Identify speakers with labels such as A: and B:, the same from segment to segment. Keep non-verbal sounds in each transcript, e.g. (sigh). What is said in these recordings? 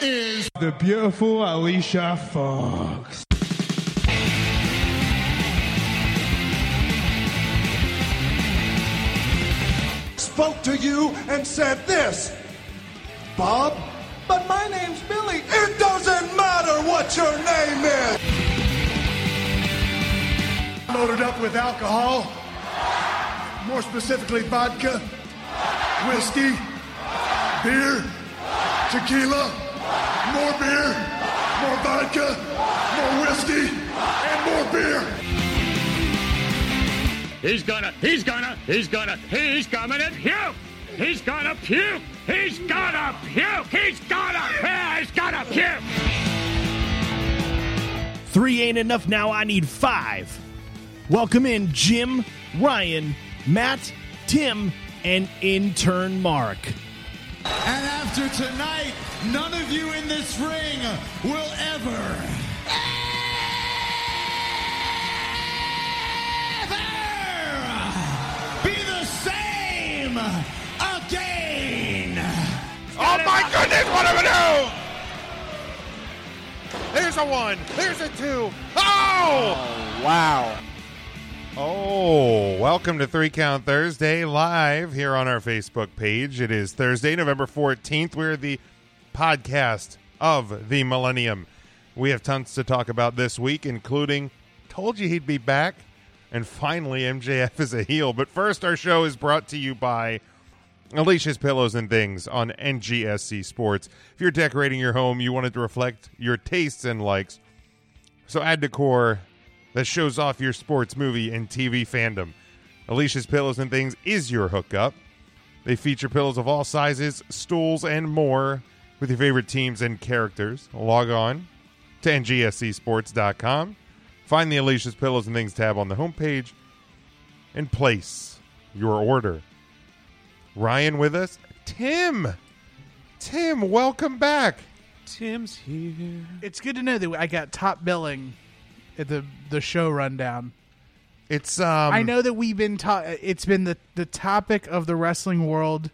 A: is the beautiful Alicia Fox.
B: Spoke to you and said this, Bob. But my name's Billy. It doesn't matter what your name is.
C: Loaded up with alcohol, more specifically vodka, whiskey, beer, tequila, more beer, more vodka, more whiskey, and more beer.
D: He's gonna, he's gonna, he's gonna, he's coming to puke! He's gonna puke! He's gonna puke! He's gonna, yeah, he's gonna puke!
E: Three ain't enough now. I need five. Welcome in Jim, Ryan, Matt, Tim, and intern Mark.
A: And after tonight, none of you in this ring will ever. ever be the same again.
F: Oh my goodness, what am I do? There's a one. There's a two. Oh!
G: Wow.
F: Oh, welcome to Three Count Thursday live here on our Facebook page. It is Thursday, November 14th. We're the podcast of the millennium. We have tons to talk about this week, including Told You He'd Be Back, and finally, MJF is a heel. But first, our show is brought to you by. Alicia's Pillows and Things on NGSC Sports. If you're decorating your home, you want it to reflect your tastes and likes. So add decor that shows off your sports, movie, and TV fandom. Alicia's Pillows and Things is your hookup. They feature pillows of all sizes, stools, and more with your favorite teams and characters. Log on to ngscsports.com. Find the Alicia's Pillows and Things tab on the homepage and place your order. Ryan with us. Tim. Tim, welcome back.
G: Tim's here.
H: It's good to know that I got top billing at the the show rundown.
F: It's um
H: I know that we've been ta- it's been the the topic of the wrestling world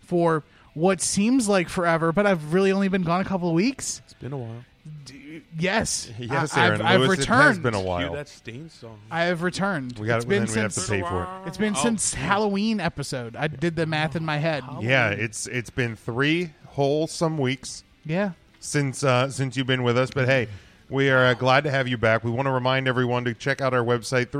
H: for what seems like forever, but I've really only been gone a couple of weeks.
G: It's been a while.
H: D-
F: (laughs)
H: Yes,
F: Yes,
H: I-
F: Aaron
H: I've, I've
F: Lewis,
H: returned.
F: It has been a
G: Dude,
F: while.
G: that Stain song.
H: I have returned.
F: we got
H: it's
F: it. Then
H: been
F: we have
H: since
F: to pay for it.
H: it's been since Halloween episode. I did the math in my head.
F: Yeah, it's it's been three whole some weeks
H: Yeah,
F: since uh, since you've been with us. But hey, we are uh, glad to have you back. We want to remind everyone to check out our website,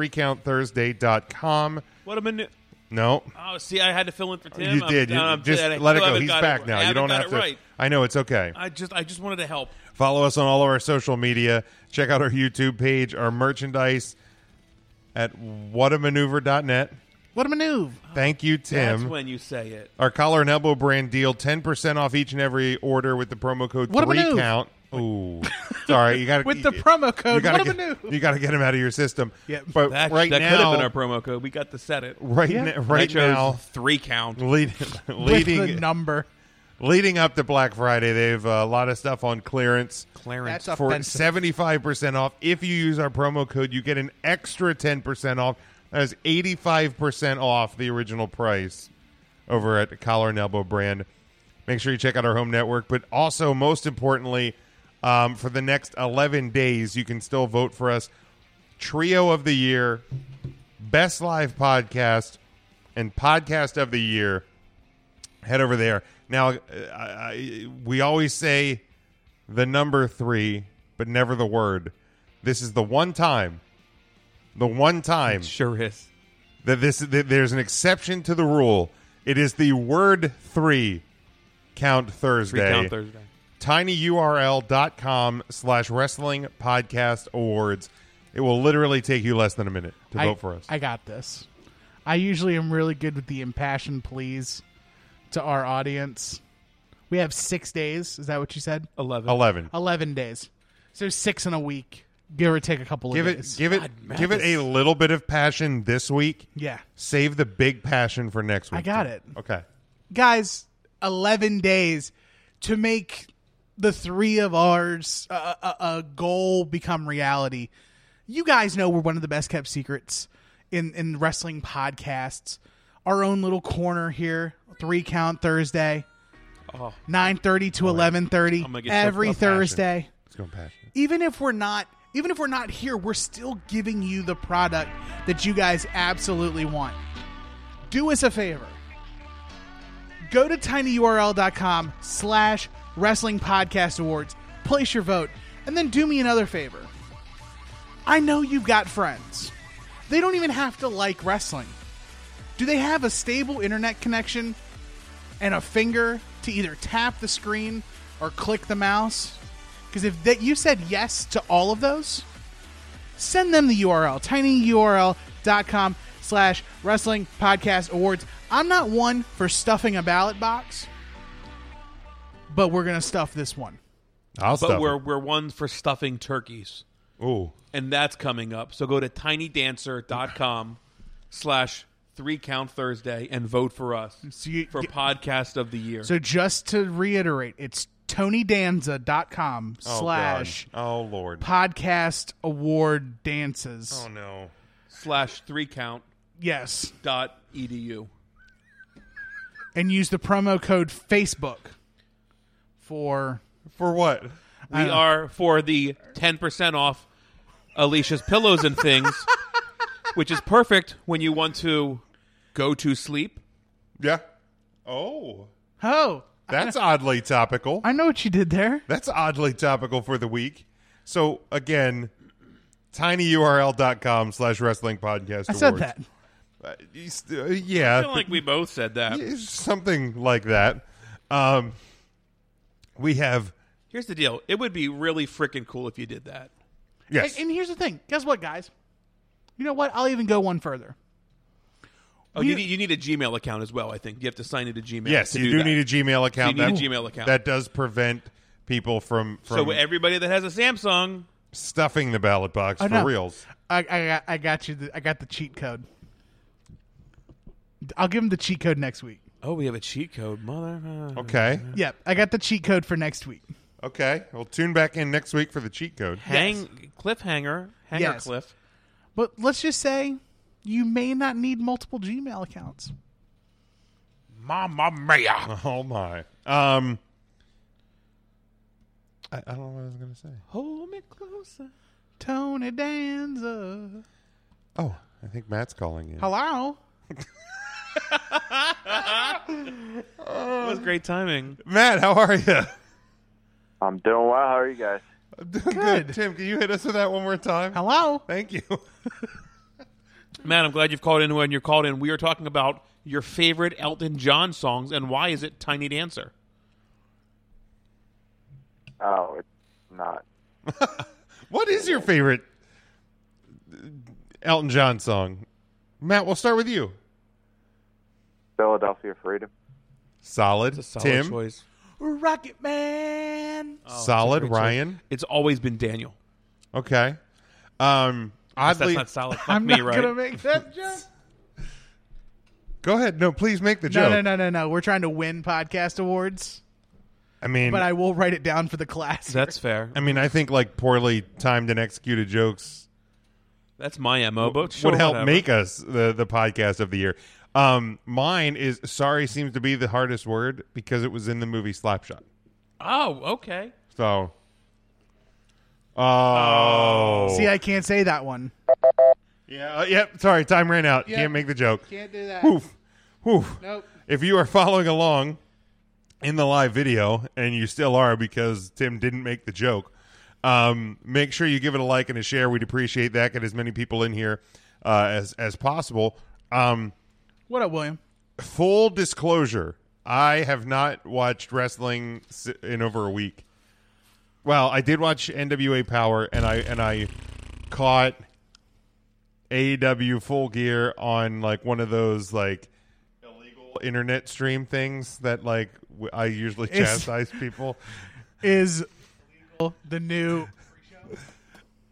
F: threecounthursday.com.
G: What a minute.
F: No,
I: Oh, see, I had to fill in for Tim.
F: you
I: I'm-
F: did. You-
I: I'm
F: just
I: glad I
F: let it
I: haven't
F: go. He's
I: got
F: back
I: it- I
F: now. You
I: haven't
F: don't
I: got
F: have
I: it
F: to.
I: Right.
F: I know it's okay.
I: I just, I just wanted to help.
F: Follow us on all of our social media. Check out our YouTube page, our merchandise at whatamaneuver.net.
H: what a maneuver!
F: Thank you, Tim.
I: That's when you say it.
F: Our collar and elbow brand deal, ten percent off each and every order with the promo code
H: What a
F: three
H: maneuver.
F: count. Ooh, sorry, you got
H: With the promo code,
F: gotta
H: what a
F: get-
H: maneuver.
F: You got to get him out of your system.
H: Yeah.
F: but
I: That,
F: right
I: that
F: now,
I: could have been our promo code. We got to set it.
F: right,
H: Yeah.
F: na-
I: I
F: right
I: chose
F: now,
I: three count.
F: lead,
H: With the
F: leading
H: number.
F: leading up to Black Friday, they have uh, a lot of stuff on clearance.
I: Clarence.
H: That's
F: for
H: offensive.
F: seventy five percent off. If you use our promo code, you get an extra ten percent off. That is eighty five percent off the original price over at Collar and Elbow Brand. Make sure you check out our home network, but also most importantly, um, for the next eleven days, you can still vote for us Trio of the Year, Best Live Podcast, and Podcast of the Year. Head over there now. uh, I, I, we always say the number three, but never the word. This is the one time, the one time
I: Sure is.
F: that this that there's an exception to the rule. It is the word three count
I: Three
F: Thursday.
I: count Thursday.
F: tinyurl.com slash wrestling podcast awards. It will literally take you less than a minute to
H: I,
F: vote for us.
H: I got this. I usually am really good with the impassioned pleas to our audience. We have six days. Is that what you said?
I: Eleven.
F: Eleven.
H: Eleven days. So six in a week, give or take a couple
F: Give
H: of
F: it
H: days.
F: give it give it a little bit of passion this week.
H: yeah,
F: Save the big passion for next week.
H: I got it.
F: Okay.
H: guys. Eleven days to make the three of ours a, a, a goal become reality. You guys know we're one of the best kept secrets in in wrestling podcasts. Our own little corner here, three count Thursday. 9:30 to 11:30
I: Oh. I'm gonna get so
H: every
I: passionate.
H: Thursday.
F: Let's go passionate.
H: Even if we're not even if we're not here, we're still giving you the product that you guys absolutely want. Do us a favor. Go to tinyurl.com slash wrestling podcast awards, place your vote, and then do me another favor. I know you've got friends. They don't even have to like wrestling. Do they have a stable internet connection and a finger to either tap the screen or click the mouse? Because if that you said yes to all of those, send them the URL, tinyurl.com slash wrestling podcast awards. I'm not one for stuffing a ballot box, but we're going to stuff this one.
F: I'll
I: But
F: stop.
I: we're we're one for stuffing turkeys,
F: Ooh,
I: and that's coming up. So go to tinydancer.com slash three count Thursday and vote for us
H: So you-
I: for podcast of the year.
H: So just to reiterate, it's tonydanza.com
F: oh,
H: slash
F: God. Oh Lord.
H: podcast award dances.
F: Oh no.
I: slash three count
H: Yes.
I: dot E edu.
H: And use the promo code Facebook for
F: For what?
I: We are for the ten percent off Alicia's pillows
F: (laughs)
I: and things, which is perfect when you want to go to sleep.
F: Yeah. Oh,
H: Oh,
F: that's oddly topical.
H: I know what you did there.
F: That's oddly topical for the week. So again, tinyurl.com slash wrestling podcast. Uh,
H: I said that.
F: yeah.
I: I feel like we both said that.
F: It's something like that. Um, we have
I: Here's the deal: it would be really freaking cool if you did that.
F: yes,
H: And here's the thing. Guess what, guys? You know what? I'll even go one further.
I: Oh, you, need, you need a Gmail account as well. I think you have to sign into Gmail.
F: yes.
I: to
F: You
I: do,
F: do
I: that.
F: need a Gmail account.
I: need a
F: That-
I: Gmail account.
F: that does prevent people from from
I: So everybody that has a Samsung,
F: stuffing the ballot box for
H: no.
F: reals.
H: I, I got, I got you. The, I got the cheat code. I'll give him the cheat code next week.
I: oh, we have a cheat code, mother. uh,
F: Okay,
H: Yep, I got the cheat code for next week.
F: okay. We'll tune back in next week for the cheat code.
I: Hang cliffhanger, hanger
H: Yes.
I: cliff.
H: But let's just say you may not need multiple Gmail accounts.
F: Mama mia! (laughs) Oh my. Um, I, I don't know what I was gonna say.
I: Hold me closer.
H: Tony Danza.
F: Oh, I think Matt's calling in.
H: Hello?
I: That was great timing.
F: Matt, how are you?
J: I'm doing well. How are you guys?
F: Good.
H: Good.
F: Tim, can you hit us with that one more time?
H: Hello?
F: Thank you.
I: Matt, I'm glad you've called in. When you're called in, we are talking about your favorite Elton John songs and why is it Tiny Dancer?
J: Oh, it's not.
F: What is your favorite Elton John song? Matt, we'll start with you.
J: Philadelphia Freedom.
F: Solid, Tim.
I: choice.
H: Rocket Man.
I: Oh,
F: solid, Ryan.
I: It's always been Daniel.
F: Okay. Um,
I: That's
F: oddly,
I: not solid. Fuck
H: I'm
I: me,
H: not
I: right?
H: going to make that joke.
F: go ahead. No, please make the
H: No,
F: joke.
H: no, no, no, no. We're trying to win podcast awards,
F: I mean,
H: but I will write it down for the class.
I: That's fair.
F: I mean, I think like poorly timed and executed jokes
I: That's my MO, but sure,
F: would help
I: whatever.
F: make us the the podcast of the year. Um, mine is sorry seems to be the hardest word because it was in the movie Slapshot.
I: Oh, okay.
F: So, oh,
H: See, I can't say that one.
F: yeah, uh, yep. Sorry, time ran out. Can't make the joke.
H: Can't do that.
F: Woof, woof.
H: Nope.
F: If you are following along in the live video, and you still are because Tim didn't make the joke, um, make sure you give it a like and a share. We'd appreciate that. Get as many people in here uh, as as possible. Um,
H: What up, William?
F: full disclosure, I have not watched wrestling s- in over a week. Well, I did watch NWA Power, and I and I caught AEW Full Gear on like one of those like illegal internet stream things that like w- I usually
H: It's-
F: chastise people.
H: Is the new.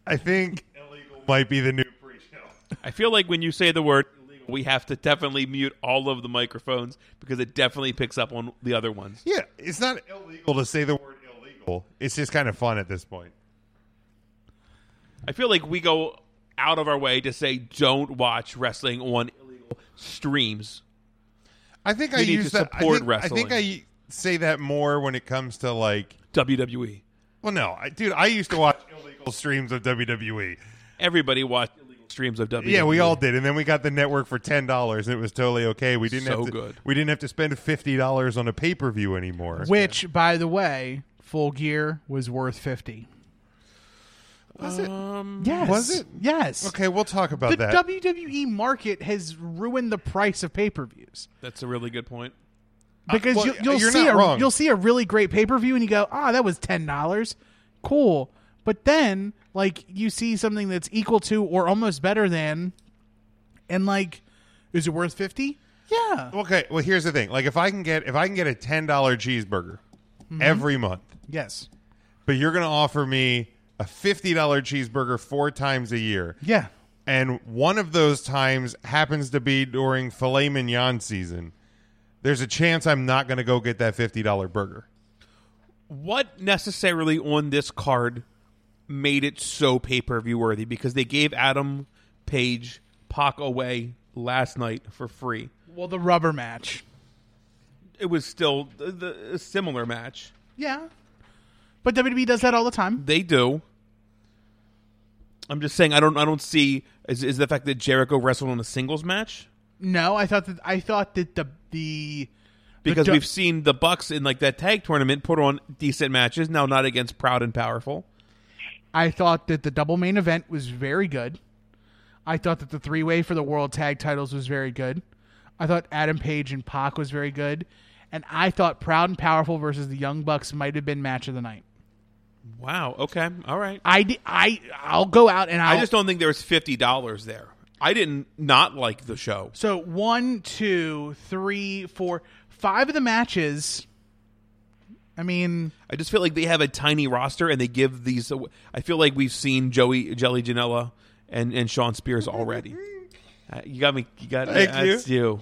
F: I think illegal might be the new pre-show.
I: I feel like when you say the word illegal, we have to definitely mute all of the microphones because it definitely picks up on the other ones.
F: Yeah, it's not illegal to say the word illegal. It's just kind of fun at this point.
I: I feel like we go out of our way to say don't watch wrestling on illegal streams.
F: I think I
I: need to
F: used that. I
I: support
F: think, I think
I: wrestling.
F: I say that more when it comes to like
I: WWE.
F: Well, no, I, dude, I used to watch (laughs) illegal streams of WWE.
I: Everybody watched illegal streams of E. WWE.
F: Yeah, we all did, and then we got the network for ten dollars, and it was totally okay. We didn't
I: So
F: have to,
I: good.
F: We didn't have to spend fifty dollars on a pay per view anymore.
H: Which, by the way, full gear was worth fifty.
F: Was it? Um,
H: Yes.
F: Was it?
H: Yes.
F: Okay, we'll talk about
H: the
F: that.
H: WWE market has ruined the price of pay per views
I: That's a really good point.
F: Uh,
H: because
I: well,
H: you, you'll
I: you're
H: see
I: not
H: a
I: wrong.
H: you'll see a really great pay per view and you go, ah, that was ten dollars, cool. But then like you see something that's equal to or almost better than, and like, is it worth fifty? Yeah.
F: Okay. Well, here's the thing. Like, if I can get if I can get a ten dollar cheeseburger
I: Mm-hmm.
F: every month,
H: Yes.
F: but you're going to offer me a fifty dollar cheeseburger four times a year,
H: Yeah.
F: and one of those times happens to be during filet mignon season, there's a chance I'm not going to go get that fifty dollar burger.
I: What necessarily on this card made it so pay per view worthy? Because they gave Adam Page Pac away last night for free.
H: Well, the rubber match.
I: It was still the, the, a similar match.
H: Yeah. But WWE does that all the time.
I: They do. I'm just saying. I don't. I don't see. Is, is the fact that Jericho wrestled in a singles match?
H: No, I thought that I thought that the the
I: Because
H: the-
I: we've seen the Bucks in like that tag tournament put on decent matches. Now, not against Proud and Powerful.
H: I thought that the double main event was very good. I thought that the three way for the world tag titles was very good. I thought Adam Page and Pac was very good, and I thought Proud and Powerful versus the Young Bucks might have been match of the night.
I: Wow. Okay. All right.
H: I di- I I'll go out and
F: Oh.
H: I'll,
I: I just don't think there was fifty dollars there. I didn't not like the show.
H: So one, two, three, four, five of the matches. I mean,
I: I just feel like they have a tiny roster and they give these. aw- I feel like we've seen Joey Jelly Janela and and Sean Spears already. Uh, you got me. You got
F: Thank
I: that's you.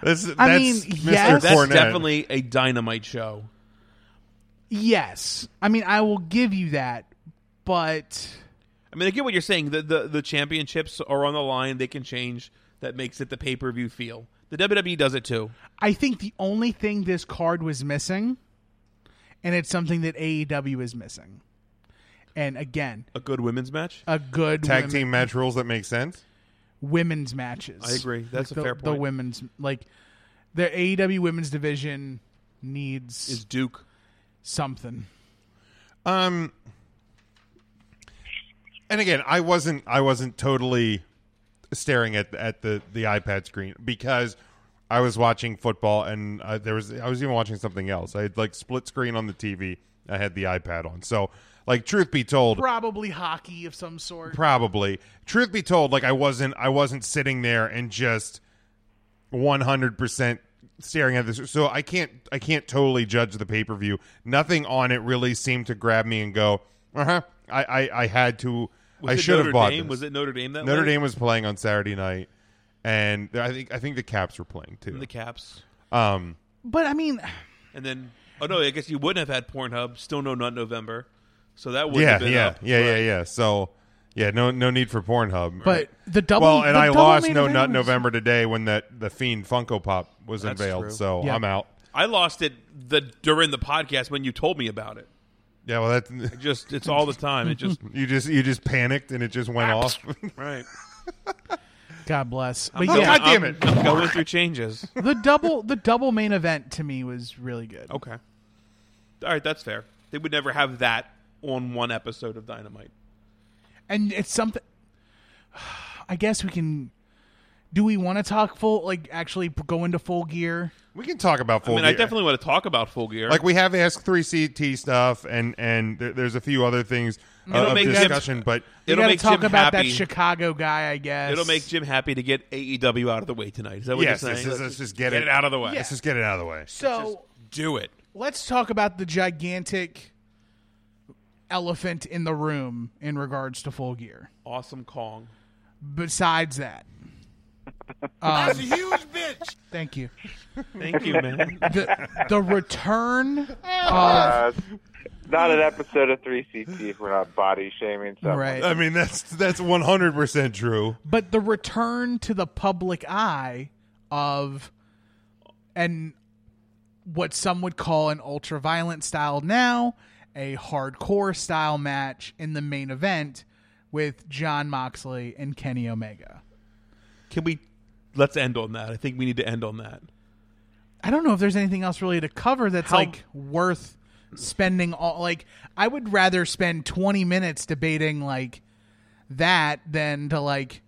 F: That's,
H: I mean, yes.
I: That's
F: Cornette.
I: definitely a dynamite show.
H: yes. I mean, I will give you that, but
I: I mean, I get what you're saying. The the, the championships are on the line. They can change. That makes it the pay per view feel. The WWE does it too.
H: I think the only thing this card was missing, and it's something that AEW is missing, and again,
I: A good women's match.
H: a good
F: Tag
H: women-
F: team match rules that make sense.
H: women's matches.
I: I agree. That's a
H: the,
I: fair
H: The
I: point.
H: women's like the AEW women's division needs
I: Is Duke?
H: something.
F: Um, and again, I wasn't I wasn't totally staring at at the the iPad screen because I was watching football and uh, there was I was even watching something else. I had like split screen on the TV. I had the iPad on. So, like, truth be told,
H: Probably hockey of some sort.
F: probably truth be told, like I wasn't I wasn't sitting there and just one hundred percent staring at this. So I can't I can't totally judge the pay per view. Nothing on it really seemed to grab me and go, uh huh. I, I I had to.
I: Was
F: I
I: it
F: should
I: Notre
F: have bought
I: Dame?
F: this.
I: Was it Notre Dame (laughs) that
F: Notre
I: late?
F: Dame was playing on Saturday night, and I think I think the Caps were playing too.
I: the Caps?
F: um,
H: But I mean,
I: And then, oh no, I guess you wouldn't have had Pornhub. Still no Nut November. So that would
F: yeah,
I: have been
F: yeah,
I: up.
F: yeah, yeah, yeah. So yeah, no no need for Pornhub.
H: but the double.
F: well, and
H: the
F: I
H: double
F: lost
H: main
F: no
H: event
F: nut
H: was-
F: November today when that the Fiend Funko Pop was
I: That's
F: unveiled.
I: true.
F: So
H: Yeah.
F: I'm out.
I: I lost it the during the podcast when you told me about it.
F: Yeah, well, that's
I: Just it's all the time.
F: (laughs)
I: It just
F: you just you just panicked and it just went off. (laughs)
I: right.
H: God bless. But
F: Oh, God
H: yeah,
F: damn
I: I'm-
F: it.
I: I'm going through changes.
H: the double the double main event to me was really good.
I: Okay. All right, that's fair. They would never have that on one episode of Dynamite.
H: and it's something (sighs) i guess we can do we want to talk full like actually p- go into full gear
F: we can talk about full.
I: I mean, I
F: Gear.
I: definitely want to talk about Full Gear.
F: like we have Ask Three CT stuff and and there, there's a few other things uh,
I: It'll
F: of
I: make sense.
F: discussion, but
H: we
I: it'll
H: gotta
I: make
H: talk
I: Jim
H: about
I: happy.
H: that chicago guy i guess
I: It'll make Jim happy to get AEW out of the way tonight. Is that what
F: yes,
I: you're
F: let's,
I: saying?
F: just- let's just get,
I: get it out of the way.
F: Let's just get it out of the way.
H: so
I: Do it.
H: let's talk about the gigantic elephant in the room in regards to full gear
I: Awesome Kong.
J: (laughs)
H: besides that um,
A: That's a huge bitch.
H: thank you
I: Thank you, man.
H: the,
J: (laughs)
H: the return
J: Uh, not an episode of 3CT if we're not body shaming someone.
H: right
F: I mean, that's that's 100 percent true.
H: but the return to the public eye of an what some would call an ultra violent style now, a hardcore style match in the main event with John Moxley and Kenny Omega.
I: Can we let's end on that? I think we need to end on that.
H: I don't know if there's anything else really to cover that's
I: How-
H: like worth spending all like I would rather spend 20 minutes debating like that than to like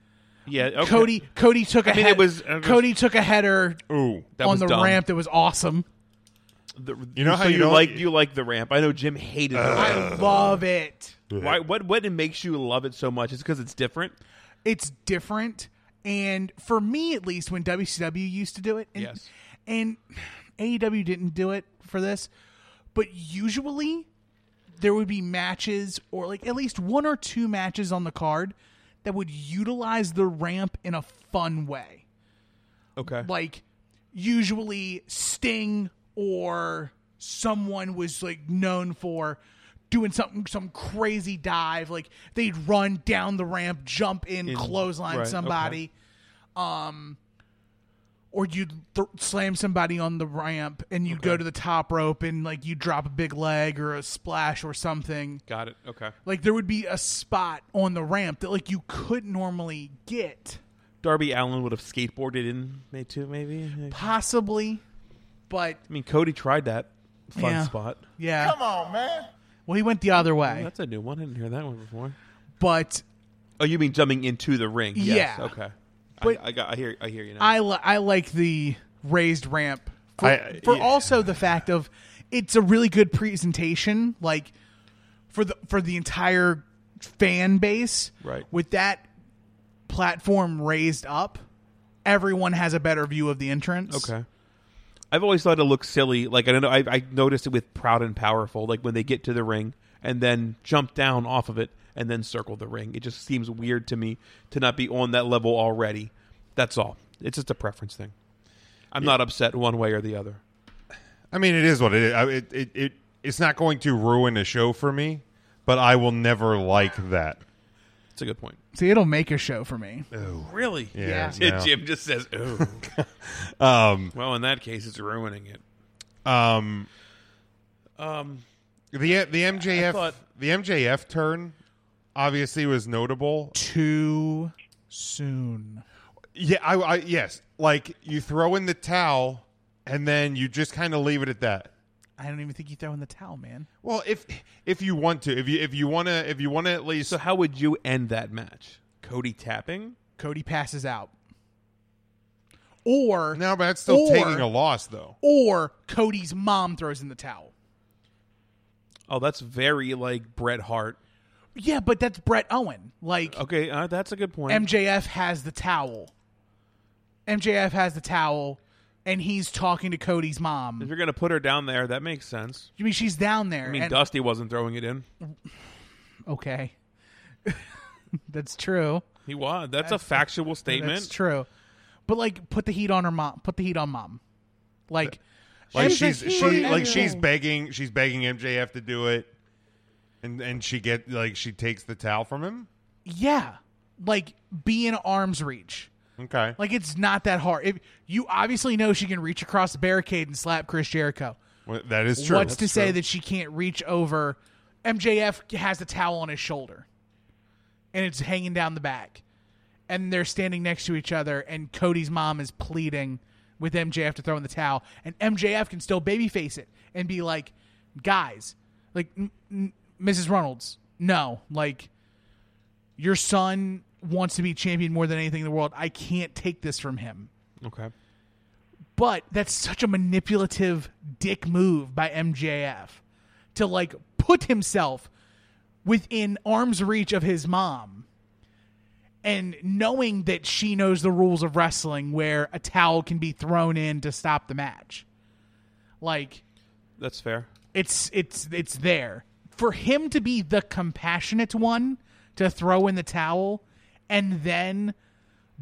I: Yeah, Uh, okay.
H: Cody Cody took a
I: I mean,
H: head-
I: it was- it was-
H: Cody took a header
I: Ooh, that
H: on
I: was
H: the
I: dumb.
H: ramp that was awesome.
I: The,
F: You know how
I: so
F: you don't-
I: like you like the ramp. I know Jim hated the ramp.
H: I love it.
I: Why? What? What it makes you love it so much? It's because it's different.
H: It's different and for me at least when WCW used to do it and,
I: Yes.
H: and AEW didn't do it for this but usually there would be matches or like at least one or two matches on the card that would utilize the ramp in a fun way.
I: Okay.
H: Like usually Sting or someone was like known for doing something some crazy dive like they'd run down the ramp, jump in,
I: In-
H: clothesline
I: right,
H: somebody. Um or you th- slam somebody on the ramp and you go to the top rope and like you drop a big leg or a splash or something.
I: Got it. Okay.
H: Like there would be a spot on the ramp that like you could normally get.
I: Darby Allen would have skateboarded in May two, maybe. I
H: Possibly, but
I: mean, Cody tried that fun
H: Yeah.
I: spot.
H: yeah. Come on, man. Well, he went the other way,
I: That's a new one. I didn't hear that one before.
H: but
I: Oh, you mean jumping into the ring? Yes.
H: Yeah.
I: Okay.
H: But-
I: I, I got. I hear. I hear you now.
H: I li- I like the raised ramp for,
F: I-
H: for
F: yeah.
H: also the fact of it's a really good presentation, like for the for the entire fan base.
I: Right.
H: With that platform raised up, everyone has a better view of the entrance.
I: Okay. I've always thought it looked silly. Like I don't know. I, I noticed it with Proud and Powerful. Like when they get to the ring and then jump down off of it and then circle the ring. It just seems weird to me to not be on that level already. That's all. It's just a preference thing. I'm not upset one way or the other.
F: I mean, it is what it is. I- It, it, it, it's not going to ruin a show for me, but I will never like that.
I: It's a good point.
H: See, it'll make a show for me.
I: Really?
F: Yeah. no.
I: (laughs) Jim just says, "Oh."
F: (laughs) Um,
I: well, in that case, it's ruining it.
F: um,
I: Um,
F: the the MJF
I: thought-
F: the MJF turn obviously was notable.
H: Too soon.
F: Yeah, I, I yes, like you throw in the towel and then you just kind of leave it at that.
H: I don't even think you throw in the towel, man.
F: Well, if if you want to, if you if you want to, if you want to at least
I: so how would you end that match? Cody tapping?
H: Cody passes out. Or
F: no, but that's still
H: or-
F: taking a loss though.
H: or Cody's mom throws in the towel.
I: Oh, that's very like Bret Hart.
H: Yeah, but that's Brett Owen. Like
I: Okay, uh, that's a good point.
H: MJF has the towel. MJF has the towel and he's talking to Cody's
I: If
H: mom.
I: you're gonna put her down there, that makes sense.
H: You mean she's down there.
I: I mean,
H: and-
I: Dusty wasn't throwing it in.
H: Okay. (laughs) that's true.
I: He was. That's, a factual statement.
H: That's true. But like put the heat on her mom. Put the heat on mom. Like
F: Like
H: She's
F: she's
H: a
F: she
H: heel.
F: like she's begging she's begging MJF to do it, and and she get like she takes the towel from him.
H: yeah. Like be in arm's reach.
F: Okay,
H: Like it's not that hard. If you obviously know she can reach across the barricade and slap Chris Jericho.
F: Well, that is true.
H: What's to
F: That's
H: say
F: true.
H: that she can't reach over? MJF has a towel on his shoulder, and it's hanging down the back, and they're standing next to each other, and Cody's mom is pleading with MJF to throw in the towel, and MJF can still babyface it and be like, "Guys, like m- m- Mrs. Reynolds, no, like your son wants to be champion more than anything in the world. I can't take this from him."
I: Okay.
H: But that's such a manipulative dick move by MJF to like put himself within arm's reach of his mom. And knowing that she knows the rules of wrestling where a towel can be thrown in to stop the match. Like
I: That's fair.
H: it's it's it's there. For him to be the compassionate one to throw in the towel and then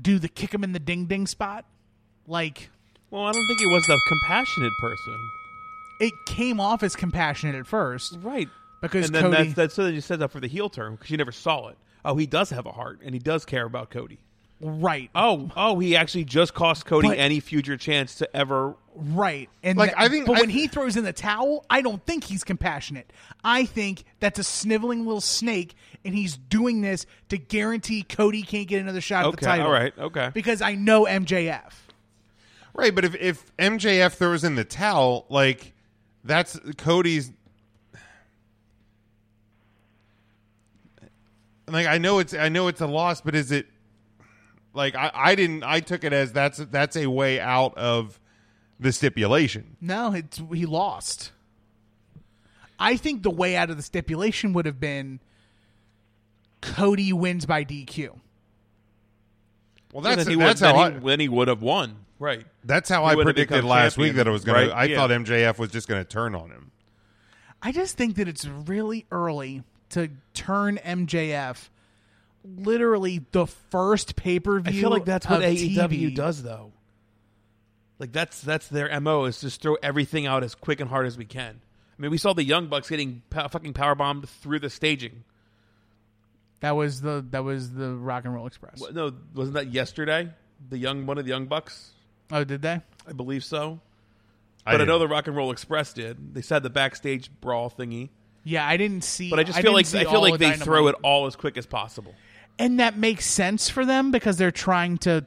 H: do the kick him in the ding ding spot, like
I: Well, I don't think he was the compassionate person.
H: it came off as compassionate at first
I: Right.
H: because
I: and then
H: Cody.
I: that's that's so that you set up for the heel turn because you never saw it. Oh, he does have a heart and he does care about Cody.
H: Right.
I: Oh, oh, he actually just cost Cody
H: But-
I: any future chance to ever.
H: Right. And
I: Like,
H: that-
I: I think
H: but
I: I-
H: when he throws in the towel, I don't think he's compassionate. I think that's a sniveling little snake, and he's doing this to guarantee Cody can't get another shot at the
F: Okay,
H: title.
F: all right, okay.
H: Because I know MJF.
F: Right, but if, if MJF throws in the towel, like that's Cody's. Like I know it's I know it's a loss, but is it like I, I didn't I took it as that's that's a way out of the stipulation.
H: No, it's he lost. I think the way out of the stipulation would have been Cody wins by DQ.
F: Well,
I: Yeah,
F: that's
I: then he
F: that's
I: would,
F: how
I: then
F: I,
I: he, then he would have won. Right.
F: that's how Oh,
I: He
F: I
I: would have
F: predicted
I: become
F: last
I: champion,
F: week that it was gonna.
I: right?
F: I
I: Yeah.
F: thought MJF was just gonna turn on him.
H: I just think that it's really early to turn MJF literally the first pay per
I: I
H: view.
I: feel like that's what AEW
H: TV.
I: does, though. Like that's that's their mo is just throw everything out as quick and hard as we can. I mean, we saw the Young Bucks getting po- fucking power bombed through the staging.
H: That was the that was the Rock and Roll Express.
I: What, no, wasn't that yesterday? The young one of the Young Bucks.
H: Oh, did they?
I: I believe so.
H: I
I: But I, know
H: didn't.
I: the Rock and Roll Express did. They said the backstage brawl thingy.
H: Yeah, I didn't see.
I: But I just
H: I
I: feel
H: didn't
I: like
H: see
I: I
H: all
I: feel like
H: of
I: they
H: Dynamite.
I: throw it all as quick as possible.
H: and that makes sense for them because they're trying to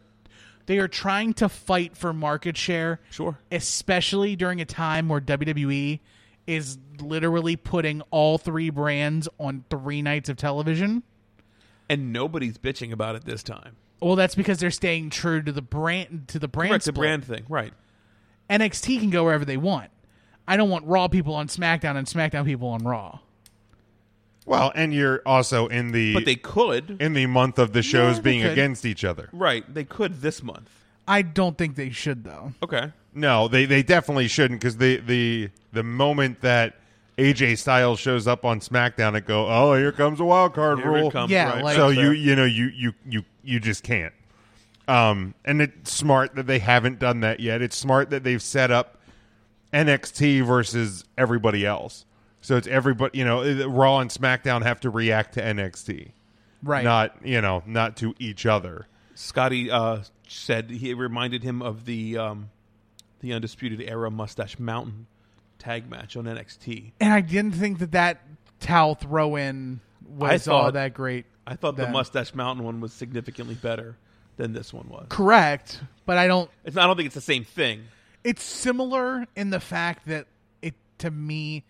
H: they are trying to fight for market share
I: sure
H: especially during a time where WWE is literally putting all three brands on three nights of television
I: And nobody's bitching about it this time.
H: well that's because they're staying true to the brand to the brand
I: Correct, the
H: split.
I: brand thing, right?
H: NXT can go wherever they want I don't want Raw people on SmackDown and SmackDown people on Raw
F: Well, and you're also in the
I: But they could
F: in the month of the shows
H: they
F: being
H: could.
F: against each other.
I: Right. They could this month.
H: I don't think they should though
I: Okay.
F: No, they they definitely shouldn't because the the the moment that AJ Styles shows up on SmackDown, it go oh here comes a wild card
I: Here it
F: rule.
I: comes, Yeah, right. like-
F: so you you know you you you you just can't. Um, and it's smart that they haven't done that yet. It's smart that they've set up NXT versus everybody else. So it's everybody you know Raw and SmackDown have to react to NXT,
H: Right.
F: Not you know not to each other.
I: Scotty uh, said he reminded him of the um, the undisputed era mustache mountain tag match on NXT.
H: and I didn't think that that towel throw in was
I: I
H: all
I: thought-
H: that great
I: I thought the
H: then.
I: mustache mountain one was significantly better than this one was.
H: correct but I don't
I: It's, I don't think it's the same thing.
H: It's similar in the fact that it to me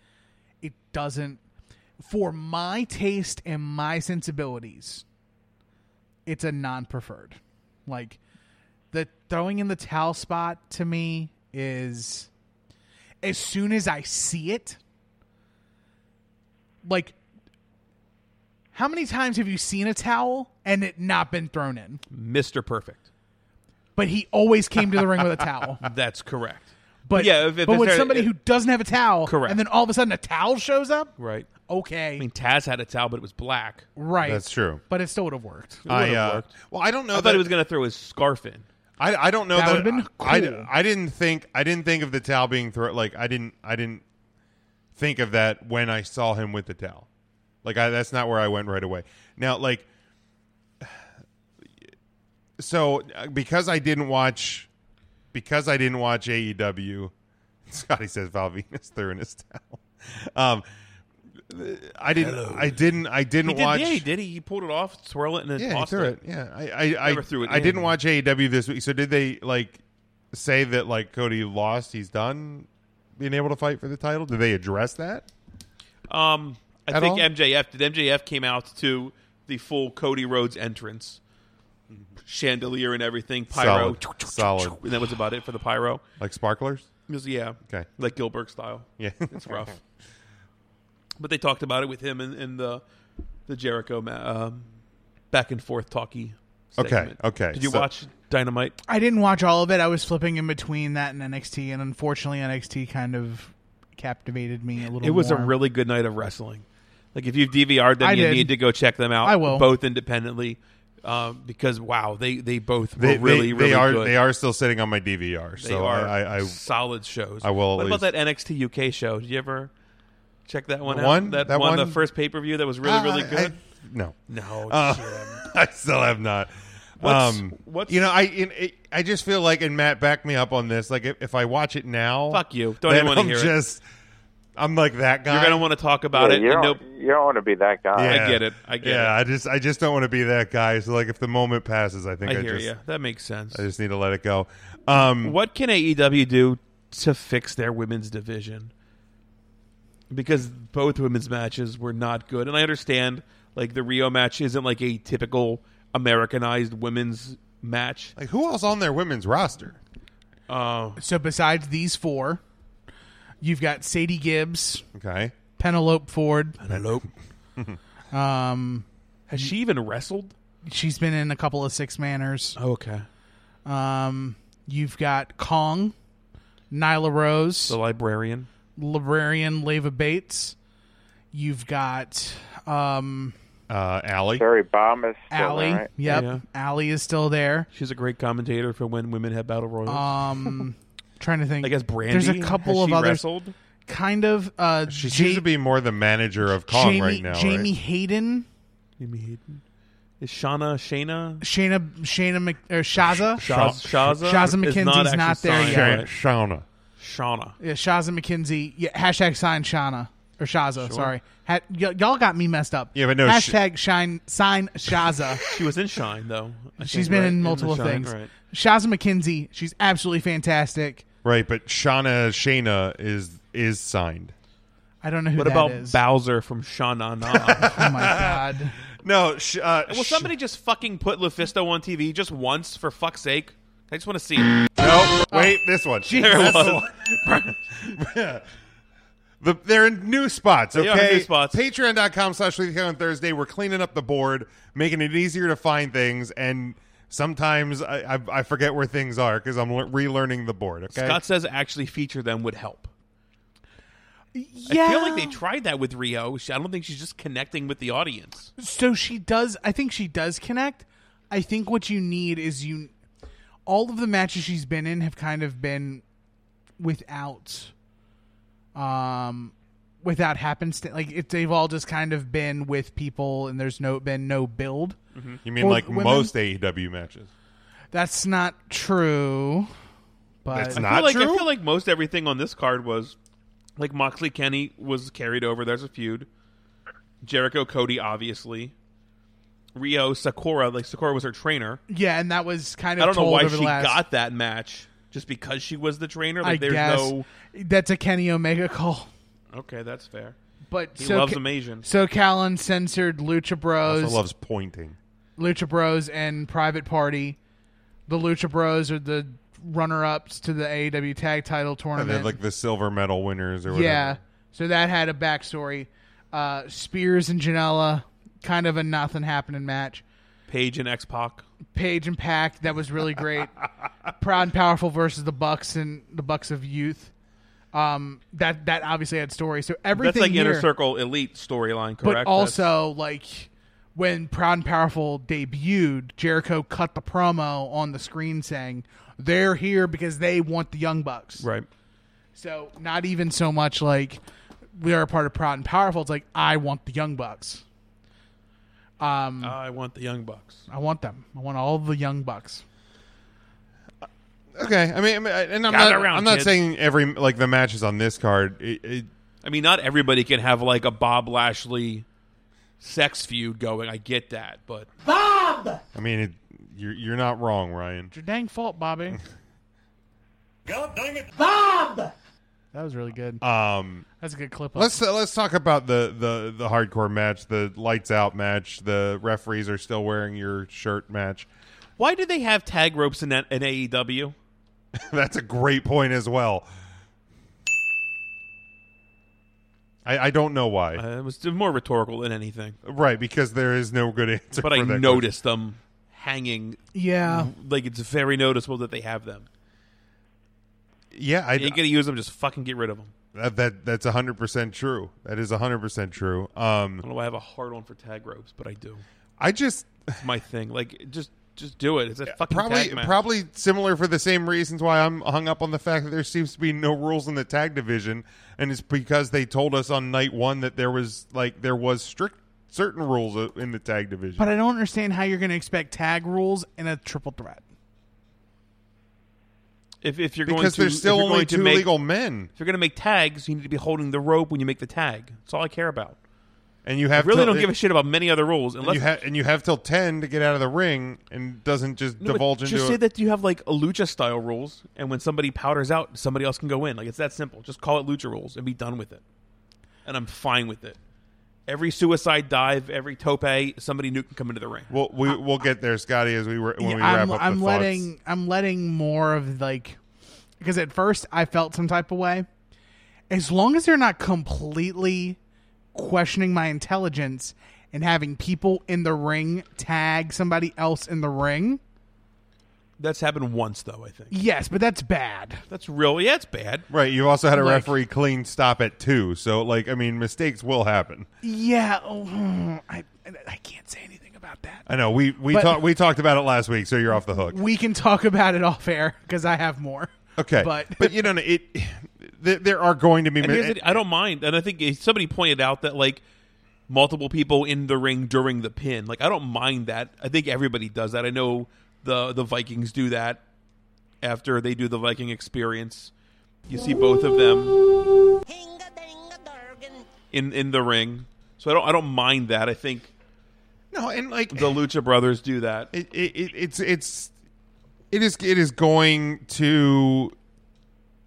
H: it doesn't for my taste and my sensibilities it's a non-preferred. Like the throwing in the towel spot to me is as soon as I see it like how many times have you seen a towel and it not been thrown in?
I: Mr. Perfect.
H: But he always came to the ring with a towel.
I: That's correct.
H: But
I: yeah, if, if
H: but when
I: it's-
H: somebody who doesn't have a towel,
I: Correct.
H: and then all of a sudden a towel shows up,
I: right.
H: okay,
I: I mean, Taz had a towel, but it was black.
H: right,
F: That's true.
H: but it still would have worked.
I: It would've
F: I, uh,
I: worked.
F: well, I don't know
I: I thought
F: that-
I: he was going to throw his scarf in.
F: I, I don't know
H: That
F: that,
H: would've been
F: I,
H: cool.
F: I didn't think I didn't think of the towel being thrown. Like I didn't I didn't think of that when I saw him with the towel. Like I, that's not where I went right away. Now like (sighs) so uh, because I didn't watch because I didn't watch AEW. (laughs) Scotty says Val Venus threw in his towel. Um, I didn't. I didn't. I didn't
I: He did, E
F: watch.
I: yeah, he did. He, he pulled it off, swirl it, and then
F: Yeah, he
I: tossed
F: threw it. Yeah, I, I, I,
I: Never threw it
F: I
I: in.
F: didn't watch AEW this week. So did they like say that like Cody lost? He's done being able to fight for the title. Did they address that?
I: Um, I
F: At
I: think
F: all?
I: MJF did. MJF came out to the full Cody Rhodes entrance, chandelier and everything, pyro,
F: Solid. Solid.
I: and that was about it for the pyro.
F: Like sparklers.
I: It was- yeah,
F: Okay.
I: like Gilbert style. (laughs)
F: Yeah.
I: it's rough. But they talked about it with him and, and the the Jericho ma- um, back and forth talkie.
F: Okay,
I: segment.
F: okay,
I: Did you
F: so-
I: watch Dynamite?
H: I didn't watch all of it. I was flipping in between that and NXT, and unfortunately, NXT kind of captivated me a little.
I: It was a
H: more.
I: really good night of wrestling. Like if you've DVR'd them,
H: I
I: you
H: did.
I: need to go check them out.
H: I will.
I: both independently, um, because wow, they they both
F: (laughs)
I: were
F: They
I: really
F: they,
I: really
F: they are
I: good.
F: they are still sitting on my DVR.
I: They
F: so
I: are
F: I, I, I
I: solid shows.
F: I will.
I: What
F: at
I: about
F: least-
I: that NXT UK show? Did you ever check that one
F: The
I: out?
F: one?
I: that,
F: That
I: one, the
F: one? Ah,
I: first pay per view that was really
F: Uh, (laughs)
I: really
F: I-
I: good.
F: no,
I: No,
F: Uh,
I: Jim.
F: I still have not.
I: What's-
F: um,
I: what's-
F: you know, I in, it, I just feel like, and Matt, back me up on this. Like, if, if I watch it now,
I: Fuck you. Don't
F: then
I: even wanna
F: I'm
I: hear it.
F: Just, I'm like that guy.
I: You're gonna want to talk about
J: Yeah,
I: it.
J: You
I: and
J: don't,
I: nope.
J: you don't want to be that guy.
I: I get it. I get
F: yeah, I just, I just don't want to be that guy. So, like, if the moment passes, I think
I: I
F: I,
I: hear
F: just,
I: you. That makes sense.
F: I just need to let it go. Um,
I: What can AEW do to fix their women's division? Because both women's matches were not good, and I understand like the Rio match isn't like a typical Americanized women's match.
F: like, who else on their women's roster?
I: Uh,
H: So besides these four, you've got Sadie Gibbs,
F: Okay,
H: Penelope Ford.
I: Penelope.
H: Um,
I: Has she even wrestled?
H: she's been in a couple of six manners.
I: Oh, okay.
H: Um, you've got Kong, Nyla Rose,
I: The librarian.
H: Librarian Leva Bates. You've got um,
F: uh, Allie.
J: Barry Bomb is still
H: Allie.
J: there, right?
H: Yep,
I: Yeah.
H: Allie is still there.
I: She's a great commentator for when women have battle royals.
H: Um, trying to think.
I: I guess Brandy.
H: There's a couple
I: has
H: of
I: she
H: others.
I: Wrestled?
H: Kind of. Uh,
F: She
H: Ja-
F: seems to be more the manager of Kong
H: Jamie,
F: right now.
H: Jamie
F: right?
H: Hayden,
I: Jamie Hayden. Is Shauna Shayna?
H: Shayna, Shayna, Mc, or Shaza.
I: Shaz- Shaza?
H: Shaza
I: is
H: McKenzie's
I: actually
H: not there
I: signed,
H: yet.
F: Sha-
I: right?
F: Shauna.
I: Shauna.
H: Yeah, Shaza McKenzie. Yeah, hashtag sign Shauna or Shaza. Sorry, ha- y- y'all got me messed up.
F: Yeah, but no, sh-
H: hashtag shine sign Shaza.
I: She was in Shine though. (laughs) I
H: She's
I: think,
H: been
I: right?
H: in
I: the
H: multiple
I: Shine,
H: things.
I: Right.
H: Shaza McKenzie, she's absolutely fantastic.
F: Right, but Shauna Shayna is is signed.
H: I don't know who
I: What
H: that
I: about
H: is.
I: Bowser from Shana
H: (laughs)
I: Na?
H: oh my god,
F: No, sh- uh,
I: Will
F: sh-
I: somebody just fucking put Lufisto on TV just once for fuck's sake? I just
H: (laughs)
I: want to see. it.
F: no, wait, this one.
I: There it
F: That's the
I: Oh. was.
F: one. The, they're in new spots, okay?
I: are new spots.
F: Patreon.com slash Leafy on Thursday. We're cleaning up the board, making it easier to find things, and sometimes I, I, I forget where things are because I'm le- relearning the board, okay?
I: Scott says actually feature them would help.
H: yeah.
I: (laughs) I feel like they tried that with Rio. She- I don't think she's just connecting with the audience.
H: so she does. I think she does connect. I think what you need is you. All of the matches she's been in have kind of been without, um, without happenstance. Like it, they've all just kind of been with people, and there's no been no build.
F: you mean
H: Or
F: like
H: women?
F: most AEW matches?
H: That's not true. But
F: That's
I: I feel
F: not
I: like,
F: true?
I: I feel like most everything on this card was like Moxley Kenny was carried over. There's a feud. Jericho Cody obviously. Rio Sakura like Sakura was her trainer.
H: yeah, and that was kind of
I: I don't know
H: told
I: why
H: over the
I: she
H: last-
I: got that match just because she was the trainer.
H: I
I: Like there's
H: guess
I: no
H: that's a Kenny Omega call.
I: Okay, that's fair.
H: But
I: He
H: so
I: loves
H: Ca-
I: them Asian.
H: So Callan censored Lucha Bros,
F: Also loves pointing.
H: Lucha Bros, and Private Party. The Lucha Bros are the runner-ups to the AEW Tag
F: And Oh,
H: Title
F: they're
H: tournament.
F: like the silver medal winners or whatever.
H: yeah, so that had a backstory. Uh, Spears and Janela, kind of a nothing happening match.
I: Paige and X Pac.
H: Page and Pack. That was
F: (laughs)
H: really great. Proud and powerful versus the Bucks and the Bucks of Youth. Um, that that obviously had story. So everything
I: That's like
H: here,
I: inner circle elite storyline,
H: but
I: correct?
H: also like when Proud and Powerful debuted, Jericho cut the promo on the screen saying they're here because they want the Young Bucks.
I: That's- right.
H: So not even so much like we are a part of Proud and Powerful. It's like I want the Young Bucks. Um,
I: Ah, I want the Young Bucks.
H: I want them. I want all the Young Bucks.
F: Okay, I mean, I mean, I- and I'm
I: Gather
F: not,
I: around,
F: I'm not
I: kids.
F: saying every like the matches on this card. It, it,
I: I mean, not everybody can have like a Bob Lashley sex feud going. I get that, but
F: I mean, it, you're you're not wrong, Ryan.
H: Your dang fault, Bobby.
I: (laughs)
H: God dang it, Bob! That was really good.
F: Um,
H: That's a good clip.
F: let's uh, let's talk about the, the the hardcore match, the lights out match, the referees are still wearing your shirt match. (laughs)
I: why do they have tag ropes in, that, in E AEW?
F: That's a great point as well. I, I don't know why,
I: Uh, it was more rhetorical than anything,
F: right? Because there is no good answer.
I: but
F: for
I: I
F: that
I: noticed them hanging.
H: Yeah,
I: Like it's very noticeable that they have them.
F: question. Yeah, I,
I: You ain't gonna use them. Just fucking get rid of them.
F: that, that that's hundred percent true. That is hundred percent true.
I: I
F: Um,
I: don't know. Why I have a hard on for tag ropes, but I do.
F: I just
I: It's my thing. Like just just do it. It's a fucking
F: probably
I: tag match.
F: probably similar for the same reasons why I'm hung up on the fact that there seems to be no rules in the tag division, and it's because they told us on night one that there was like there was strict certain rules uh, in the tag division.
H: But I don't understand how you're going to expect tag rules in a triple threat.
I: If, if you're going
F: Because
I: to,
F: there's
I: if
F: still
I: you're
F: only
I: going to
F: two
I: make-
F: legal men.
I: If you're going to make tags, you need to be holding the rope when you make the tag. That's all I care about.
F: and you have
I: I really
F: till-
I: don't give a shit about many other rules
F: And
I: unless
F: you, ha- and you have till ten to get out of the ring, and doesn't just
I: No, but
F: divulge into.
I: Just
F: a-
I: say that you have like a lucha style rules, and when somebody powders out, somebody else can go in. Like it's that simple. Just call it lucha rules and be done with it. And I'm fine with it. Every suicide dive, every tope, somebody new can come into the ring.
F: We'll we, we'll get there, Scotty, as we re- when we
H: Yeah,
F: wrap
H: I'm,
F: up. the
H: I'm
F: thoughts.
H: letting I'm letting more of like because at first I felt some type of way. As long as they're not completely questioning my intelligence and having people in the ring tag somebody else in the ring,
I: That's happened once though. I think
H: yes, but that's bad.
I: that's real. Yeah, it's bad.
F: Right, you also had a
H: Like-
F: referee clean stop at two, so like I mean, mistakes will happen.
H: Yeah, oh, hmm, I I can't say anything about that.
F: I know we we
H: But-
F: talked we talked about it last week, so you're off the hook.
H: We can talk about it off air because I have more.
F: Okay,
H: but
F: you don't know it. There, there are going to be.
I: And
F: mi-
I: here's the, I don't mind. And I think if somebody pointed out that like multiple people in the ring during the pin. Like I don't mind that. I think everybody does that. I know the the Vikings do that after they do the Viking experience. You see both of them in in the ring. So I don't I don't mind that. I think
F: no, and like
I: the Lucha Brothers do that.
F: it, it, it it's it's it is it is going to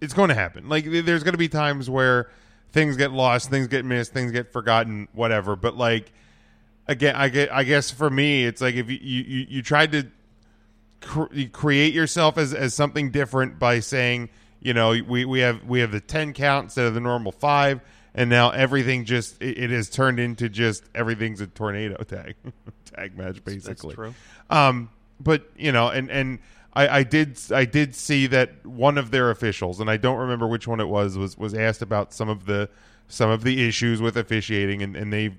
F: it's going to happen. Like th- there's going to be times where things get lost, things get missed, things get forgotten, whatever. But like again, I get I guess for me, it's like if you you, you- you tried to cr- you create yourself as as something different by saying you know we we have we have the ten count instead of the normal five. And now everything just it, it has turned into just everything's a tornado (laughs) tag tag match basically.
I: true.
F: Um, but you know, and and I, I did I did see that one of their officials, and I don't remember which one it was, was was asked about some of the some of the issues with officiating, and, and they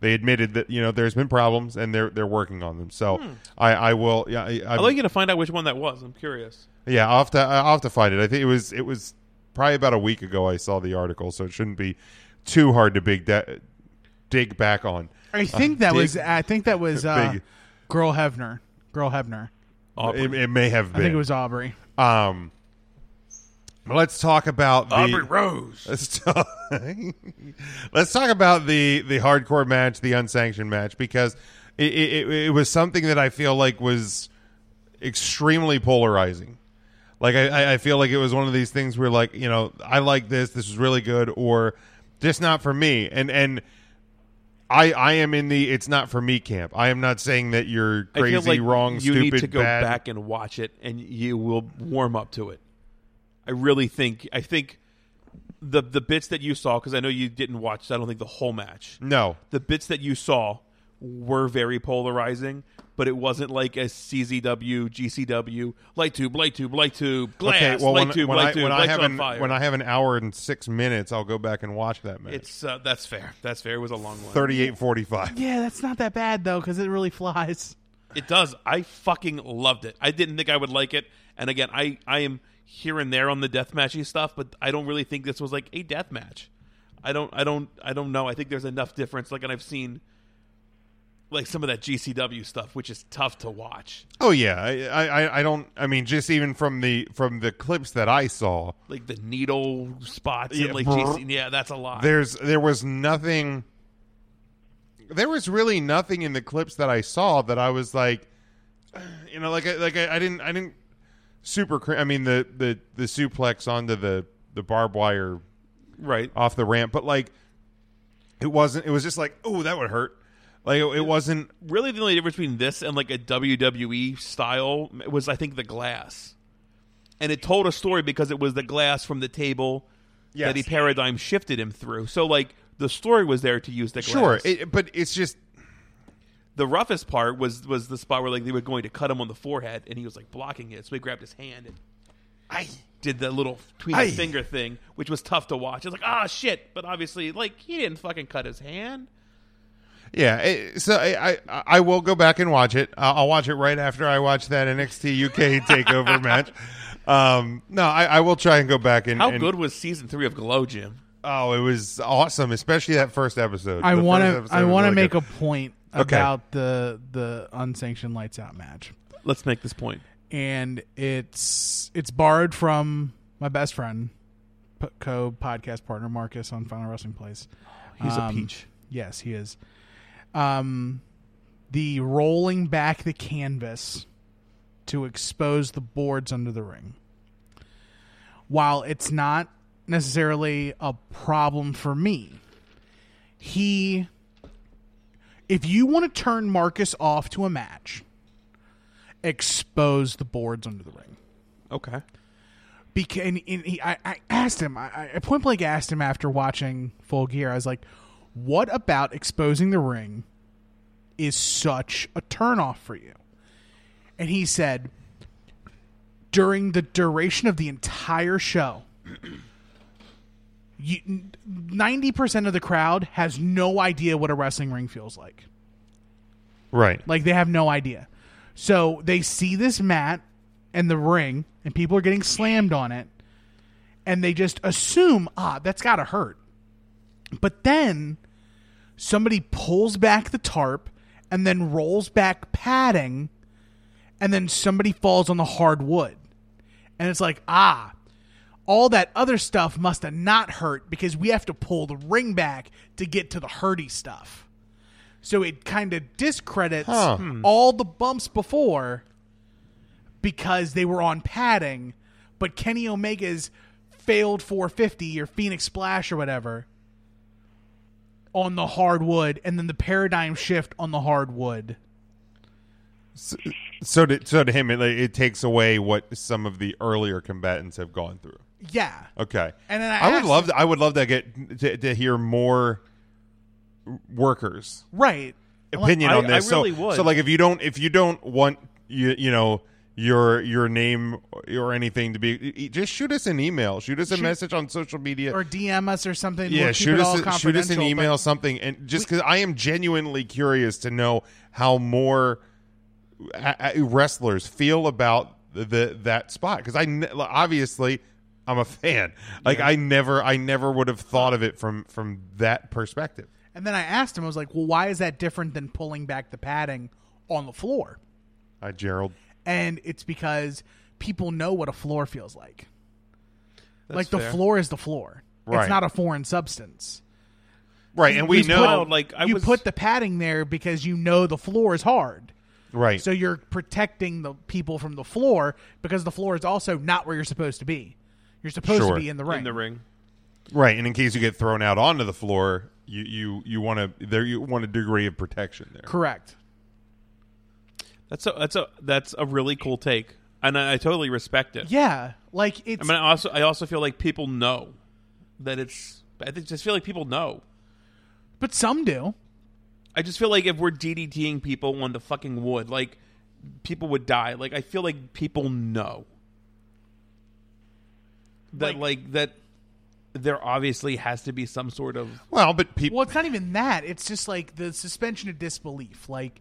F: they admitted that you know there's been problems, and they're they're working on them. So I I will yeah I,
I: I'd
F: I'm-
I: like you to find out which one that was. I'm curious.
F: yeah I'll have to I'll have to find it. I think it was it was probably about a week ago I saw the article, so it shouldn't be too hard to big da- dig back on.
H: I think that
F: dig-
H: was I think that was uh,
F: Big.
H: Girl Hebner. Girl Hebner.
I: Aubrey.
F: It, it may have
H: I
F: been.
H: think it was Aubrey.
F: Um, let's talk about the,
I: Aubrey Rose.
F: Let's talk, (laughs) let's talk about the the hardcore match, the unsanctioned match, because it, it, it was something that I feel like was extremely polarizing. Like I, I- I feel like it was one of these things where like you know I like this, this is really good, or just not for me, and and. I, I am in the it's not for me camp. I am not saying that you're
I: I feel
F: crazy,
I: like
F: wrong,
I: you
F: stupid,
I: need to go
F: bad.
I: back and watch it, and you will warm up to it. I really think. I think the the bits that you saw, because I know you didn't watch. I don't think the whole match.
F: No,
I: The bits that you saw were very polarizing, but it wasn't like a CZW, GCW, light tube, light tube, light tube, glass, light
F: when,
I: tube,
F: when
I: light
F: I,
I: tube,
F: when I
I: lights
F: have
I: on
F: an,
I: fire.
F: When I have an hour and six minutes, I'll go back and watch that match.
I: it's uh, that's fair. That's fair. It was a long one.
F: thirty-eight forty-five.
H: Yeah, that's not that bad though, because it really (laughs) flies.
I: It does. I fucking loved it. I didn't think I would like it. And again, I, I am here and there on the deathmatchy stuff, but I don't really think this was like a deathmatch. I don't I don't I don't know. I think there's enough difference. Like and I've seen like some of that GCW stuff, which is tough to watch.
F: Oh yeah, I, I I don't. I mean, just even from the from the clips that I saw,
I: Like the needle spots
F: Yeah,
I: and like
F: brr.
I: GC yeah, that's a lot.
F: there's there was nothing. There was really nothing in the clips that I saw that I was like, (sighs) you know, like I like I, I didn't I didn't super. cr- I mean the the the suplex onto the the barbed wire
I: right.
F: off the ramp, but like it wasn't. It was just like, oh, that would hurt. Like it, it wasn't.
I: really the only difference between this and like a WWE style was I think the glass. And it told a story because it was the glass from the table that he paradigm shifted him through. So like the story was there to use the glass.
F: sure. It, but it's just
I: the roughest part was was the spot where like they were going to cut him on the forehead and he was like blocking it. So he grabbed his hand and I did the little between the
F: Aye.
I: finger thing, which was tough to watch. It's like ah shit, but obviously like he didn't fucking cut his hand.
F: yeah. it- so I, I I will go back and watch it. I'll, I'll watch it right after I watch that NXT
H: (laughs)
F: UK Takeover match. Um, no, I, I will try and go back and
I: How
F: and-
I: good was season three of Glow Jim?
F: Oh, it was awesome, especially that first episode.
H: I
F: The
H: want
F: first
H: to.
F: episode
H: I
F: was
H: want to
F: really
H: make
F: good.
H: a point
F: Okay.
H: about the the unsanctioned lights out match,
I: Let's make this point.
H: and it's it's borrowed from my best friend, p- co podcast partner Marcus on Final Wrestling Place.
I: He's a peach.
H: Yes, he is. Um, the rolling back the canvas to expose the boards under the ring. While it's not necessarily a problem for me, he if you want to turn Marcus off to a match, expose the boards under the ring.
I: Okay.
H: Because and, and he, I, I asked him, I, I point blank asked him after watching Full Gear, I was like, "What about exposing the ring is such a turnoff for you?" And he said, "During the duration of the entire show." you Ninety percent of the crowd has no idea what a wrestling ring feels like.
F: Right.
H: Like they have no idea. So they see this mat and the ring, and people are getting slammed on it, and they just assume, ah, that's got to hurt. But then somebody pulls back the tarp and then rolls back padding, and then somebody falls on the hard wood. And it's like, ah, all that other stuff must have not hurt because we have to pull the ring back to get to the hurty stuff. So it kind of discredits
F: Huh. Hmm.
H: all the bumps before because they were on padding, but Kenny Omega's failed 450 or Phoenix Splash or whatever on the hardwood, and then the paradigm shift on the hardwood.
F: So, so to so to him, it, like, it takes away what some of the earlier combatants have gone through.
H: Yeah.
F: Okay.
H: And then I
F: would
H: asked-
F: love to, I would love to get to, to hear more workers
H: Right.
F: opinion
I: I-
F: on this.
I: I
F: so,
I: really would.
F: so like if you don't if you don't want you you know your your name or anything to be e, just shoot us an email, shoot us a
H: Shoot-
F: message on social media
H: Or DM us or something.
F: yeah,
H: We'll keep
F: shoot
H: it
F: us a-
H: all
F: shoot us an
H: confidential,
F: email something, and just because I am genuinely curious to know how more uh, uh, wrestlers feel about the, the that spot because I ne- like, obviously I'm a fan. Like I never I never would have thought of it from from that perspective.
H: but- And then I asked him, I was like, well, why is that different than pulling back the padding on the floor?
F: Hi Uh, Gerald.
H: And it's because people know what a floor feels like.
I: That's
H: like the
I: fair.
H: floor is the floor.
F: Right.
H: It's not a foreign substance.
F: Right,
H: You-
F: and we
H: you
F: know
I: put- Oh, like, I
H: you
I: was-
H: put the padding there because you know the floor is hard.
F: right.
H: So you're protecting the people from the floor because the floor is also not where you're supposed to be. You're supposed
F: Sure.
H: to be in the ring.
I: In the ring.
F: right, and in case you get thrown out onto the floor, you you you want to there you want a degree of protection there.
H: Correct.
I: That's a that's a that's a really cool take, and I, I totally respect it.
H: Yeah. Like it's
I: I mean, I also I also feel like people know that it's. I think- just feel like people know.
H: but some do.
I: I just feel like if we're DDTing people on the fucking wood, like people would die. Like I feel like people know that, like, that there obviously has to be some sort of
F: Well, but people
H: Well, it's not even that. It's just like the suspension of disbelief. Like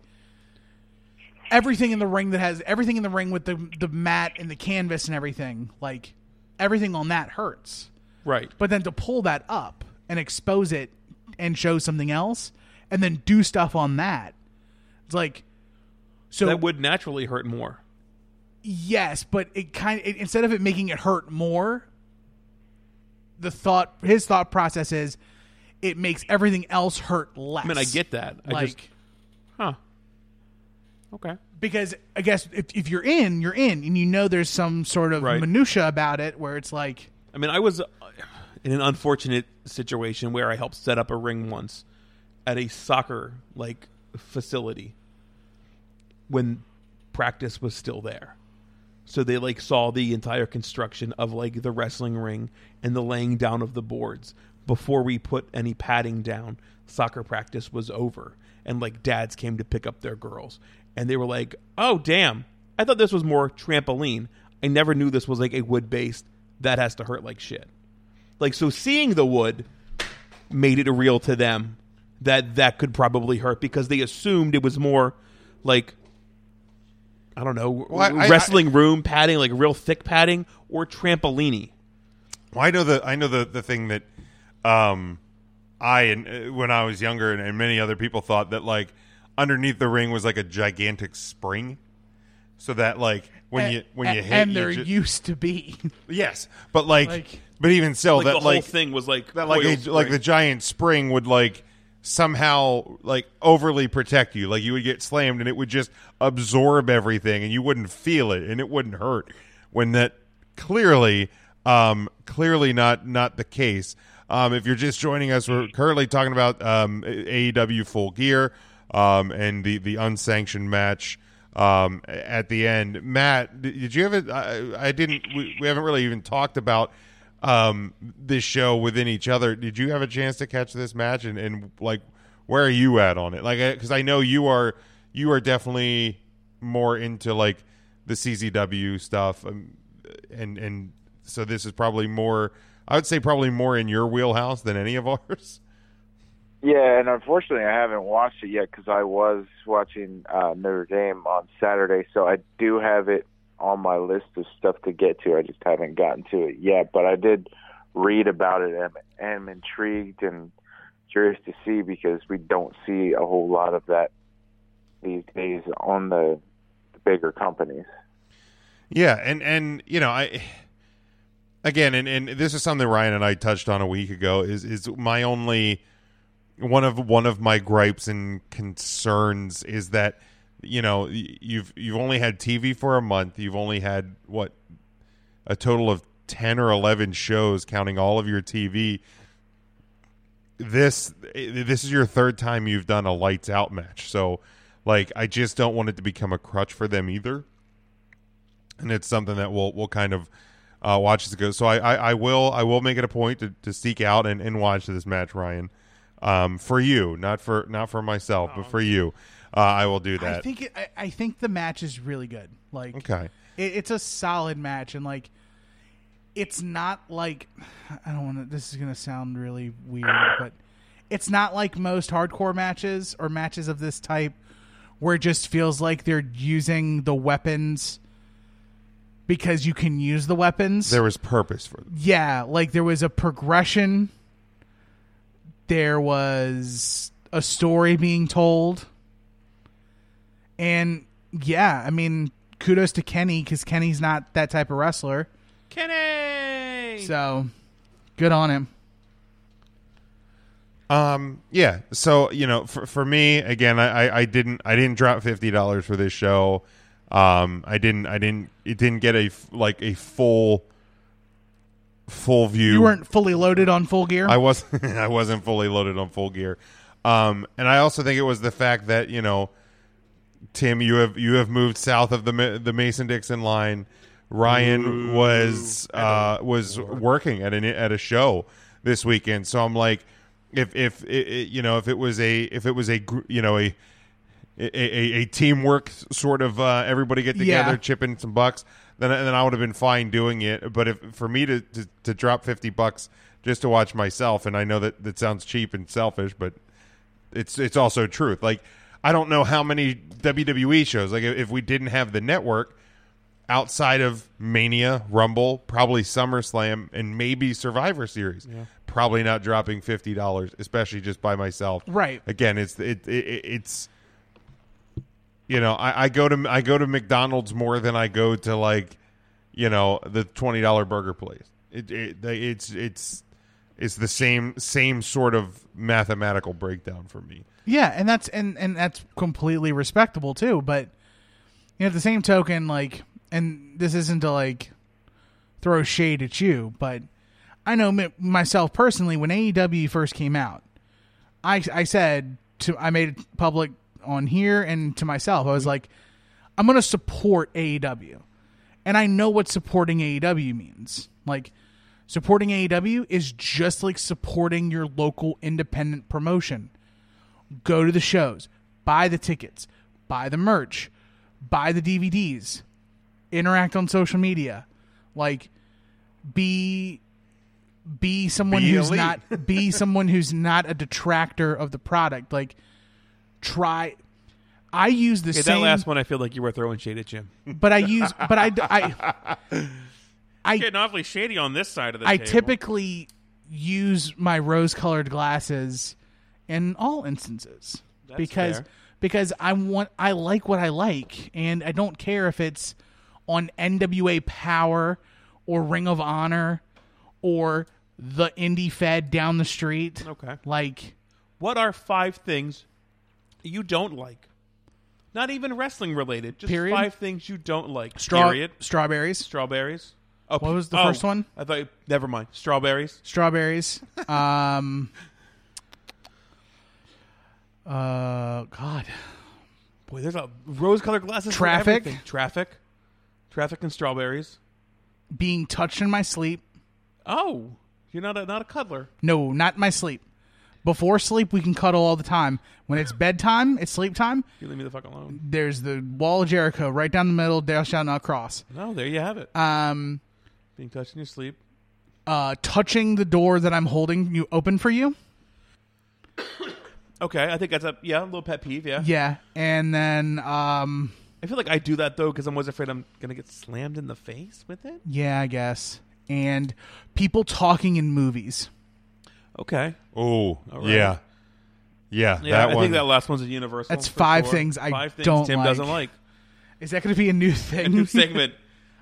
H: everything in the ring that has everything in the ring with the the mat and the canvas and everything, like everything on that hurts.
I: right.
H: But then to pull that up and expose it and show something else and then do stuff on that. It's like so
I: that would naturally hurt more.
H: Yes, but it kind of, it, instead of it making it hurt more, the thought his thought process is it makes everything else hurt less.
I: I mean, I get that. I
H: like
I: just, huh? Okay.
H: because I guess if, if you're in, you're in, and you know there's some sort of
I: Right.
H: minutia about it where it's like
I: I mean, I was uh, in an unfortunate situation where I helped set up a ring once at a soccer like facility when practice was still there. So they like saw the entire construction of like the wrestling ring and the laying down of the boards before we put any padding down. Soccer practice was over and like dads came to pick up their girls and they were like, "Oh damn. I thought this was more trampoline. I never knew this was like a wood based. That has to hurt like shit." Like so seeing the wood made it real to them that that could probably hurt because they assumed it was more like I don't know
F: Well, I- I-
I: wrestling room padding like real thick padding or trampolini.
F: Well, I know the I know the the thing that um, I and uh, when I was younger, and, and many other people thought that like underneath the ring was like a gigantic spring, so that like when
H: And-
F: you when you
H: and-
F: hit,
H: and
F: you
H: there
F: ju-
H: used to be.
F: yes, but like,
H: Like-
F: but even so,
I: Like
F: that
I: the whole
F: like
I: thing was like
F: that like
I: oil
F: a, like
I: spray.
F: the giant spring would like somehow like overly protect you like you would get slammed and it would just absorb everything and you wouldn't feel it and it wouldn't hurt when that clearly um clearly not not the case um if you're just joining us we're currently talking about um AEW full gear um and the the unsanctioned match um at the end Matt did did you have it I, I didn't we, we haven't really even talked about um, this show within each other. Did you have a chance to catch this match and, and like where are you at on it? Like because I know you are you are definitely more into like the CZW stuff um, and and so this is probably more I would say probably more in your wheelhouse than any of (laughs) ours.
J: Yeah, and unfortunately, I haven't watched it yet because I was watching uh, Notre Dame on Saturday, so I do have it on my list of stuff to get to. I just haven't gotten to it yet, but I did read about it and am intrigued and curious to see because we don't see a whole lot of that these days on the, the bigger companies.
F: Yeah, and and you know I again and and this is something Ryan and I touched on a week ago is is my only one of one of my gripes and concerns is that you know y- you've you've only had TV for a month you've only had what a total of 10 or 11 shows counting all of your TV this this is your third time you've done a lights out match so like I just don't want it to become a crutch for them either and it's something that we'll we'll kind of uh, watch as it goes. So I, I, I will I will make it a point to, to seek out and, and watch this match, Ryan. Um, for you, not for not for myself, but for you, uh, I will do that.
H: Oh. I think it, I, I think the match is really good. Like,
F: Okay.
H: it, it's a solid match, and like, it's not like I don't want to. This is gonna sound really weird, but it's not like most hardcore matches or matches of this type, where it just feels like they're using the weapons because you can use the weapons.
F: there was purpose for them.
H: yeah, like there was a progression. There was a story being told. And yeah, I mean, kudos to Kenny cuz Kenny's not that type of wrestler.
I: Kenny.
H: So, good on him.
F: Um, yeah. So you know, for for me, again, I, I, I didn't I didn't drop fifty dollars for this show. Um, I didn't I didn't it didn't get a f- like a full full view.
H: You weren't fully loaded on full gear.
F: I was (laughs) I wasn't fully loaded on full gear, um, and I also think it was the fact that you know, Tim, you have you have moved south of the Ma- the Mason Dixon line. Ryan was uh, was working at an at a show this weekend, so I'm like, if if i i you know if it was a if it was a gr- you know a a, a, a teamwork sort of uh, everybody get
H: Yeah.
F: together, chip in some bucks, then then I would have been fine doing it. But if for me to, to, to drop fifty bucks just to watch myself, and I know that that sounds cheap and selfish, but it's it's also truth. Like I don't know how many WWE shows. Like if if we didn't have the network outside of Mania, Rumble, probably SummerSlam, and maybe Survivor Series, probably not dropping fifty dollars, especially just by myself.
H: Right.
F: Again, it's it, it it's you know I, I go to I go to McDonald's more than I go to like you know the twenty dollar burger place. It, it they- it's it's it's the same same sort of mathematical breakdown for me.
H: Yeah, and that's and and that's completely respectable too. But you know, at the same token, like, and this isn't to like throw shade at you, but I know m- myself personally when AEW first came out, I I said to I made it public on here and to myself, I was like, I'm gonna support AEW, and I know what supporting AEW means, like. Supporting AEW is just like supporting your local independent promotion go to the shows, buy the tickets, buy the merch, buy the DVDs, interact on social media, like be be someone
F: Be
H: who's
F: elite.
H: not be someone who's not a detractor of the product. Like try I use the
I: Hey,
H: same
I: that last one, I feel like you were throwing shade at Jim.
H: but I
I: (laughs)
H: use but I I I
I: Getting awfully shady on this side of the
H: I
I: table.
H: typically use my rose-colored glasses in all instances
I: That's
H: because
I: fair.
H: because I want I like what I like and I don't care if it's on NWA Power or Ring of Honor or the Indie Fed down the street.
I: Okay.
H: Like
I: What are five things you don't like? Not even wrestling related. Just
H: Period?
I: five things you don't like.
H: straw
I: Period.
H: strawberries.
I: Strawberries. Oh,
H: What was the
I: oh,
H: first one?
I: I thought. Never mind. Strawberries.
H: strawberries. um, uh, God,
I: Boy, there's a rose-colored glasses. for
H: Traffic?
I: everything. Traffic. Traffic and strawberries.
H: being touched in my sleep.
I: Oh, you're not a not a cuddler.
H: No, not my sleep. Before sleep, we can cuddle all the time. When it's bedtime, it's sleep time.
I: You leave me the fuck alone.
H: There's the wall of Jericho right down the middle. Thou shalt not cross.
I: No, there you have it.
H: Um,
I: Being touched in your sleep.
H: uh, touching the door that I'm holding you open for you.
I: Okay, I think that's a yeah, a little pet peeve. Yeah.
H: Yeah, and then um,
I: I feel like I do that though because I'm always afraid I'm gonna get slammed in the face with it.
H: yeah, I guess. And people talking in movies.
I: Okay.
F: Oh,
I: right.
F: yeah. Yeah,
I: Yeah,
F: that
I: I
F: one.
I: think that last one's a universal.
H: That's
I: for
H: five
I: sure.
H: things I
I: five things
H: don't
I: Tim
H: like.
I: doesn't like.
H: Is that going to be a new (laughs) thing?
I: A
H: (laughs)
I: new segment.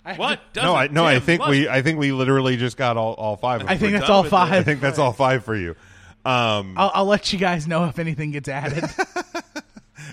I: what?
F: no,
I: doesn't
F: I no, I
I: Tim
F: think
I: like?
F: we I think we literally just got all, all five of them.
H: I think
I: We're
H: that's
I: done
H: all
I: with
H: five.
I: it.
F: I think that's all five for you. Um,
H: I'll, I'll let you guys know if anything gets
I: (laughs)
H: added.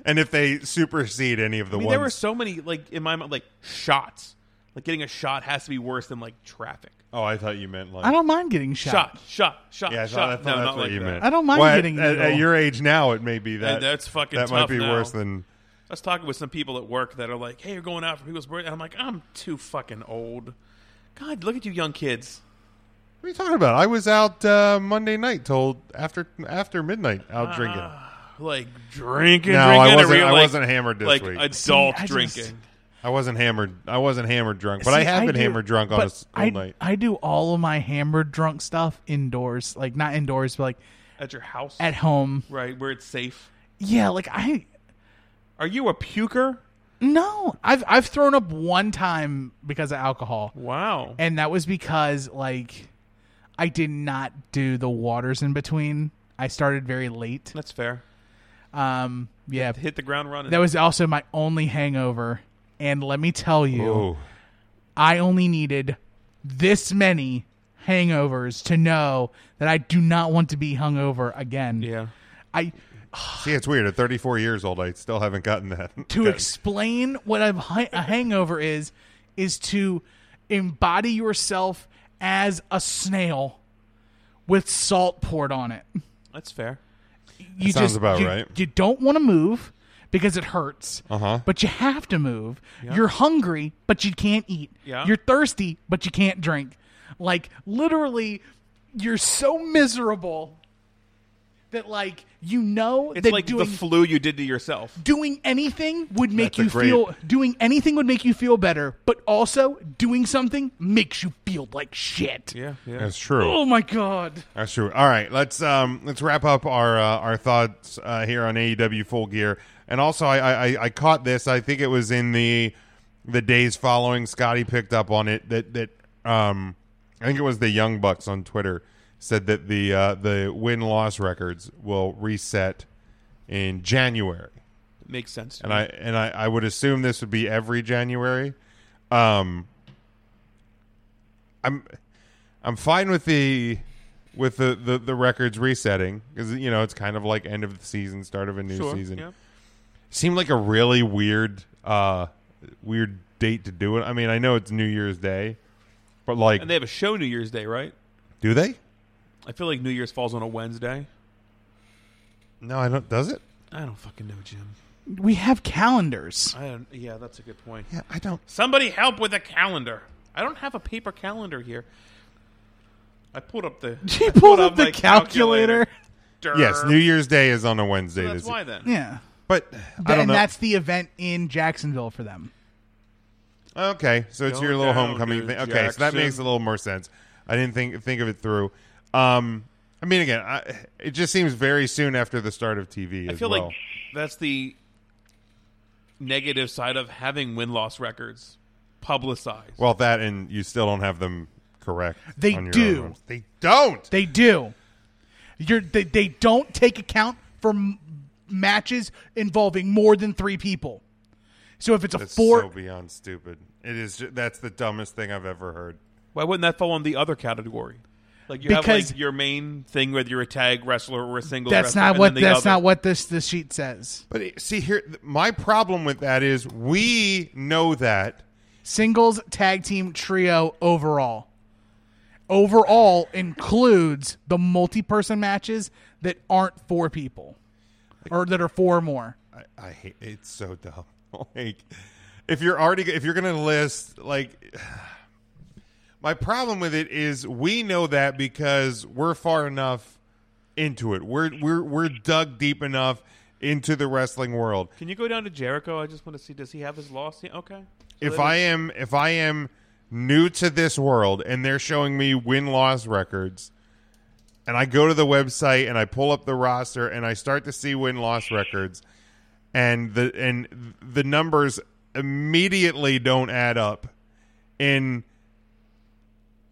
F: and if they supersede any of the
I: I mean,
F: ones
I: there were so many like in my mind like shots. Like getting a shot has to be worse than like traffic.
F: Oh, I thought you meant like
H: I don't mind getting shot.
I: Shot, shot, shot,
F: Yeah, I thought, I
I: shot.
F: thought
I: No,
F: that's
I: not
F: what
I: like
F: you
I: that.
F: meant.
H: I don't mind
F: Well, at-
H: getting in the
F: at, at
H: middle.
F: your age now. It may be that
I: that's fucking
F: That might
I: tough
F: be
I: now.
F: worse than
I: I was talking with some people at work that are like, "Hey, you're going out for people's birthday." I'm like, "I'm too fucking old." God, look at you, young kids.
F: What are you talking about? I was out uh, Monday night till after after midnight out
I: Ah.
F: drinking.
I: Like drinking,
F: No,
I: drinking.
F: I
I: or
F: wasn't-
I: were you,
F: I
I: like-
F: wasn't hammered this
I: like
F: week.
I: Adult
H: See, I just-
I: drinking.
F: I wasn't hammered. I wasn't hammered drunk, but I
H: See,
F: have been
H: do-
F: hammered drunk on
H: but
F: a school
H: I,
F: night.
H: I do all of my hammered drunk stuff indoors, like not indoors, but like
I: at your house,
H: at home.
I: right where it's safe.
H: Yeah, like I
I: Are you a puker?
H: no, I've I've thrown up one time because of alcohol,
I: Wow.
H: and that was because like I did not do the waters in between. I started very late.
I: That's fair.
H: Um, yeah,
I: Hit the ground running.
H: that was also my only hangover. And let me tell you,
F: Oh,
H: I only needed this many hangovers to know that I do not want to be hungover again.
I: yeah.
H: I
F: see, it's weird. At 34 years old, I still haven't gotten
H: (laughs)
F: that.
H: to
F: that-
H: explain what a, hi- a hangover is is to embody yourself as a snail with salt poured on it.
I: That's fair.
H: You
F: sounds
H: just,
F: about
H: you-
F: right.
H: You don't want to move because it hurts.
F: Uh-huh.
H: But you have to move. You're hungry, but you can't eat.
I: Yeah.
H: You're thirsty, but you can't drink. Like literally, you're so miserable that like you know
I: It's
H: that
I: like
H: doing
I: the flu you did to yourself.
H: doing anything would make
F: That's a
H: you
F: great-
H: feel doing anything would make you feel better, but also doing something makes you feel like shit.
I: Yeah. Yeah.
F: That's true.
H: Oh my god.
F: That's true. All right, let's um, let's wrap up our uh, our thoughts uh, here on AEW Full Gear. And also, I, I I- I caught this. I think it was in the the days following. Scotty picked up on it that that um, I think it was the Young Bucks on Twitter said that the uh, the win loss records will reset in January,
I: Makes sense. to
F: and
I: me.
F: I and I, I would assume this would be every January. Um, I'm I'm fine with the with the, the, the records resetting because you know it's kind of like end of the season, start of a new
I: sure.
F: season.
I: Yeah.
F: Seemed like a really weird uh, weird date to do it. I mean, I know it's New Year's Day, but like,
I: And they have a show New Year's Day, right?
F: do they?
I: I feel like New Year's falls on a Wednesday.
F: No, I don't. Does it?
I: I don't fucking know, Jim.
H: We have calendars.
I: I don't. Yeah, that's a good point.
F: Yeah, I don't.
I: Somebody help with a calendar. I don't have a paper calendar here. I pulled
H: (laughs)
I: up the.
H: She
I: I
H: pulled up the
I: my
H: calculator.
I: Durr.
F: Yes, New Year's Day is on a Wednesday.
I: So that's
F: this-
I: why then.
H: Yeah.
F: But I don't
H: and
F: know.
H: that's the event in Jacksonville for them.
F: Okay, so it's your
I: Going
F: little
I: down
F: homecoming
I: to
F: thing. Okay, so that
I: Jackson.
F: makes a little more sense. I didn't think think of it through. Um, I mean, again, I, it just seems very soon after the start of TV.
I: I
F: as
I: feel
F: well.
I: like that's the negative side of having win loss records publicized.
F: well, that and you still don't have them correct.
H: They
F: on your
H: do.
F: own ones. They don't.
H: They do. You're they, they don't take account for m- matches involving more than three people. So if it's a
F: That's
H: four,
F: so beyond stupid. It is. Ju- that's the dumbest thing I've ever heard.
I: Why wouldn't that fall on the other category? Like you have
H: Because-
I: like your main thing whether you're a tag wrestler or a single.
H: that's
I: wrestler,
H: not
I: and
H: what
I: then the
H: that's
I: other.
H: not what this the sheet says.
F: But it- see here, th- my problem with that is we know that
H: Singles, tag team, trio, overall. Overall includes the multi-person matches that aren't four people, or that are four or more.
F: I, I hate. It's so dumb. (laughs) like if you're already if you're gonna list like. (sighs) My problem with it is we know that because we're far enough into it. We're we're we're dug deep enough into the wrestling world.
I: Can you go down to Jericho? I just want to see. Does he have his loss? yet? Okay.
F: if I am if I am new to this world and they're showing me win loss records and I go to the website and I pull up the roster and I start to see win loss records and the and the numbers immediately don't add up in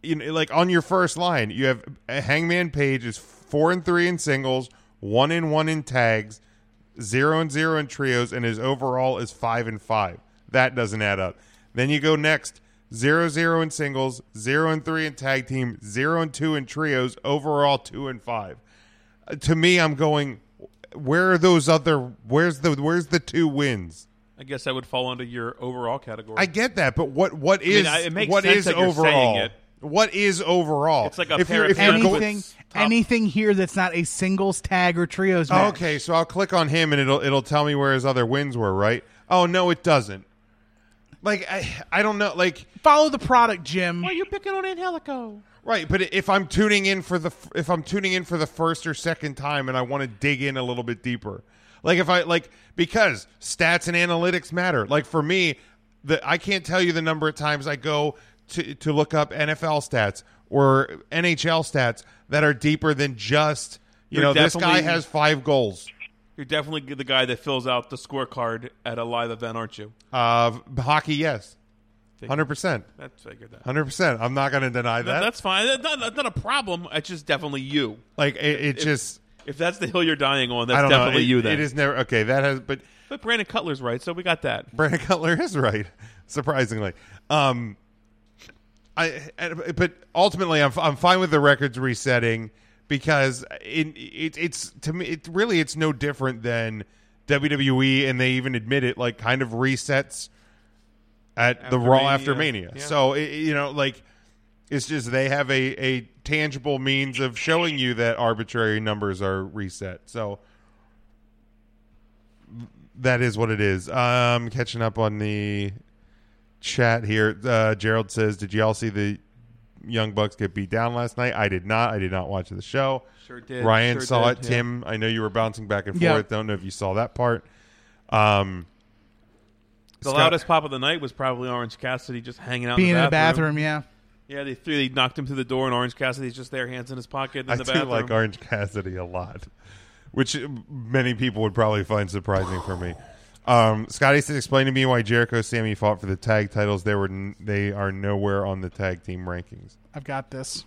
F: you know, like on your first line, you have uh, Hangman Page is four and three in singles, one and one in tags, zero and zero in trios, and his overall is five and five. That doesn't add up. Then you go next zero zero in singles, zero and three in tag team, zero and two in trios, overall two and five. Uh, to me, I'm going. Where are those other? Where's the? Where's the two wins?
I: I guess I would fall under your overall category.
F: I get that, but what what
I: mean,
F: is
I: I- it makes
F: what
I: sense
F: is
I: that you're saying
F: overall?
I: it.
F: What is overall?
I: It's like a
F: if
I: pair
F: you're,
I: of
F: if you're
I: pants
F: go-
I: with
H: Anything, anything here that's not a singles tag or trios
F: Oh,
H: match.
F: okay, so I'll click on him and it'll it'll tell me where his other wins were, right? Oh no, it doesn't. Like I I don't know, like
H: Follow the product, Jim.
I: Why are you picking on Angelico?
F: right, but if I'm tuning in for the f- if I'm tuning in for the first or second time and I want to dig in a little bit deeper. Like if I like because stats and analytics matter. Like for me, the I can't tell you the number of times I go to to look up NFL stats or NHL stats that are deeper than just you know
I: You're
F: this guy
I: definitely-
F: has 5 goals.
I: You're definitely the guy that fills out the scorecard at a live event, aren't you?
F: Uh, hockey, yes, hundred percent,
I: That figured that.
F: hundred percent. I'm not going to deny
I: That-
F: that.
I: that's fine. That's not, that's not a problem. It's just definitely you.
F: like it, it
I: If-
F: just,
I: If that's the hill you're dying on,
F: I
I: that's
F: don't
I: definitely
F: know. It-
I: you. Then
F: it is never okay. That has, but
I: But Brandon Cutler's right, so we got that.
F: (laughs) Brandon Cutler is right, surprisingly. Um, I, and- but ultimately, I'm I'm fine with the records resetting because it, it it's to me it really it's no different than WWE and they even admit it like kind of resets at the
I: After
F: Raw
I: Mania,
F: after Mania.
I: yeah.
F: So it, it- you know like it's just they have a a tangible means of showing you that arbitrary numbers are reset. So that is what it is. Um, catching up on the chat here. Uh, Gerald says, "Did y'all see the Young Bucks get beat down last night?" I did not. I did not watch the show.
I: Sure did.
F: Ryan
I: Sure
F: saw
I: did,
F: it.
I: yeah.
F: Tim, I know you were bouncing back and
H: Yeah.
F: forth. Don't know if you saw that part. Um,
I: The
F: Scott-
I: loudest pop of the night was probably Orange Cassidy just hanging out
H: Being
I: in the
H: in
I: bathroom.
H: the bathroom, yeah.
I: Yeah, they threw, they knocked him through the door, and Orange Cassidy's just there, hands in his pocket in
F: I
I: the
F: do
I: bathroom.
F: like Orange Cassidy a lot, which many people would probably find surprising for me. Um, Scotty says, "Explain to me why Jericho Sammy fought for the tag titles. They were n- they are nowhere on the tag team rankings."
H: I've got this.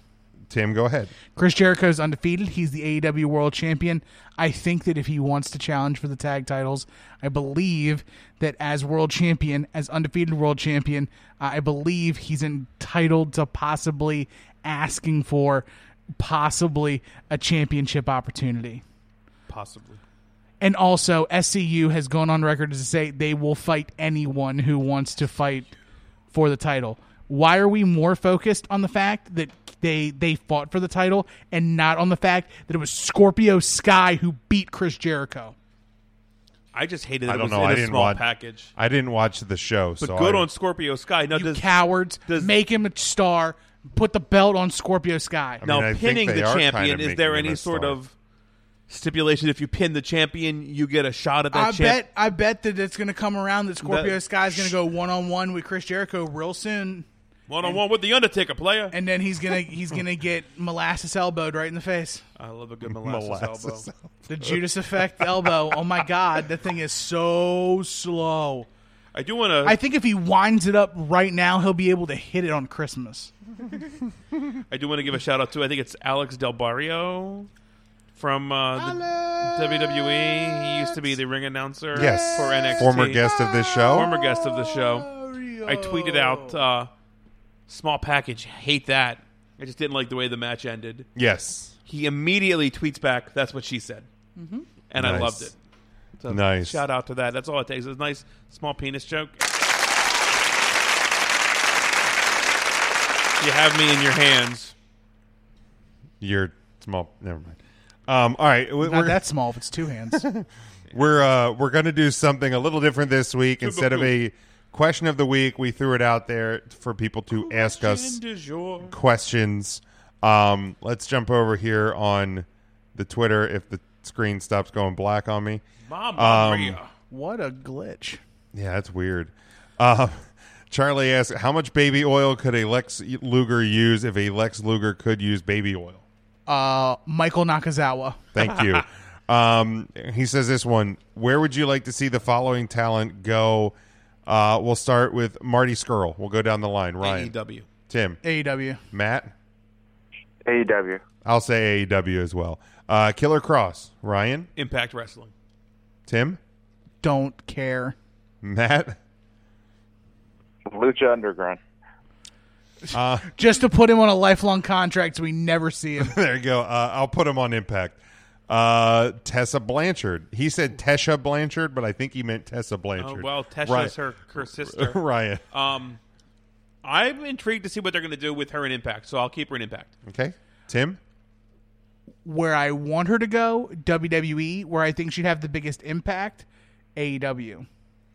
F: Tim, go ahead.
H: Chris Jericho is undefeated. He's the AEW World Champion. I think that if he wants to challenge for the tag titles, I believe that as World Champion, as undefeated World Champion, uh, I believe he's entitled to possibly asking for possibly a championship opportunity.
I: Possibly.
H: And also, SCU has gone on record to say they will fight anyone who wants to fight for the title. Why are we more focused on the fact that they they fought for the title and not on the fact that it was Scorpio Sky who beat Chris Jericho?
I: I just hated. It
F: I don't
I: was
F: know.
I: In
F: I
I: a
F: didn't
I: small
F: watch
I: package.
F: I didn't watch the show,
I: But
F: so
I: good
F: I-
I: on Scorpio Sky. Now,
H: You
I: does,
H: cowards!
I: does-
H: make him a star. Put the belt on Scorpio Sky.
F: mean,
I: now
F: I think
I: pinning
F: they
I: the
F: are kind
I: champion.
F: of
I: Is there
F: making him
I: any
F: a
I: sort
F: star.
I: of stipulation? If you pin the champion, you get a shot at that.
H: I
I: champ-
H: bet I bet that it's going to come around that Scorpio
I: That-
H: Sky is going to go one on one with Chris Jericho real soon,
I: one on one with the Undertaker player.
H: and then he's gonna he's gonna get molasses elbowed right in the face.
I: I love
F: (laughs)
I: a good molasses, elbow.
F: Molasses.
H: The Judas Effect elbow. Oh my god, that thing is so slow.
I: I do want to.
H: I think if he winds it up right now, he'll be able to hit it on Christmas.
I: I do want to give a shout out to I think it's Alex Del Barrio from uh, the WWE. He used to be the ring announcer.
F: Yes.
I: for NXT.
F: Former guest of this show.
I: Former guest of the show. I tweeted out uh, small package. Hate that. I just didn't like the way the match ended.
F: Yes.
I: He immediately tweets back. That's what she said,
K: Mhm.
I: and I
F: Mm-hmm. Nice.
I: loved it. So
F: Nice.
I: Shout out to that. That's all it takes. It's a nice small penis joke. You have me in your hands.
F: You're small. Never mind. Um, all right, we-
H: Not
F: we're
H: that small if it's two hands.
F: we're uh, we're going to do something a little different this week. Instead of a question of the week, we threw it out there for people to ask us
I: du jour.
F: questions. Um, let's jump over here on the Twitter if the screen stops going black on me. Um,
H: (laughs) What a glitch.
F: Yeah, that's weird. Uh, (laughs) Charlie asks, how much baby oil could a Lex Luger use if a Lex Luger could use baby oil?
H: Uh, Michael Nakazawa.
F: Thank you. um, he says this one. Where would you like to see the following talent go? Uh, we'll start with Marty Skrull. We'll go down the line. Ryan.
I: AEW.
F: Tim.
H: E AEW.
F: Matt.
J: AEW.
F: I'll say AEW as well. Uh, Killer Cross. Ryan.
I: Impact Wrestling.
F: Tim.
H: Don't care.
F: Matt.
J: Lucha Underground.
F: Uh,
H: Just to put him on a lifelong contract so we never see (laughs) him.
F: there you go. Uh, I'll put him on Impact. Uh, Tessa Blanchard. He said Tessa Blanchard, but I think he meant Tessa
I: Oh,
F: Blanchard.
I: well, Tesha's
F: Right. (laughs)
I: her her sister.
F: Ryan.
I: Um, I'm intrigued to see what they're going to do with her in Impact, so I'll keep her in Impact.
F: Okay. Tim.
H: Where I want her to go, WWE. Where I think she'd have the biggest impact, E AEW.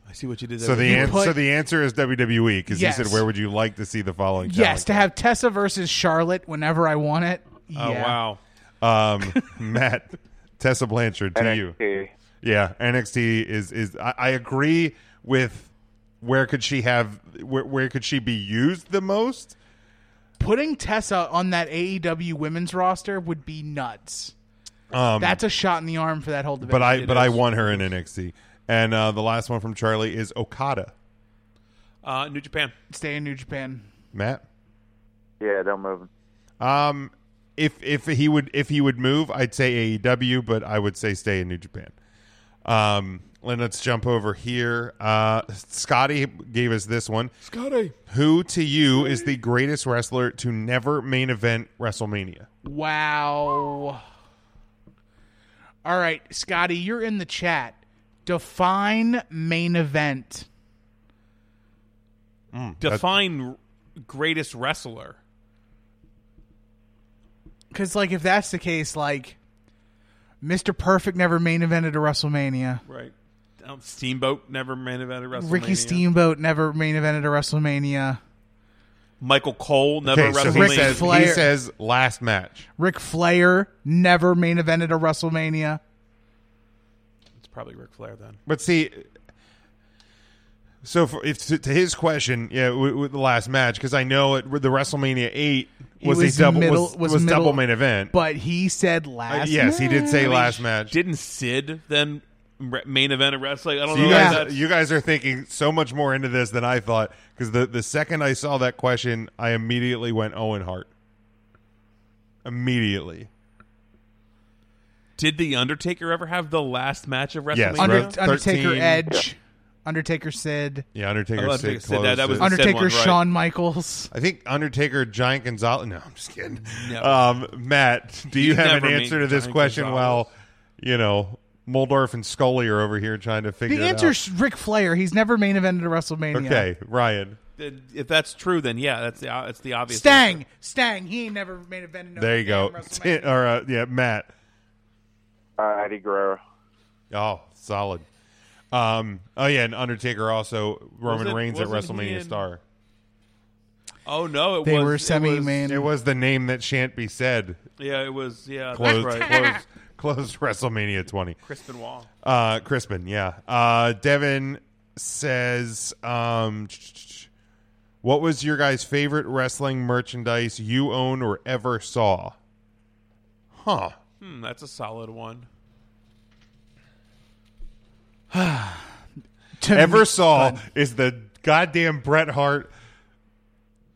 I: I see what you did.
F: So the
H: You
F: an-
H: put-
F: so the answer is WWE because
H: Yes.
F: he said, "Where would you like to see the following?"
H: Yes, to have Tessa versus Charlotte whenever I want it. Yeah.
F: Oh wow. Um,
H: (laughs)
F: Matt, Tessa Blanchard to you.
J: NXT.
F: Yeah, NXT is is I, I agree with where could she have where, where could she be used the most?
H: Putting Tessa on that AEW women's roster would be nuts.
F: Um,
H: That's a shot in the arm for that whole division.
F: but I but I want her in NXT. And uh, the last one from Charlie is Okada.
I: Uh, New Japan.
H: Stay in New Japan.
F: Matt,
J: Yeah, don't move.
F: um, if if he would if he would move, I'd say AEW, but I would say stay in New Japan. Um, and let's jump over here. Uh, Scotty gave us this one.
I: Scotty.
F: Who to you is the greatest wrestler to never main event WrestleMania?
H: Wow. All right, Scotty, you're in the chat. Define main event.
I: Define greatest wrestler.
H: Because, like, if that's the case, like, Mr. Perfect never main evented a WrestleMania.
I: Right. Um, Steamboat never main evented WrestleMania.
H: Ricky Steamboat never main evented a WrestleMania.
I: Michael Cole never
F: Okay, so
I: WrestleMania.
F: he says, he
H: Flair.
F: says last match.
H: Ric Flair never main evented a WrestleMania.
I: it's probably Ric Flair then.
F: But see, so for, if to, to his question, yeah, with, with the last match, because I know it, the WrestleMania eight
H: He
F: was, a double
H: middle-
F: was, was double
H: middle,
F: main event.
H: But he said
F: Uh,
H: last.
F: yes, he did say
H: match.
F: last match.
I: Didn't Sid then re- main event of wrestling? I don't
F: So you
I: know.
F: guys,
I: That's-
F: you guys are thinking so much more into this than I thought. Because the the second I saw that question, I immediately went Owen Hart. Immediately,
I: Did the Undertaker ever have the last match of WrestleMania?
F: Yes,
H: Under-
F: Right.
H: Undertaker
F: 13.
H: Edge. Undertaker Sid.
F: yeah, Undertaker.
I: Oh,
F: Sid
I: Undertaker Sid, that-
F: closed
I: that
F: it.
I: was the Sid
H: Undertaker
I: one, right.
H: Shawn Michaels.
F: I think Undertaker, Giant Gonzalez. No, I'm just kidding.
I: No.
F: Um, Matt, do you
I: He'd
F: have an
I: never
F: answer
I: meet
F: to this
I: Giant
F: question?
I: Gonzalez.
F: While you know Moldorf and Scully are over here trying to figure
H: The
F: it
H: answer's Ric Flair. He's never main evented a
F: out.
H: WrestleMania.
F: Okay, Ryan.
I: Then If that's true, then yeah, that's the it's the obvious.
H: Stang. Stang. He ain't never main evented. No
F: there you
H: damn
F: go.
H: WrestleMania.
F: or (laughs) uh, yeah, Matt.
J: Uh, Eddie Guerrero.
F: Oh, solid. Um, oh yeah, and Undertaker also Roman
I: Wasn't-
F: Reigns at
I: wasn't he
F: WrestleMania
I: in-
F: Star.
I: Oh no, it
H: They
I: was
H: were
I: it
H: semi
I: was-
H: main.
F: It was the name that shan't be said.
I: Yeah, it was. Yeah,
F: Close,
I: that's right.
F: close, close (laughs) WrestleMania 20.
I: Crispin Wall.
F: Uh, Crispin, yeah. Uh, Devin says, um, what was your guys' favorite wrestling merchandise you own or ever saw? Huh.
I: Hmm, that's a solid one.
H: To
F: ever
H: me- uh,
F: saw is the goddamn Bret Hart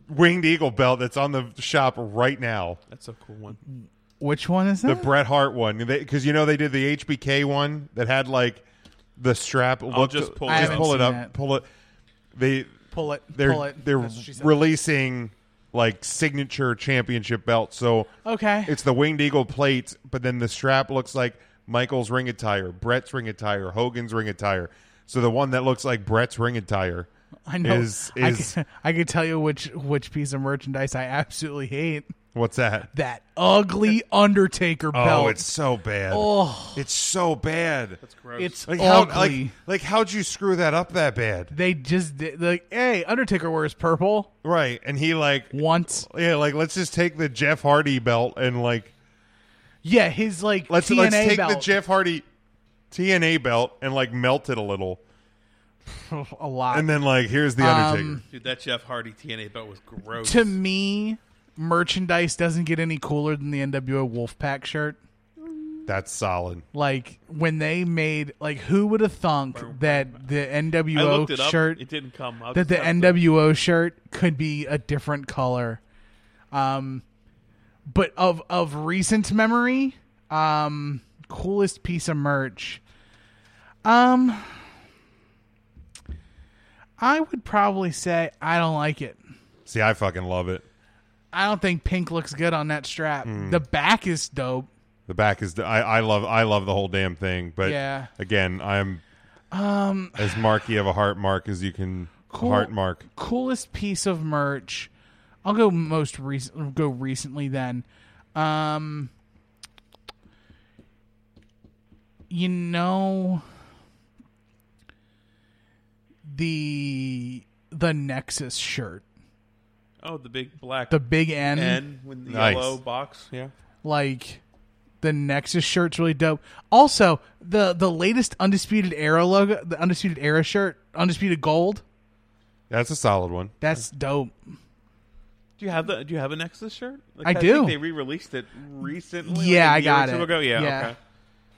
F: winged eagle belt that's on the shop right now.
I: That's a cool one.
H: Which one is
F: The
H: that?
F: Bret Hart one, because you know they did the HBK one that had like the strap.
I: I'll
F: looked-
I: just pull
H: I it
F: just
H: up.
F: pull it
H: haven't
F: up.
H: seen that.
F: Pull it. They
H: Pull it,
F: They're
H: pull it.
F: they're
H: That's what she said.
F: releasing like signature championship belt. So
H: Okay.
F: it's the winged eagle plate, but then the strap looks like Michael's ring attire, Brett's ring attire, Hogan's ring attire. So the one that looks like Brett's ring attire
H: I know.
F: is
H: I,
F: is
H: can, (laughs) I can tell you which which piece of merchandise I absolutely hate.
F: what's that?
H: That ugly Undertaker belt.
F: Oh, it's so bad.
H: Oh.
F: It's so bad. That's gross.
H: It's
F: Like how
H: ugly.
F: like, like how'd you screw that up that bad?
H: they just did, like, hey, Undertaker wears purple
F: Right. And he like
H: once.
F: yeah, like let's just take the Jeff Hardy belt and like
H: Yeah, his like
F: let's
H: TNA
F: let's take
H: belt.
F: the Jeff Hardy TNA belt and like melt it a little,
H: (laughs) a lot.
F: and then like here's the Undertaker.
H: Um,
I: Dude, that Jeff Hardy TNA belt was gross.
H: to me, merchandise doesn't get any cooler than the NWO Wolfpack shirt.
F: That's solid.
H: Like when they made like who would have thunk that the
I: I
H: NWO
I: looked it up.
H: shirt
I: It didn't come. I'll
H: that
I: just
H: the
I: have to-
H: NWO shirt could be a different color. Um but of of recent memory, um coolest piece of merch. Um I would probably say I don't like it.
F: See, I fucking love it.
H: I don't think pink looks good on that strap. The back is dope.
F: The back is. I I love I love the whole damn thing. But
H: Yeah.
F: again, I'm um as marky of a heart mark as you can.
H: Cool.
F: Heart mark.
H: Coolest piece of merch. I'll go most recent. Go recently then. Um, you know the the Nexus shirt,
I: Oh, the big black
H: the big N,
I: N with the
F: Nice.
I: yellow box. Yeah.
H: like the Nexus shirt's really dope. Also, the the latest Undisputed Era logo, the Undisputed Era shirt, Undisputed Gold.
F: That's a solid one.
H: That's dope.
I: Do you have the? Do you have a Nexus shirt? Like,
H: I
I: think
H: do.
I: they re-released it recently. like,
H: Yeah,
I: a
H: I
I: year
H: got
I: or two
H: it.
I: Ago. Yeah,
H: Yeah.
I: Okay.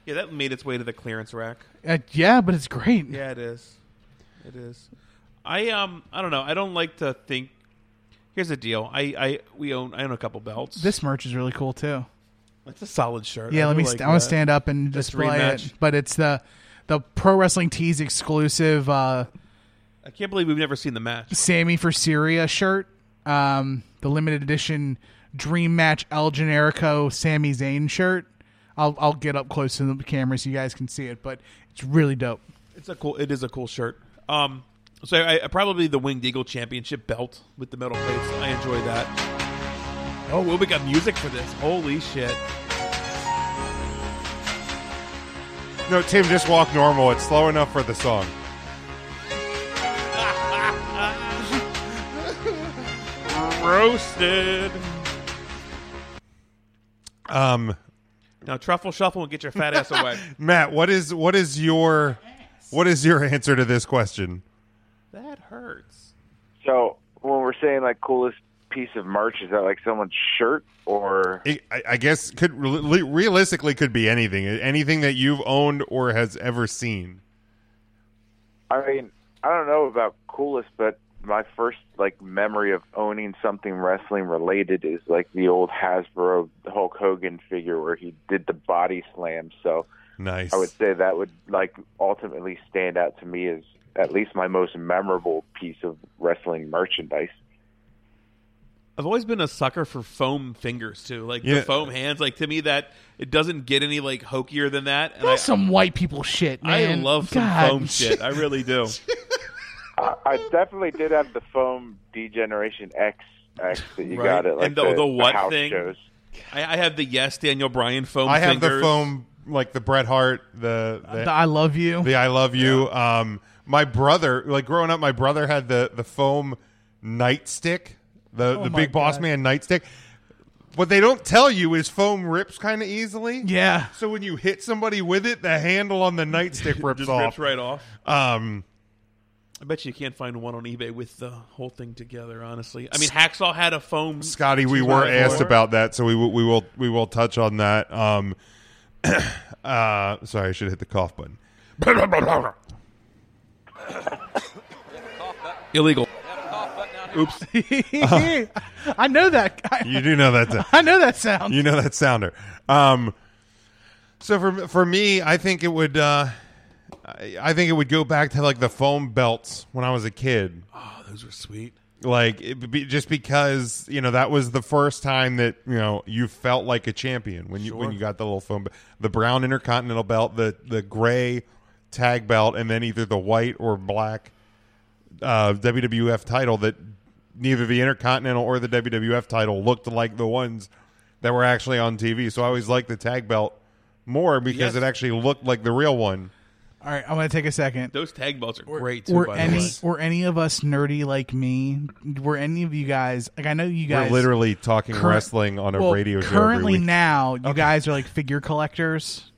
I: Yeah, that made its way to the clearance rack.
H: Uh, yeah, but it's great.
I: Yeah, it is. It is. I um, I don't know. I don't like to think. Here's the deal. I I we own. I own a couple belts.
H: This merch is really cool too.
I: That's a solid shirt.
H: Yeah,
I: I
H: let
I: do
H: me.
I: Like
H: st- I want
I: that.
H: to stand up and display
I: rematch.
H: it. But it's the the pro wrestling tees exclusive uh,
I: I can't believe we've never seen the match.
H: Sammy for Syria shirt. Um, the limited edition Dream Match El Generico Sami Zayn shirt. I'll I'll get up close to the camera so you guys can see it. But it's really dope.
I: It's a cool. It is a cool shirt. Um, so I, I probably the Winged Eagle Championship belt with the metal plates. I enjoy that. Oh, well, we got music for this. Holy shit!
F: No, Tim, just walk normal. It's slow enough for the song.
I: Roasted.
F: Um,
I: Now truffle shuffle and get your
H: (laughs)
I: fat ass away.
F: Matt, what is what is your what is your answer to this question?
I: that hurts.
J: So when we're saying like coolest piece of merch, is that like someone's shirt or
F: I, I I guess could re- realistically could be anything, anything that you've owned or has ever seen.
J: I mean, I don't know about coolest, but my first like memory of owning something wrestling related is like the old Hasbro Hulk Hogan figure where he did the body slam. So
F: Nice.
J: I would say that would like ultimately stand out to me as at least my most memorable piece of wrestling merchandise.
I: I've always been a sucker for foam fingers too, like
F: Yeah.
I: the foam hands. Like to me, that it doesn't get any like hokier than that. And
H: That's
I: I,
H: some white people shit,
I: I
H: man.
I: love some
H: God.
I: foam shit. I really do.
F: (laughs)
J: I, I definitely did have the foam Degeneration X X that you
I: Right.
J: got at like
I: And the- the what
J: house
I: thing?
J: shows.
I: I, I have the yes Daniel Bryan foam.
F: I have the
I: fingers.
F: foam like the Bret Hart, the the,
H: The I love you.
F: the I love you. Um, my brother, like growing up, my brother had the the foam nightstick, the the
H: Oh my
F: big boss
H: God.
F: man nightstick. What they don't tell you is foam rips kind of easily.
H: yeah.
F: So when you hit somebody with it, the handle on the nightstick rips
I: (laughs) Just
F: off.
I: ripped right off.
F: Um,
I: I bet you can't find one on eBay with the whole thing together. Honestly, I mean, Hacksaw had a foam.
F: Scotty, we were asked about that, so we will we will we will touch on that. Um, (coughs) uh, sorry, I should hit the cough button.
I: Illegal. (laughs)
H: Oops. (laughs) I know that. I,
F: You do know that. uh,
H: I know that
F: (laughs)
H: sound. (laughs)
F: You know that sounder. Um, so for for me, I think it would. Uh, I, I think it would go back to like the foam belts when I was a kid.
I: Oh, those were sweet.
F: Like it be, just because you know that was the first time that you know you felt like a champion when you when
I: Sure.
F: you got the little foam, be- the brown intercontinental belt, the the gray tag belt, and then either the white or black uh, WWF title that neither the Intercontinental or the WWF title looked like the ones that were actually on TV. So I always liked the tag belt more because
I: Yes.
F: it actually looked like the real one.
H: All right, I want to take a second.
I: Those tag belts are great too.
H: Were
I: by
H: any
I: the way.
H: were any of us nerdy like me? Were any of you guys like I know you guys
F: We're literally talking
H: current-
F: wrestling on a
H: well,
F: radio show every
H: Currently
F: week.
H: now, you guys are like figure collectors.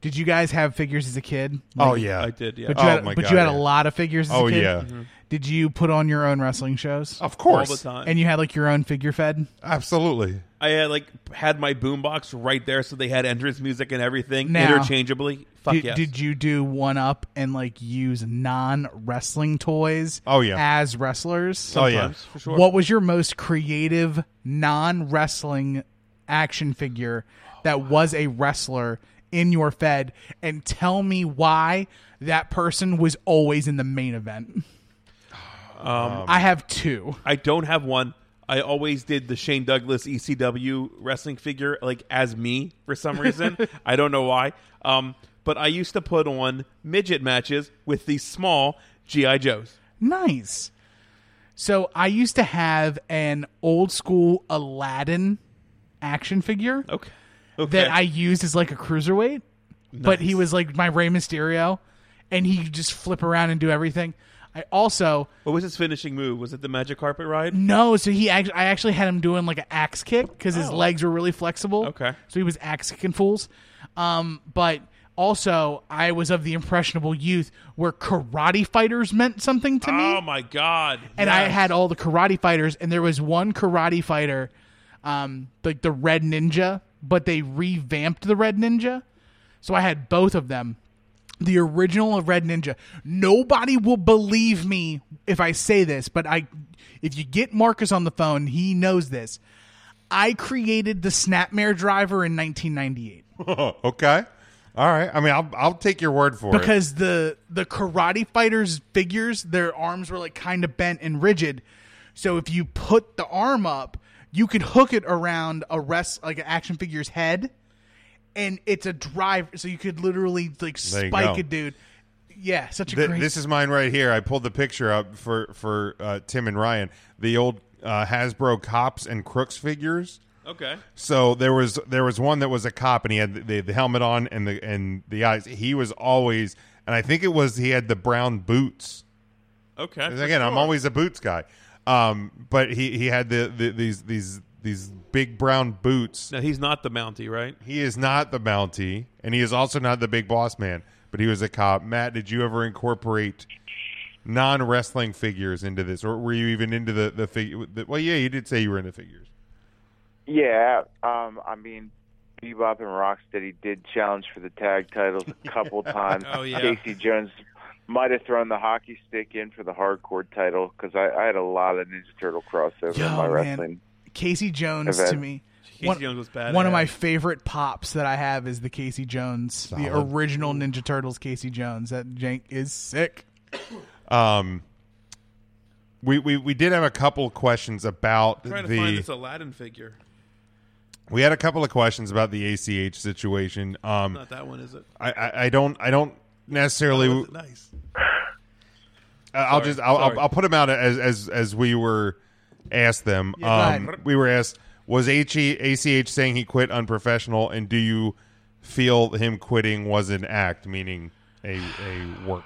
H: Did you guys have figures as a kid?
F: Oh,
H: Like-
F: yeah.
I: I did, yeah.
H: But you
F: Oh,
H: had,
F: my
H: but
F: God,
H: you had
F: yeah.
H: a lot of figures. As
F: Oh,
H: a kid?
F: yeah.
I: Mm-hmm.
F: Mhm.
H: Did you put on your own wrestling shows?
F: Of
I: all
F: course.
I: the time.
H: And you had like your own figure fed?
F: Absolutely.
I: I had like had my boombox right there, so they had entrance music and everything
H: Now-
I: interchangeably. Fuck
H: did,
I: yes.
H: did you do one up and like use non wrestling toys?
F: Oh, yeah.
H: As wrestlers.
F: Oh, yeah.
I: Sometimes, for sure.
H: What was your most creative non wrestling action figure that was a wrestler in your Fed? And tell me why that person was always in the main event.
I: Um,
H: I have two.
I: I don't have one. I always did the Shane Douglas ECW wrestling figure like as me for some
H: (laughs)
I: reason. I don't know why. Um, but I used to put on midget matches with these small GI Joes.
H: Nice. So I used to have an old school Aladdin action figure
I: Okay. Okay.
H: that I used as like a cruiserweight, but he was like my Rey Mysterio, and he could just flip around and do everything. I also
I: what was his finishing move? Was it the magic carpet ride?
H: No, so he act- I actually had him doing like an axe kick because his legs were really flexible.
I: Oh. Okay.
H: so he was axe kicking fools. Um, but also I was of the impressionable youth where karate fighters meant something to me,
I: Oh my god.
H: and I
I: Yes.
H: had all the karate fighters, and there was one karate fighter, um, like the Red Ninja, but they revamped the Red Ninja, so I had both of them. The original of Red Ninja. Nobody will believe me if I say this, but I, if you get Marcus on the phone, he knows this. I created the Snapmare driver in 1998
F: (laughs) okay. All right. I mean, I'll I'll take your word for it.
H: because the the karate fighters figures their arms were like kind of bent and rigid so if you put the arm up you could hook it around a rest like an action figure's head and it's a drive so you could literally like
F: There you go.
H: spike a dude yeah such a
F: Th-
H: great
F: this is mine right here. I pulled the picture up for for uh, Tim and Ryan. The old uh, Hasbro cops and crooks figures.
I: Okay.
F: So there was there was one that was a cop and he had the, the helmet on and the and the eyes. He was always and I think it was he had the brown boots.
I: Okay.
F: 'Cause again, I'm always a boots guy. Um, but he he had the, the these these these big brown boots.
I: Now he's not the Mountie, right?
F: He is not the Mountie, and he is also not the big boss man, but he was a cop. Matt, did you ever incorporate non wrestling figures into this, or were you even into the the figure? Well, yeah, you did say you were into figures.
J: Yeah, um, I mean, Bebop and Rocksteady did challenge for the tag titles
I: (laughs)
J: a couple times.
I: Oh, yeah.
J: Casey Jones might have thrown the hockey stick in for the hardcore title because I, I had a lot of Ninja Turtle crossover in my
H: Yo, man.
J: wrestling.
H: casey jones
J: Event.
H: to me
I: Casey Jones was badass.
H: one of my favorite pops that i have is the casey jones the
F: Solid.
H: original ninja turtles casey jones that jank is sick
F: Um, we, we we did have a couple questions about
I: I'm trying to find
F: the
I: this Aladdin figure.
F: we had a couple of questions about the ACH situation. Um,
I: Not that one, is it?
F: I, I I don't I don't necessarily.
I: Was it nice.
F: Uh, I'll
I: Sorry,
F: just I'll,
I: sorry.
F: I'll, I'll put them out as as as we were asked them.
H: Yeah,
F: um,
H: go ahead.
F: we were asked was H E ACH saying he quit unprofessional, and do you feel him quitting was an act, meaning a a work?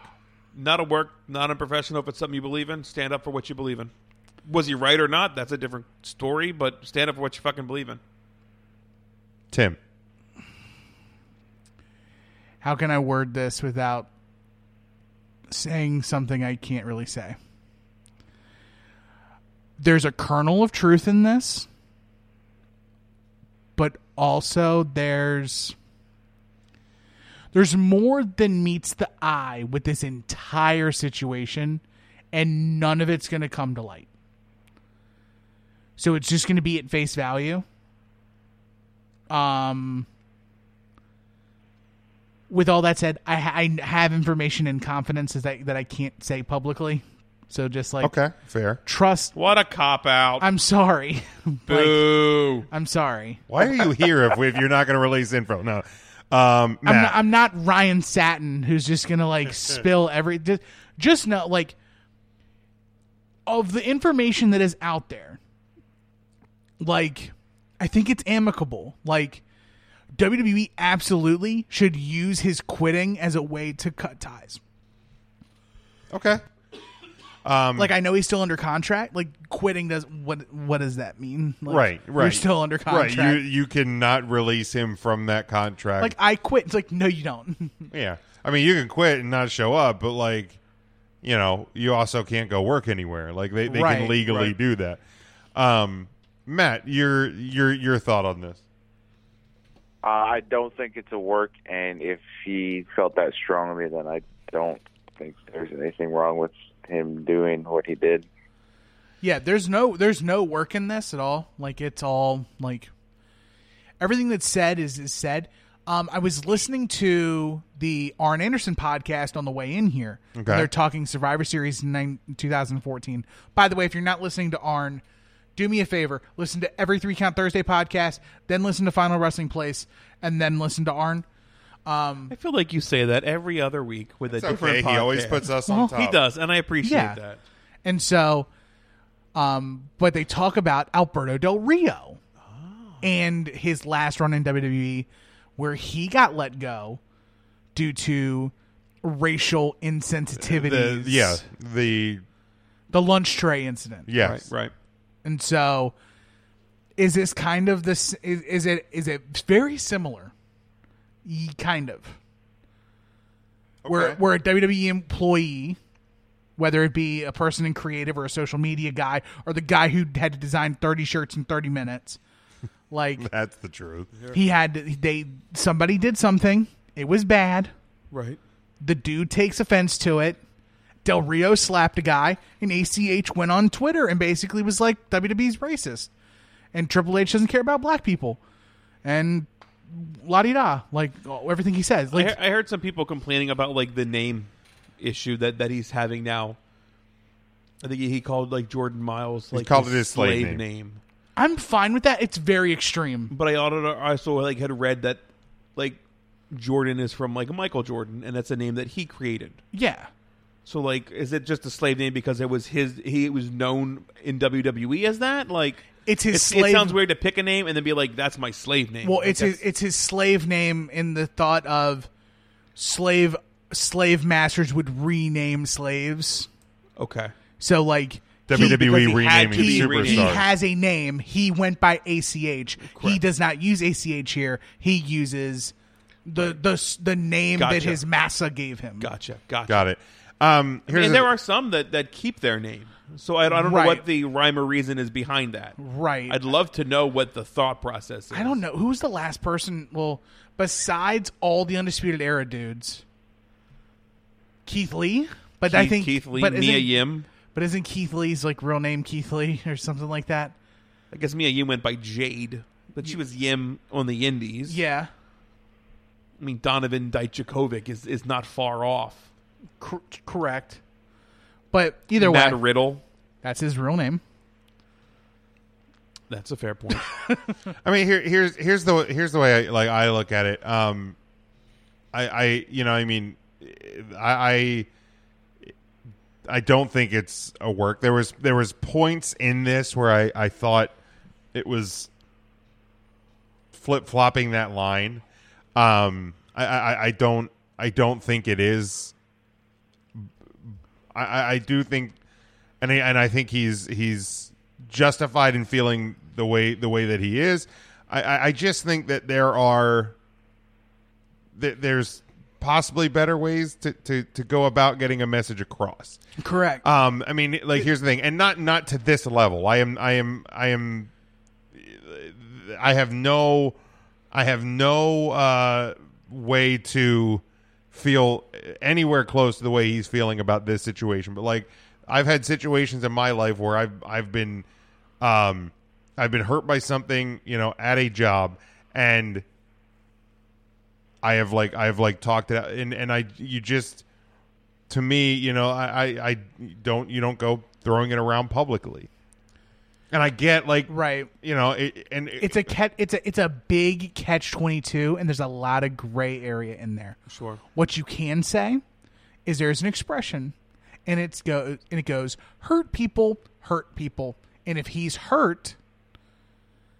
I: not a work, not unprofessional. If it's something you believe in, stand up for what you believe in. Was he right or not? That's a different story. But stand up for what you fucking believe in.
F: Tim,
H: how can I word this without saying something I can't really say? There's a kernel of truth in this, but also there's There's more than meets the eye with this entire situation, and none of it's going to come to light. So it's just going to be at face value. Um, with all that said, I, ha- I have information and confidence is that that I can't say publicly. So just like
F: Okay, fair.
H: trust.
I: What a cop out.
H: I'm sorry. (laughs) Like,
I: Boo.
H: I'm sorry.
F: Why are you here if, if you're not going to release info? No. Um,
H: I'm
F: Matt.
H: not, I'm not Ryan Satin who's just
F: (laughs)
H: gonna like spill every. Just, just know like of the information that is out there. Like, I think it's amicable. Like, WWE absolutely should use his quitting as a way to cut ties.
F: okay. Um,
H: Like, I know he's still under contract. Like, quitting does what? What does that mean? Like,
F: right, right.
H: You're still under contract.
F: Right. You you cannot release him from that contract.
H: like, I quit. It's like, no, you don't. (laughs)
F: yeah. I mean, you can quit and not show up, but like, you know, you also can't go work anywhere. Like they, they
H: Right,
F: can legally
I: right.
F: do that. Um, Matt, your your your thought on this?
J: Uh, I don't think it's a work, and if he felt that strongly, then I don't think there's anything wrong with him doing what he did.
H: Yeah, there's no there's no work in this at all. Like it's all like everything that's said is is said. Um, I was listening to the Arn Anderson podcast on the way in here. and
F: Okay.
H: They're talking Survivor Series in nine- 2014. By the way, if you're not listening to Arn, do me a favor: listen to every Three Count Thursday podcast, then listen to Final Wrestling Place, and then listen to Arn.
I: I feel like you say that every other week with a
F: It's
I: different
F: okay. He always
I: podcast.
F: puts us on top.
I: He does, and I appreciate
H: Yeah.
I: that.
H: And so, um, but they talk about Alberto Del Rio and his last run in WWE, where he got let go due to racial
F: The,
H: insensitivity.
F: yeah. The
H: the lunch tray incident.
F: yes.
I: Right, right.
H: And so, is this kind of this? Is, is it is it very similar? Ye- Kind of. Where
F: Okay.
H: where a WWE employee, whether it be a person in creative or a social media guy or the guy who had to design thirty shirts in thirty minutes, like
F: That's the truth.
H: he had to, they somebody did something. It was bad.
I: Right.
H: The dude takes offense to it. Del Rio slapped a guy, and ACH went on Twitter and basically was like, WWE's racist, and Triple H doesn't care about black people, and la di da, like oh, everything he says.
I: I,
H: Like,
I: he- I heard some people complaining about like the name issue that that he's having now. I think he, he called like Jordan Miles like
F: called it his slave name.
H: I'm fine with that. It's very extreme.
I: But I also also like had read that like Jordan is from like Michael Jordan, and that's a name that he created.
H: Yeah.
I: So like, is it just a slave name because it was his? He was known in WWE as that. Like,
H: It's his
I: it's-
H: slave-
I: It sounds weird to pick a name and then be like, "That's my slave name."
H: Well,
I: Like,
H: it's his
I: that's-
H: it's his slave name in the thought of slave slave masters would rename slaves.
I: okay.
H: So like he-
F: WWE
I: because he had
F: E renaming
I: to be
F: superstars.
I: renamed.
H: he has a name. He went by ACH. He
I: Correct.
H: does not use ACH here. He uses the the the name that
I: Gotcha.
H: his massa gave him.
I: Gotcha. Gotcha.
F: Got it. Um, here's
I: and there
F: a-
I: are some that that keep their name. So I, I don't know
H: Right.
I: what the rhyme or reason is behind that.
H: Right.
I: I'd love to know what the thought process is.
H: I don't know who's the last person. Well, besides all the undisputed era dudes, Keith Lee. But I
I: Keith-
H: think
I: Keith Lee,
H: but
I: Mia
H: isn't-
I: Yim.
H: But isn't Keith Lee's like real name Keith Lee (laughs) or something like that?
I: I guess Mia Yim went by Jade, but she was Yim on the Indies.
H: Yeah.
I: I mean Donovan Dijakovic is is not far off.
H: Cor- correct. But either
I: Matt
H: way,
I: Riddle.
H: that's his real name.
I: That's a
H: (laughs)
I: fair point.
F: I mean, here, here's here's the here's the way I, like I look at it. Um, I, I you know, I mean, I, I I don't think it's a work. There was there was points in this where I I thought it was flip flopping that line. Um, I, I I don't I don't think it is. I I, I do think, and I, and I think he's he's justified in feeling the way the way that he is. I I, I just think that there are that there's possibly better ways to, to to go about getting a message across.
I: Uh,
H: Correct.
F: Um, I mean, like here's the thing, and not not to this level. I am, I am, I am. I have no, I have no uh, way to feel anywhere close to the way he's feeling about this situation. But like I've had situations in my life where I've I've been um I've been hurt by something, you know, at a job and I have like I have like talked it out and, and I you just to me, you know, I, I, I don't you don't go throwing it around publicly. And I get like
H: right,
F: you know, it, and
H: it's a catch, it's a it's a big catch twenty two, and there's a lot of gray area in there.
I: Sure.
H: What you can say is there's an expression, and it's go and it goes hurt people, hurt people, and if he's hurt,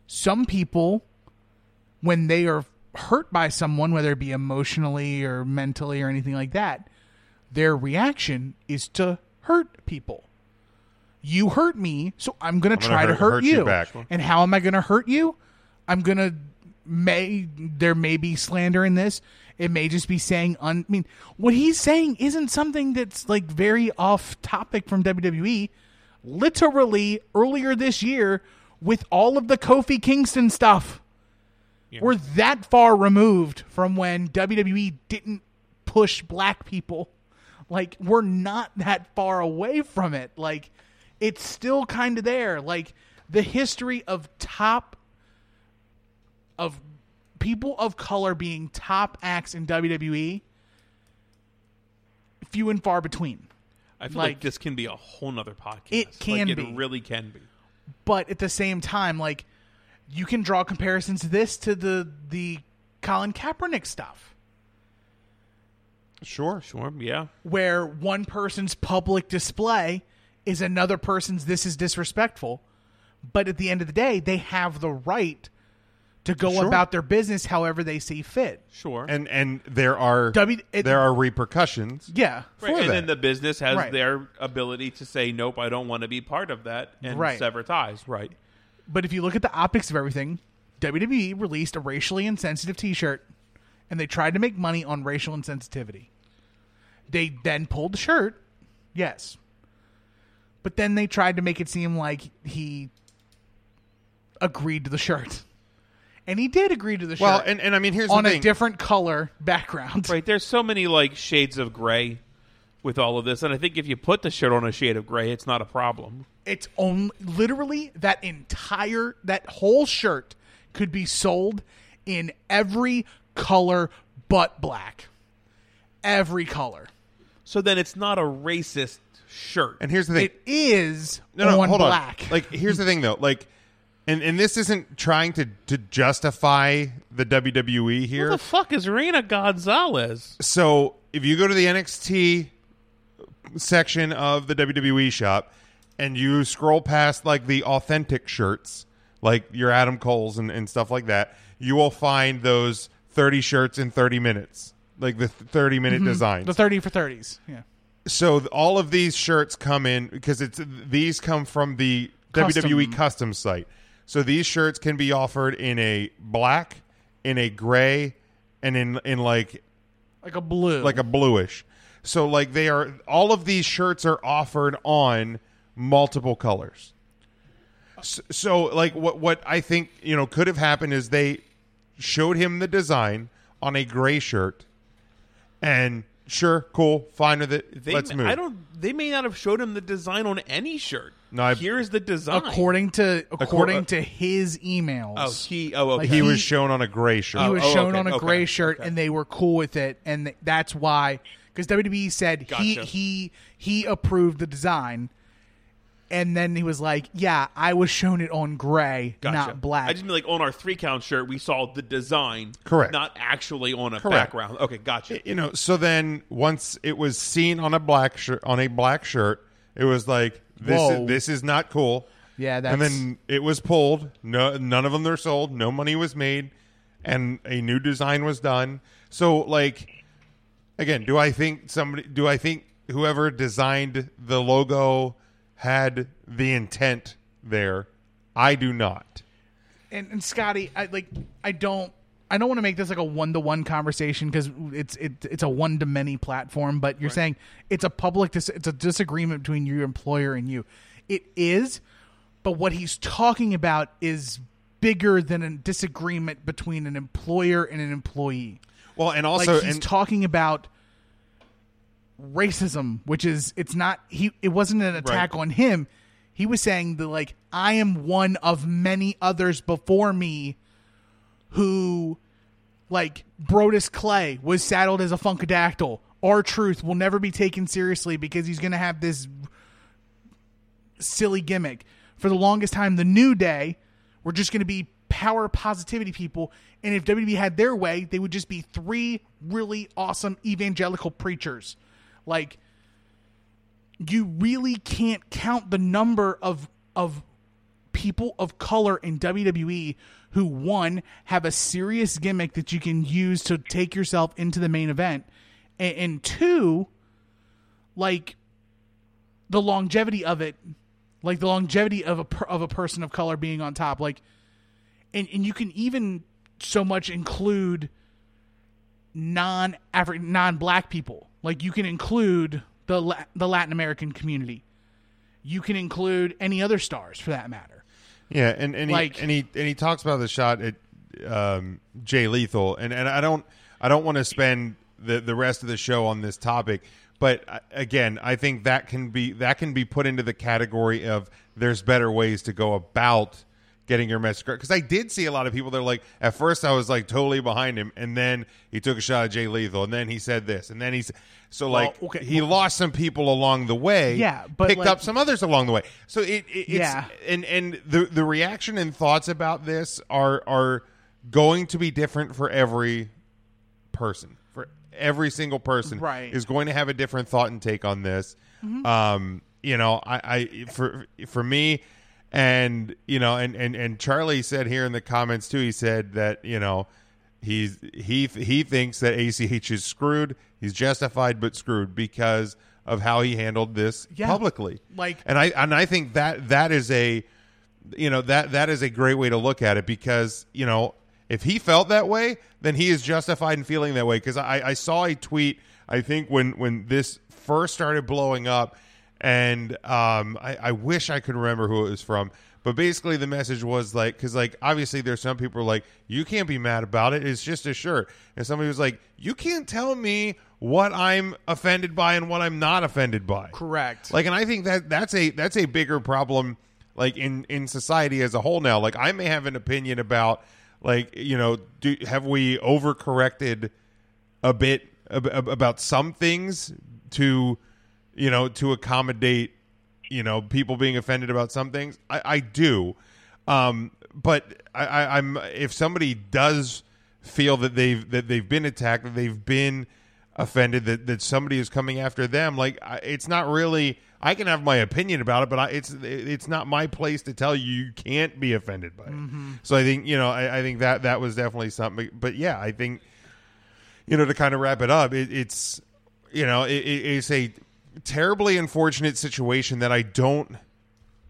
H: some people when they are hurt by someone, whether it be emotionally or mentally or anything like that, their reaction is to hurt people. You hurt me, so I'm going to
F: gonna
H: try to
F: hurt-
H: hurt,
F: hurt you
H: you.
F: back.
H: And how am I going to hurt you? I'm going to may there may be slander in this. It may just be saying un, I mean what he's saying isn't something that's like very off topic from WWE. Literally earlier this year with all of the Kofi Kingston stuff. We're that far removed from when WWE didn't push black people. Like we're not that far away from it. Like it's still kind of there. Like the history of top of people of color being top acts in WWE few and far between.
I: I feel like,
H: Like-
I: this can be a whole nother podcast.
H: It
I: Like,
H: can
I: it
H: be.
I: really can be.
H: but at the same time, like you can draw comparisons to this to the the Colin Kaepernick stuff,
F: sure,
I: sure, yeah.
H: where one person's public display is another person's this is disrespectful, but at the end of the day, they have the right to go
F: Sure.
H: about their business however they see fit.
I: Sure.
F: and and there are
H: W- it-
F: there are repercussions.
H: Yeah.
I: Right, and then the business has
H: Right.
I: their ability to say, "Nope, I don't want to be part of that," and
H: Right.
I: sever ties. Right.
H: But if you look at the optics of everything, WWE released a racially insensitive T-shirt, and they tried to make money on racial insensitivity. They then pulled the shirt, yes, but then they tried to make it seem like he agreed to the shirt, and he did agree to the
F: Well,
H: shirt.
F: and and I mean here's
H: on
F: the
H: a
F: thing.
H: different color background,
I: Right. There's so many like shades of gray with all of this, and I think if you put the shirt on a shade of gray, it's not a problem.
H: It's only literally that entire that whole shirt could be sold in every color but black. Every color.
I: So then it's not a racist shirt.
F: and here's the thing.
H: It is
F: no, no,
H: on
F: hold
H: black.
F: on. Like here's the thing though. Like and and this isn't trying to to justify the WWE here.
I: Who the fuck is Rena Gonzalez?
F: so if you go to the NXT section of the WWE shop and you scroll past like the authentic shirts, like your Adam Cole's and, and stuff like that, you will find those 30 shirts in 30 minutes, like the 30 minute designs.
H: the 30 for 30s. Yeah.
F: so th- all of these shirts come in because it's these come from the
H: Custom.
F: WWE custom site. So these shirts can be offered in a black, in a gray, and in in like
H: Like a blue.
F: (laughs) like a bluish. So like they are all of these shirts are offered on multiple colors. So, so like what what I think you know could have happened is they showed him the design on a gray shirt, and sure, cool, fine with it.
I: They,
F: Let's move.
I: I don't. They may not have showed him the design on any shirt.
F: No, I-
I: Here's the design.
H: according to according to his emails.
I: Oh, he. Oh, okay.
H: Like,
F: he was shown on a gray shirt.
H: he was
I: oh,
H: shown
I: okay,
H: on a
I: okay,
H: gray shirt,
I: okay.
H: and they were cool with it, and th- that's why because WWE E said he
I: Gotcha.
H: he he approved the design, and then he was like, "Yeah, I was shown it on gray,
I: Gotcha.
H: not black."
I: I just mean like on our three count shirt, we saw the design,
F: Correct.
I: Not actually on a
F: Correct.
I: background. Okay, gotcha.
F: you know so then once it was seen on a black shirt on a black shirt it was like this
H: Whoa.
F: is, this is not cool
H: Yeah,
F: and
H: that's-
F: then it was pulled no none of them were sold no money was made and a new design was done so like again do i think somebody do i think whoever designed the logo had the intent there i do not
H: and, and Scotty, I like I don't I don't want to make this like a one to one conversation because it's it, it's a one to many platform. But you're saying it's a public dis- it's a disagreement between your employer and you. It is, but what he's talking about is bigger than a disagreement between an employer and an employee.
F: well and
H: Like
F: also
H: he's
F: and
H: talking about racism, which is it's not he it wasn't an attack on him. He was saying that like I am one of many others before me who like Brodus Clay was saddled as a funkadactyl. Our truth will never be taken seriously because he's going to have this silly gimmick. For the longest time, the New Day were just going to be power positivity people. And if WWE had their way, they would just be three really awesome evangelical preachers. Like, you really can't count the number of of people of color in WWE who one have a serious gimmick that you can use to take yourself into the main event, and, and two, like the longevity of it, like the longevity of a per, of a person of color being on top, like, and and you can even so much include non African non black people, like you can include the La- the Latin American community, you can include any other stars for that matter.
F: Yeah, and and he,
H: Like-
F: and he and he talks about the shot at um, Jay Lethal, and and I don't I don't want to spend the the rest of the show on this topic, but uh, again, I think that can be that can be put into the category of there's better ways to go about getting your message because I did see a lot of people that are like at first I was like totally behind him, and then he took a shot at Jay Lethal, and then he said this, and then he's so like
H: okay,
F: he lost some people along the way,
H: Yeah, but,
F: picked
H: like-
F: up some others along the way, so it, it it's,
H: Yeah.
F: and and the the reaction and thoughts about this are are going to be different for every person for every single person
H: Right. Mm-hmm.
F: is going to have a different thought and take on this um you know i i for for me and you know and and and charlie said here in the comments too he said that you know he's he he thinks that ach is screwed he's justified but screwed because of how he handled this
H: Yeah.
F: publicly
H: Like-
F: and i and i think that that is a you know that that is a great way to look at it because you know if he felt that way then he is justified in feeling that way because I, I saw a tweet i think when when this first started blowing up and um I, I wish i could remember who it was from but basically the message was like because like obviously there's some people who are like you can't be mad about it it's just a shirt and somebody was like you can't tell me what i'm offended by and what i'm not offended by
H: Correct.
F: like, and I think that that's a that's a bigger problem, like in in society as a whole now. Like, I may have an opinion about, like, you know, do, have we overcorrected a bit ab- ab- about some things to, you know, to accommodate, you know, people being offended about some things? I, I do, um, but I, I, I'm if somebody does feel that they've that they've been attacked, that they've been offended that, that somebody is coming after them like I, it's not really i can have my opinion about it but I, it's it's not my place to tell you you can't be offended by it so i think you know I, I think that that was definitely something but yeah i think you know to kind of wrap it up it, it's you know it, it- it's a terribly unfortunate situation that i don't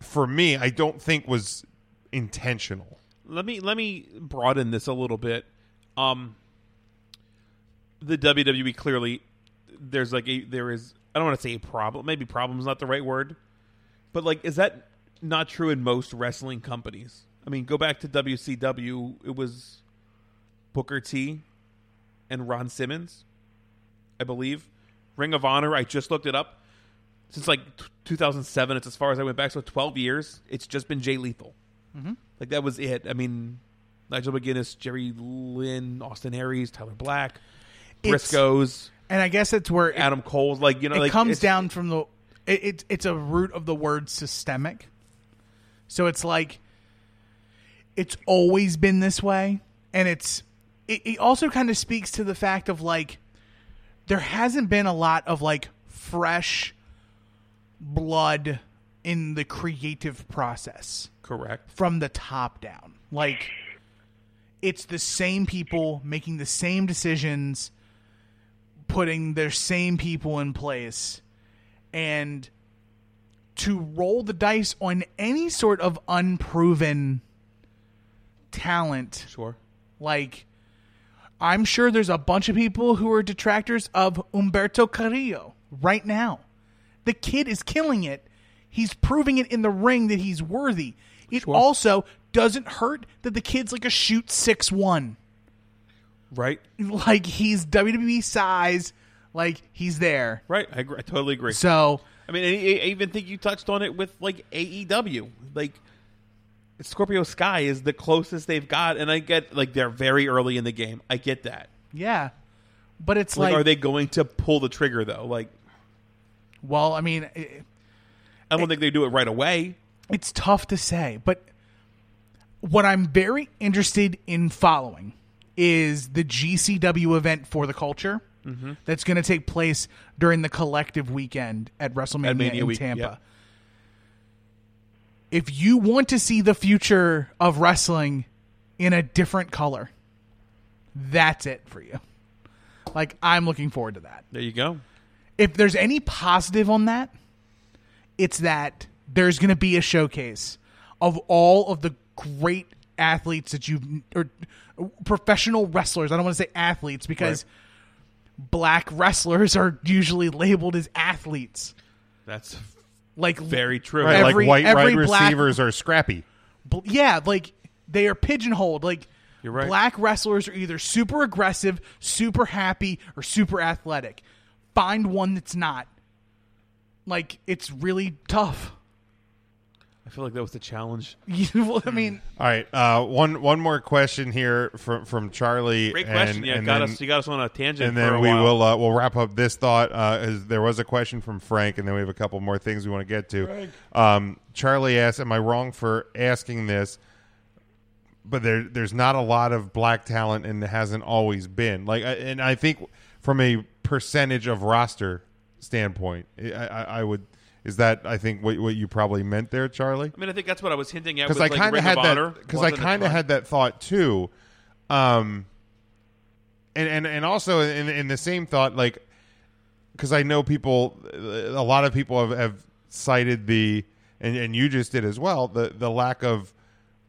F: for me i don't think was intentional
I: let me let me broaden this a little bit. Um, the WWE clearly there's like a there is I don't want to say a problem. Maybe problem's not the right word, but like is that not true in most wrestling companies? I mean, go back to WCW. It was Booker T and Ron Simmons, I believe. Ring of Honor. I just looked it up. Since like t- 2007, it's as far as I went back. So 12 years. It's just been Jay Lethal. Like that was it. I mean, Nigel McGuinness, Jerry Lynn, Austin Aries, Tyler Black,
H: It's-
I: Briscoes,
H: And I guess that's where it,
I: Adam Cole's. Like you know,
H: it
I: like,
H: comes
I: it's-
H: down from the it, it, it's a root of the word systemic. So it's like it's always been this way, and it's it, it also kind of speaks to the fact of like there hasn't been a lot of like fresh blood in the creative process
I: Correct.
H: from the top down. Like it's the same people making the same decisions, putting their same people in place, and to roll the dice on any sort of unproven talent
I: Sure.
H: like I'm sure there's a bunch of people who are detractors of Umberto Carrillo right now. The kid is killing it. He's proving it in the ring that he's worthy. It also doesn't hurt that the kid's like a shoot six one. (laughs)
I: Right.
H: Like he's WWE E size, Like he's there.
I: Right. I, agree. I totally agree.
H: So
I: I mean, I, I even think you touched on it with like AEW. Like Scorpio Sky is the closest they've got, and I get like they're very early in the game. I get that.
H: Yeah, but it's
I: like,
H: like,
I: are they going to pull the trigger though? Like,
H: well, I mean, it,
I: I don't think they do it right away.
H: it's tough to say, but what I'm very interested in following is the GCW event for the culture
G: Mhm.
H: that's going to take place during the collective weekend at WrestleMania
G: Mania
H: in
G: week,
H: Tampa.
G: yeah.
H: If you want to see the future of wrestling in a different color, that's it for you. Like I'm looking forward to that.
I: There you go.
H: If there's any positive on that, it's that there's going to be a showcase of all of the great athletes that you've or professional wrestlers. I don't want to say athletes because black wrestlers are usually labeled as athletes.
I: That's
H: Like
I: very true.
F: Right,
H: Every-
F: like white
H: every
F: wide
H: black-
F: receivers are scrappy.
H: bl- yeah, like they are pigeonholed. Like
F: You're right.
H: black wrestlers are either super aggressive, super happy, or super athletic. Find one that's not. Like it's really tough.
I: I feel like that was the challenge.
H: You, well, I mean,
F: All right, uh, one one more question here from from Charlie.
I: Great question.
F: and-
I: yeah,
F: and
I: got
F: then-
I: us. You got us on a tangent.
F: and then
I: for a
F: we
I: while.
F: will uh, we'll wrap up this thought. Uh, as there was a question from Frank, and then we have a couple more things we want to get to.
I: Frank.
F: Um, Charlie asked, "Am I wrong for asking this?" But there, there's not a lot of black talent, and it hasn't always been like. I- And I think from a percentage of roster standpoint, I, I, I would is that I think what what you probably meant there, Charlie
I: I mean, I think that's what I was hinting at.
F: because
I: Because
F: I kind
I: like,
F: of
I: Ring
F: had
I: of Honor
F: that because I
I: wasn't a
F: kind of
I: ton.
F: had that thought too, um, and and and also in in the same thought like because I know people a lot of people have, have cited the and and you just did as well the the lack of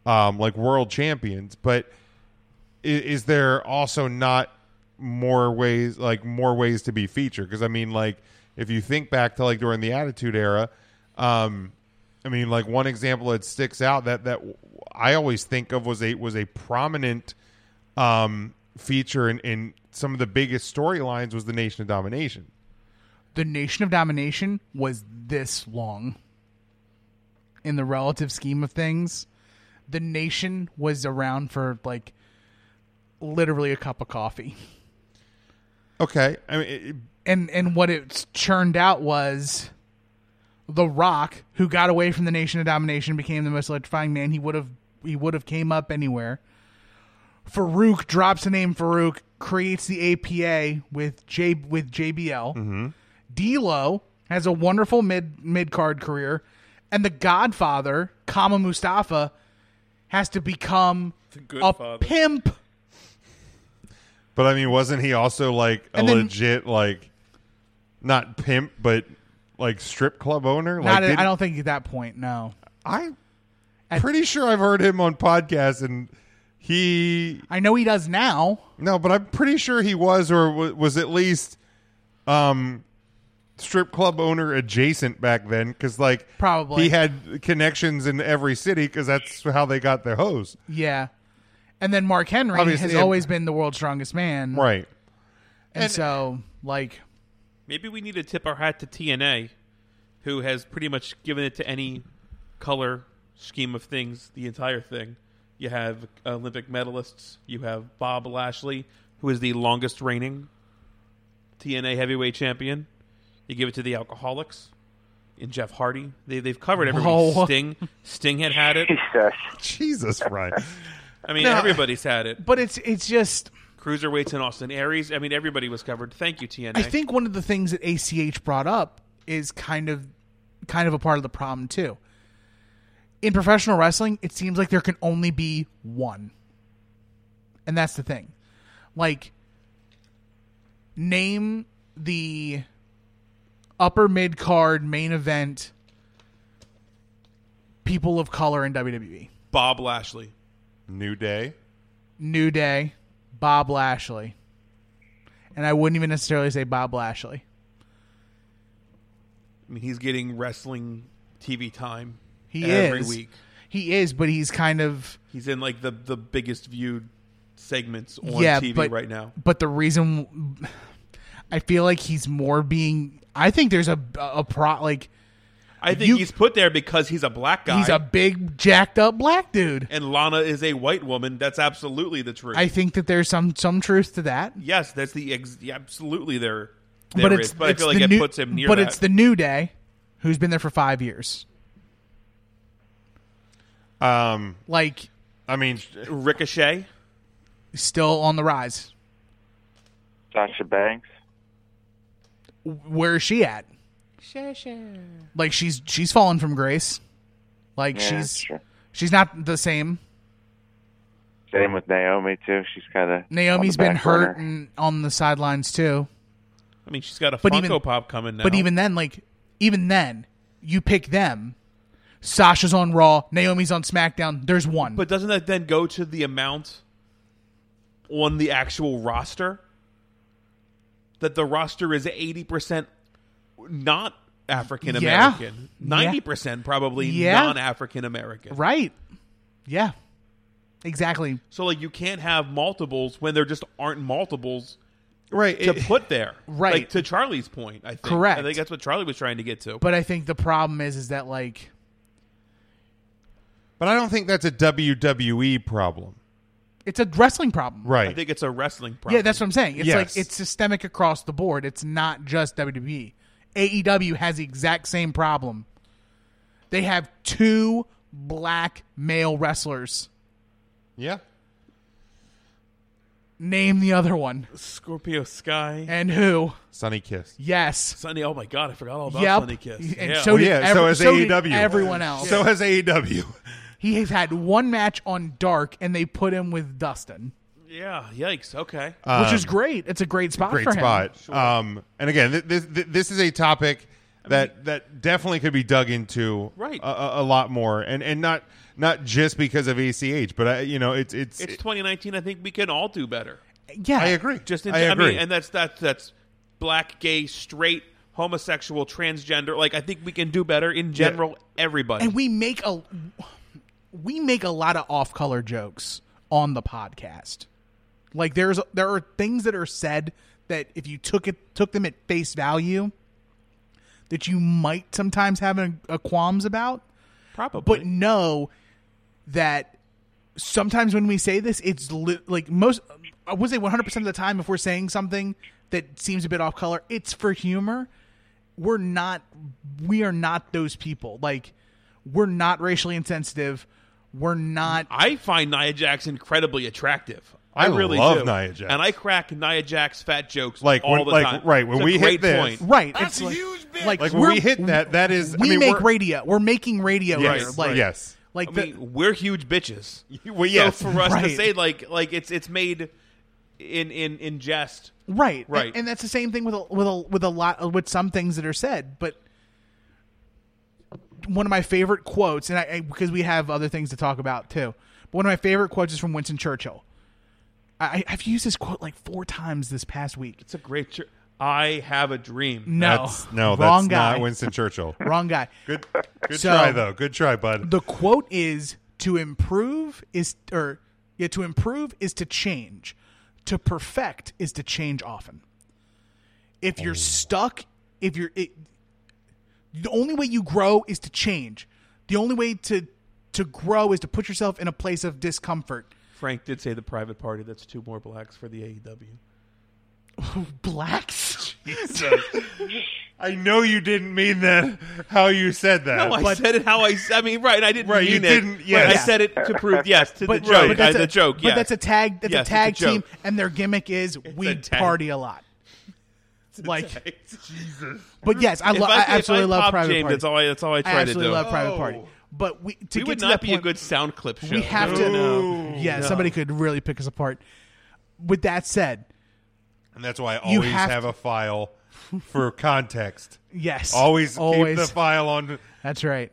F: um like world champions, but is, is there also not more ways like more ways to be featured because i mean like if you think back to like during the attitude era um i mean like one example that sticks out that that i always think of was a was a prominent um feature in in some of the biggest storylines was the nation of domination
H: the Nation of Domination was this long. In the relative scheme of things, the Nation was around for like literally a cup of coffee.
F: okay i mean it,
H: and and what it's churned out was the rock who got away from the nation of domination became the most electrifying man he would have he would have came up anywhere farouk drops the name farouk creates the apa with j with jbl d'lo has a wonderful mid mid card career and the godfather kama mustafa has to become
I: good
H: a
I: father.
H: pimp
F: but i mean wasn't he also like a
H: And then-
F: legit like not pimp but like strip club owner
H: Not
F: like
H: at,
F: didn't-
H: i don't think at that point no
F: i pretty sure I've heard him on podcasts, and he.
H: I know he does now.
F: No, but I'm pretty sure he was, or w- was at least, um, strip club owner adjacent back then, because like
H: Probably.
F: he had connections in every city, because that's how they got their hose.
H: Yeah. And then Mark Henry
F: Obviously,
H: has
F: and-
H: always been the world's strongest man.
F: Right.
H: Mm. And, so, like,
I: Maybe we need to tip our hat to TNA, who has pretty much given it to any color scheme of things, the entire thing. You have Olympic medalists, you have Bob Lashley, who is the longest reigning TNA heavyweight champion. You give it to the alcoholics and Jeff Hardy. They, they've covered everybody.
F: Whoa.
I: Sting. Sting had had it.
F: (laughs) Jesus, right.
I: I
H: (laughs)
I: mean,
H: No.
I: everybody's had it.
H: but it's it's just
I: Cruiserweights in Austin Aries. I mean, everybody was covered. Thank you, TNA.
H: I think one of the things that ACH brought up is kind of kind of a part of the problem too. In professional wrestling, it seems like there can only be one. And that's the thing. Like name the upper mid card main event people of color in E. WWE.
I: Bob Lashley.
F: New Day.
H: New Day, Bob Lashley. And I wouldn't even necessarily say Bob Lashley.
I: I mean, he's getting wrestling TV time.
H: He
I: every
H: is.
I: week.
H: He is, but he's kind of
I: He's in like the the biggest viewed segments on TV
H: but,
I: right now.
H: But the reason I feel like he's more being. I think there's a a pro like
I: I think
H: You-
I: he's put there because he's a black guy.
H: he's a big jacked up black dude.
I: and Lana is a white woman. That's absolutely the truth.
H: I think that there's some some truth to that.
I: yes, that's the ex- yeah, absolutely there. there
H: but it's
I: is. but I
H: it's
I: feel like
H: the
I: it
H: new,
I: puts him near.
H: But
I: that.
H: it's the new day, who's been there for five years.
F: Um,
H: Like
F: I mean,
I: Ricochet.
H: still on the rise.
J: Sasha Banks.
H: Where is she at? Like she's she's fallen from grace. Like
J: Yeah,
H: she's
J: sure.
H: she's not the same.
J: Same with Naomi too. She's kind of
H: Naomi's been hurt and on the sidelines too.
I: I mean, she's got a
H: But
I: Funko
H: even-
I: Pop coming now.
H: But even then, like even then, you pick them. Sasha's on Raw, Naomi's on SmackDown. There's one.
I: but doesn't that then go to the amount on the actual roster? That the roster is eighty percent not African American,
H: Yeah.
I: ninety percent probably
H: Yeah.
I: non African American.
H: right? Yeah, exactly.
I: So like you can't have multiples when there just aren't multiples
F: right?
I: to
F: it-
I: put there.
H: (laughs) Right.
I: Like, to Charlie's point, I think.
H: Correct.
I: I think that's what Charlie was trying to get to.
H: But I think the problem is, is that like
F: but I don't think that's a WWE problem,
H: it's a wrestling problem.
F: right?
I: I think it's a wrestling problem.
H: Yeah, that's what I'm saying. It's
F: Yes.
H: like it's systemic across the board. It's not just E. WWE. AEW has the exact same problem. They have two black male wrestlers.
F: yeah,
H: Name the other one.
I: Scorpio Sky.
H: And who?
F: Sunny Kiss.
H: Yes.
I: Sunny, oh my god, I forgot all about
H: yep.
I: Sunny Kiss.
H: And
I: yeah. Oh,
H: so did,
F: Oh, yeah,
H: every-
F: so is
H: did
F: AEW.
H: everyone else.
F: So has E AEW.
H: he has had one match on Dark, and they put him with Dustin,
I: yeah, yikes. Okay.
H: which is great. It's a great spot
F: Um, Great
H: for him.
F: spot. Um, and again, th- this th- this is a topic that that definitely could be dug into
I: Right.
F: a, a, a lot more, and and not not just because of ACH, but I, you know, it's it's.
I: it's 2019. I think we can all do better.
H: Yeah.
F: I agree.
I: Just in,
F: I agree.
I: mean, and that's that's that's black, gay, straight, homosexual, transgender. Like I think we can do better in general. Everybody.
H: and we make a we make a lot of off color jokes on the podcast. Like there's there are things that are said that if you took it took them at face value, that you might sometimes have a, a qualms about,
I: Probably.
H: but know that sometimes when we say this, it's li- like most I would say 100 percent of the time if we're saying something that seems a bit off color, it's for humor. We're not we are not those people. Like we're not racially insensitive. We're not
I: I find Nia Jax incredibly attractive. I,
F: I
I: really
F: love
I: do.
F: Nia Jax.
I: and I crack Nia Jax fat jokes
F: Like
I: all
F: when-
I: the
F: like,
I: time.
F: right, when
I: It's a
F: we hit
I: great
F: this-
I: point.
H: right.
A: That's
H: it's
A: a
H: like,
A: huge bitch.
H: Like,
F: like when
H: we're-
F: we hit that, that is.
H: we
F: I mean,
H: make
F: we're-
H: radio. We're making radio
F: Yes,
H: here. Like
F: yes.
H: Like
I: I
H: the-
I: mean, we're huge bitches.
F: (laughs) Well, yes.
I: So for us to
H: Right.
I: say like like it's it's made in in in jest.
H: right
I: Right.
H: and, and that's the same thing with a, with a, with a lot with some things that are said but one of my favorite quotes and I, I because we have other things to talk about too but one of my favorite quotes is from Winston Churchill I, I've used this quote like four times this past week
I: It's a great. Tr- I have a dream.
H: no
F: That's, no, that's
H: wrong guy
F: not Winston
H: (laughs)
F: Churchill.
H: wrong guy
F: Good, good
H: So-
F: try though. Good try, bud.
H: the quote is to improve is or yeah to improve is to change to perfect is to change often if
I: Oh.
H: you're stuck if you're it, the only way you grow is to change the only way to to grow is to put yourself in a place of discomfort
I: Frank did say the private party. That's two more blacks for the E AEW.
H: (laughs) blacks
F: I know you didn't mean that. How you said that?
I: No, Oh, I said it how I. s- I mean, right? I didn't
F: Right,
I: mean
F: you
I: it.
F: didn't-
I: but
F: yes.
I: I said it to prove yes to
H: but,
I: the joke.
H: but
I: I,
H: that's
I: the joke.
H: but
I: yes.
H: that's a tag that's
I: Yes, it's
H: a
I: a
H: tag team
I: joke.
H: and their gimmick is we
I: tag.
H: party a lot like
I: Jesus.
H: but yes i,
I: If
H: lo-
I: I,
H: I, absolutely
I: if I
H: love
I: pop
H: private
I: James,
H: party
I: That's all. I, that's all I
H: I
I: try to
H: absolutely
I: do.
H: love Private
F: Oh.
H: Party. But we to
I: we
H: get
I: would
H: to
I: not
H: that
I: be
H: point,
I: a good sound clip show.
H: we have to. yeah, somebody could really pick us apart. With that said,
F: and that's why I
H: You
F: always have,
H: have
F: a
H: (laughs)
F: file for context.
H: yes,
F: Always,
H: always.
F: keep the file on.
H: That's right.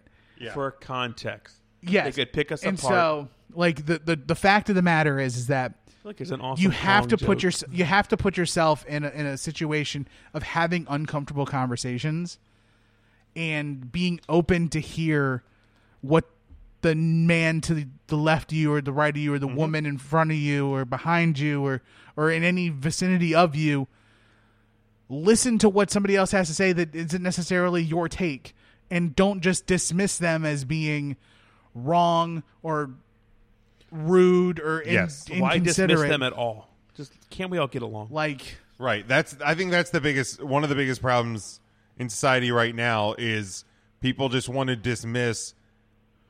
I: for context.
H: Yes,
I: they could pick us
H: and
I: apart.
H: so, like the, the the fact of the matter is, is that
I: I feel like there's an awesome.
H: you have
I: long
H: to put
I: joke.
H: your you have to put yourself in a, in a situation of having uncomfortable conversations and being open to hear what the man to the- the left of you or the right of you or the woman in front of you or behind you or or in any vicinity of you listen to what somebody else has to say that isn't necessarily your take and don't just dismiss them as being wrong or rude or in-
F: Yes.
I: Why dismiss
H: inconsiderate.
I: them at all? Just can't we all get along?
H: Like
F: Right. That's I think that's the biggest one of the biggest problems in society right now is people just want to dismiss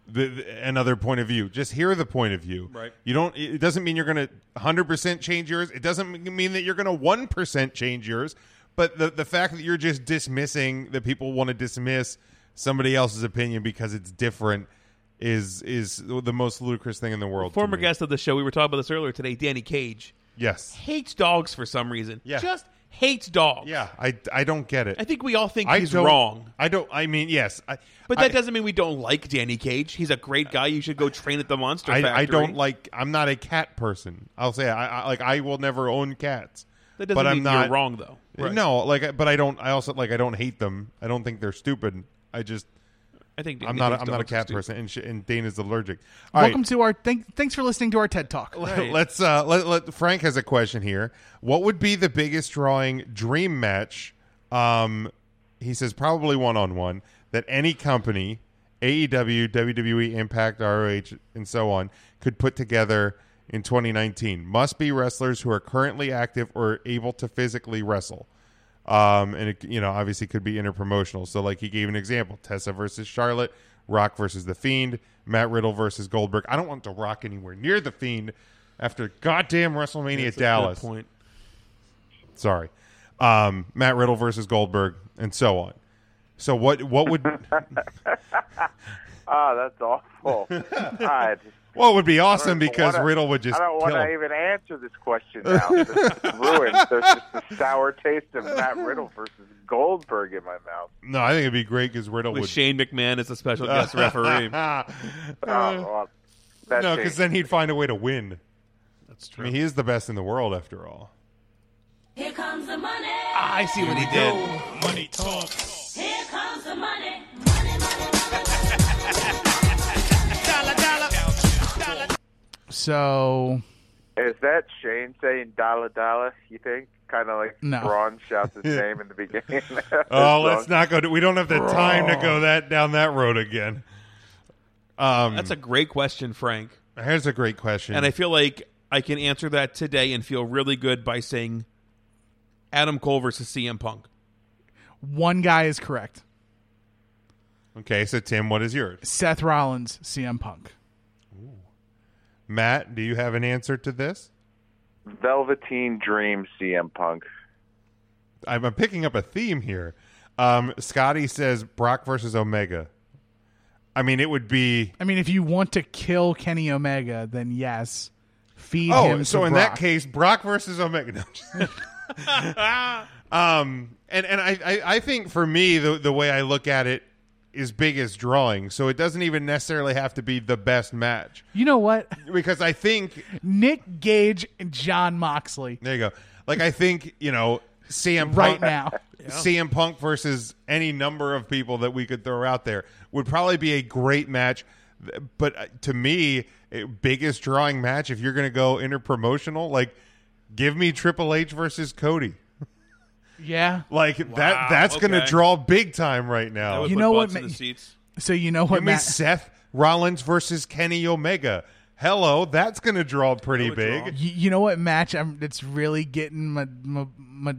F: the, the- another point of view. Just hear the point of view.
I: Right.
F: You don't it doesn't mean you're going to 100% change yours. It doesn't mean that you're going to 1% change yours, but the the fact that you're just dismissing that people want to dismiss somebody else's opinion because it's different is is the most ludicrous thing in the world. to
I: Former
F: me.
I: guest of the show, we were talking about this earlier today, Danny Cage.
F: Yes.
I: Hates dogs for some reason.
F: Yeah.
I: Just hates dogs.
F: Yeah, I, I don't get it.
I: I think we all think
F: I
I: he's
F: don't-
I: wrong.
F: I don't. I mean, yes, I,
I: But that
F: I-
I: doesn't mean we don't like Danny Cage. He's a great guy. You should go train at the Monster Factory.
F: I, I don't like. I'm not a cat person. I'll say I, I like. I will never own cats.
I: That doesn't
F: but I'm
I: mean
F: not,
I: you're wrong, though. Right.
F: No, like, I- but I don't. I also like. I don't hate them. I don't think they're stupid. I just.
I: I think
F: I'm
I: Danny
F: not. A,
I: Cage's
F: I'm not a
I: dogs are
F: cat
I: stupid.
F: person, and, sh- and Dana's allergic. All right.
H: welcome to our thank, thanks for listening to our TED Talk.
F: (laughs)
I: Right.
F: Let's uh let, let Frank has a question here. What would be the biggest drawing dream match? Um he says probably one on one that any company, E AEW, WWE, E, Impact, ROH, and so on, could put together in 2019. Must be wrestlers who are currently active or able to physically wrestle. Um, and it, you know, obviously could be interpromotional. So, like he gave an example: Tessa versus Charlotte, Rock versus the Fiend, Matt Riddle versus Goldberg. I don't want the Rock anywhere near the Fiend after goddamn WrestleMania
I: That's a good
F: Dallas.
I: point.
F: Sorry, um, Matt Riddle versus Goldberg, and so on. So, what
J: (laughs)
F: what would
J: Ah, that's awful.
I: (laughs)
J: God.
F: what would be awesome
J: I don't
F: because
J: wanna-
F: Riddle would just
J: I don't
F: kill
J: want to
F: him.
J: even answer this
F: (laughs)
J: question now. This is ruined. There's just the sour taste of Matt Riddle versus Goldberg in my mouth.
F: No, I think it'd be great because Riddle
I: With
F: would.
I: Shane McMahon as a
F: (laughs)
I: special guest referee.
J: Oh, well, that
F: no,
J: tastes-
F: because then he'd find a way to win.
I: That's
F: I
I: true.
F: mean, he is the best in the world after all.
K: Here comes the money.
I: I see what he did.
A: Money talk.
K: Here comes the money. Money, money,
H: So
J: Is that Shane saying "dollar dollar"? You think kind of like
H: No.
J: Braun shouts his name in the beginning?
F: (laughs)
J: (laughs)
F: Oh, let's not go. To, we don't have the time to go that down that road again. Um,
I: That's a great question, Frank.
F: here's a great question.
I: And I feel like I can answer that today and feel really good by saying Adam Cole versus CM Punk.
H: one guy is correct.
F: okay, so Tim, what is yours?
H: Seth Rollins, CM Punk.
F: Matt, do you have an answer to this?
J: Velveteen Dream CM Punk.
F: I'm, I'm picking up a theme here. Um, Scotty says Brock versus Omega. I mean, it would be.
H: I mean, if you want to kill Kenny Omega, then yes, feed him.
F: Oh,
H: to
F: so in
H: Brock.
F: that case, Brock versus Omega. No,
H: (laughs)
F: just- um, and and I, I I think for me the the way I look at it is biggest drawing. So it doesn't even necessarily have to be the best match
H: you know what?
F: because I think
H: Nick Gage and John Moxley
F: there you go. Like I think you know CM Punk, (laughs)
H: right now.
F: CM Punk versus any number of people that we could throw out there would probably be a great match. Th- But uh, to me, it- biggest drawing match if you're going to go interpromotional, like give me Triple H versus Cody.
H: Yeah.
F: Like that that's going
I: okay.
F: to draw big time right now.
H: You know what
I: butts in
H: ma-
I: the seats.
H: So you know what,
F: Give me
H: Matt?
F: Seth Rollins versus Kenny Omega. Hello, that's going to draw pretty
I: That would
F: big.
H: you, you know what match? I'm. It's really getting my my, my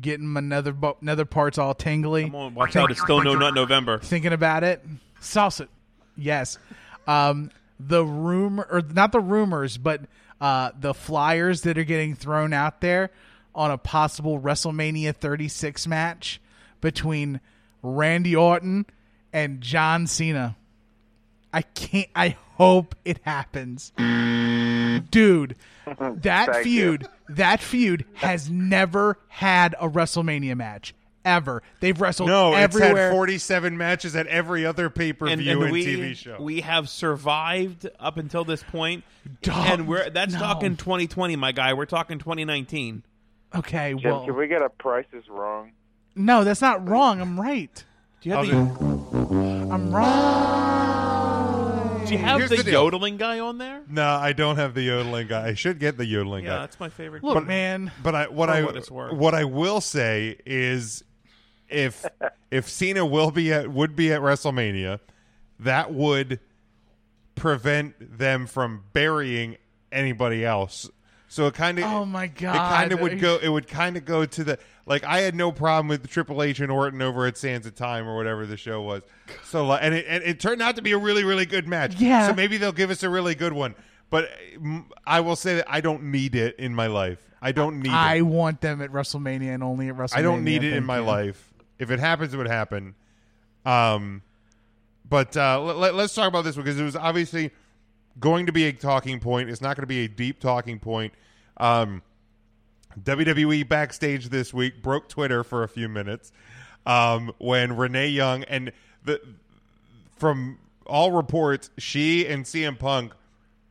H: getting my nether bo- nether parts all tingly.
I: Come on, watch out. It's still no nut November.
H: thinking about it. Salsa, yes. Um, the rumor, or not the rumors, but uh, the flyers that are getting thrown out there on a possible WrestleMania 36 match between Randy Orton and John Cena. I can't. I hope it happens,
J: (laughs)
H: dude. That
J: Thank you.
H: feud, that feud has never had a WrestleMania match ever. They've wrestled
F: No,
H: everywhere.
F: it's had 47 matches at every other pay-per-view and,
I: we,
F: TV show.
I: We have survived up until this point,
H: Dog,
I: and we're that's
H: no.
I: talking 2020, my guy. We're talking 2019.
H: Okay,
J: Jim,
H: well,
J: can we get a prices wrong?
H: no, that's not wrong. I'm right.
I: Do you
F: I'll
I: have the,
F: do-
H: I'm wrong.
I: Do you have
F: Here's
I: the,
F: the deal.
I: yodeling guy on there?
F: No, I don't have the yodeling guy. I should get the yodeling
I: Yeah,
F: guy.
I: that's my favorite.
H: Look,
I: But-
H: man.
F: But I what
I: For
F: I
I: what it's worth.
F: what I will say is
I: (laughs)
F: if if Cena will be at would be at WrestleMania, that would prevent them from burying anybody else. So it kind of
H: Oh my
F: it kind
H: God.
F: of would go it would kind of go to the like I had no problem with Triple H and Orton over at Sands of Time or whatever the show was. So like, and it and it turned out to be a really really good match.
H: Yeah.
F: So maybe they'll give us a really good one. But mm, I will say that I don't need it in my life. I don't need
H: I
F: it.
H: want them at WrestleMania and only at WrestleMania.
F: I don't need it in
H: thank
F: my
H: you.
F: life. If it happens, it would happen. Um, but uh, let, us talk about this because it was obviously going to be a talking point. It's not going to be a deep talking point. Um, WWE backstage this week broke Twitter for a few minutes um, when Renee Young and the from all reports, she and CM Punk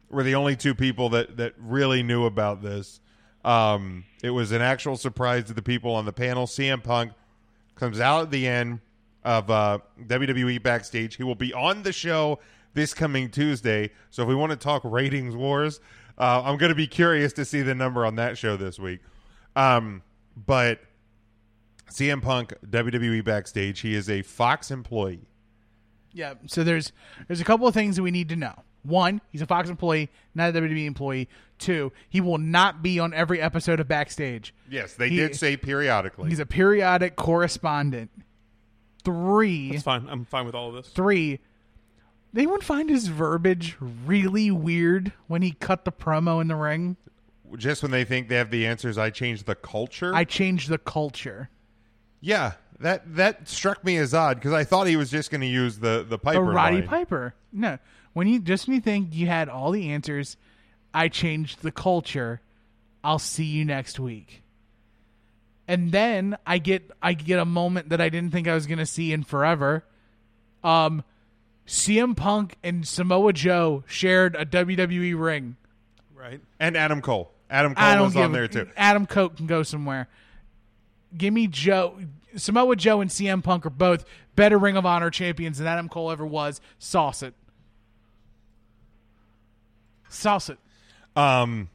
F: were the only two people that that really knew about this. Um, it was an actual surprise to the people on the panel. CM Punk comes out at the end of uh, WWE backstage. He will be on the show this coming Tuesday. So if we want to talk ratings wars, uh, I'm going to be curious to see the number on that show this week. Um, but CM Punk WWE backstage. He is a Fox employee.
H: Yeah. So there's there's a couple of things that we need to know. One, he's a Fox employee, not a WWE employee. Two, he will not be on every episode of Backstage.
F: Yes, they
H: He-
F: did say periodically.
H: He's a periodic correspondent. Three.
I: That's fine. I'm fine with all of this.
H: Three. They would find his verbiage really weird when he cut the promo in the ring.
F: just when they think they have the answers, I changed the culture.
H: I changed the culture.
F: yeah, that that struck me as odd because I thought he was just going to use the the Piper
H: a Roddy
F: line.
H: Piper. No, when you just when you think you had all the answers, I changed the culture. I'll see you next week. And then I get I get a moment that I didn't think I was gonna see in forever. Um, CM Punk and Samoa Joe shared a WWE ring.
I: Right.
F: and Adam Cole. Adam
H: I
F: Cole
H: don't
F: was
H: give
F: on
H: a-
F: there
H: (laughs)
F: too.
H: Adam Coke can go somewhere. Give me Joe Samoa Joe and CM Punk are both better Ring of Honor champions than Adam Cole ever was. Sauce it. Sauce it.
F: Um,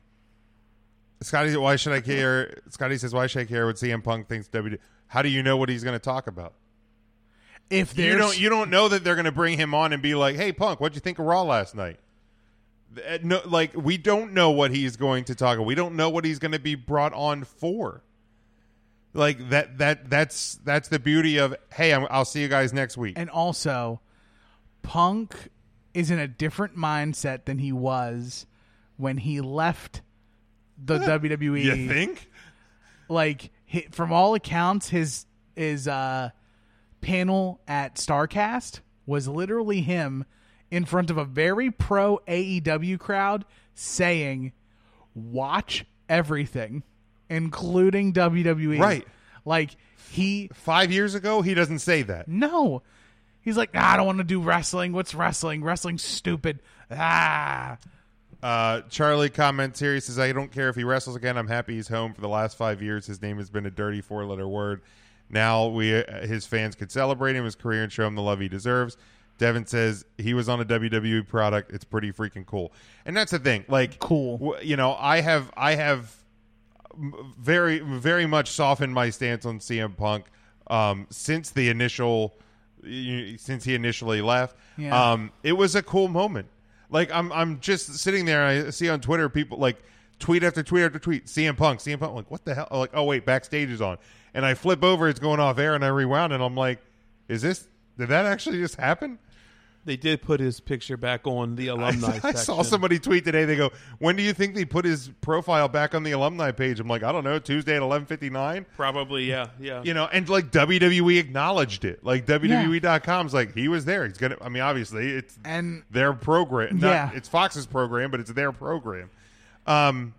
F: Scotty, why should I care? Scotty says, "Why should I care what CM Punk thinks?" W. How do you know what he's going to talk about?
H: If there's
F: You don't. You don't know that they're going to bring him on and be like, "Hey, Punk, what'd you think of Raw last night?" Th- eh, No, like we don't know what he's going to talk. about. We don't know what he's going to be brought on for. Like that. That that's that's the beauty of. Hey, I'm, I'll see you guys next week.
H: and also Punk is in a different mindset than he was when he left the E WWE.
F: you think?
H: like hi- from all accounts his his uh panel at starcast was literally him in front of a very pro aew crowd saying watch everything including wwe
F: Right.
H: like he
F: Five years ago, he doesn't say that.
H: no he's like "Ah, i don't want to do wrestling what's wrestling wrestling's stupid ah
F: Uh, Charlie comments here. He says, I don't care if he wrestles again. I'm happy he's home for the last five years. His name has been a dirty four letter word. Now we uh, his fans could celebrate him, his career, and show him the love he deserves. Devin says he was on a WWE product. It's pretty freaking cool. And that's the thing. Like,
H: Cool.
F: w- you know, I have, I have m- very, very much softened my stance on CM Punk um, since the initial, y- since he initially left.
H: Yeah.
F: Um, it was a cool moment. Like I'm, I'm just sitting there. And I see on Twitter people like tweet after tweet after tweet. CM Punk, CM Punk. Like what the hell? Like oh wait, backstage is on, and I flip over. It's going off air, and I rewound, and I'm like, is this? Did that actually just happen?
I: They did put his picture back on (laughs) the alumni.
F: (laughs) I saw
I: section.
F: somebody tweet today. They go, "When do you think they put his profile back on the alumni page?" I'm like, "I don't know. Tuesday at 11:59."
I: Probably, yeah, yeah.
F: You know, and like WWE acknowledged it. Like E WWE.com's like he was there. He's gonna. I mean, obviously, it's
H: and
F: their program. Not,
H: Yeah.
F: it's Fox's program, but it's their program. Um,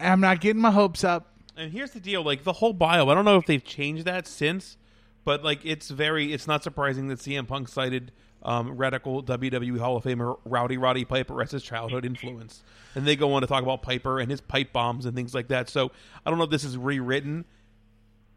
H: i'm not getting my hopes up
I: And here's the deal: like the whole bio. I don't know if they've changed that since, but like it's very. It's not surprising that CM Punk cited um, radical WWE E Hall of Famer Rowdy Roddy Piper as his childhood influence, and they go on to talk about Piper and his pipe bombs and things like that. So I don't know if this is rewritten.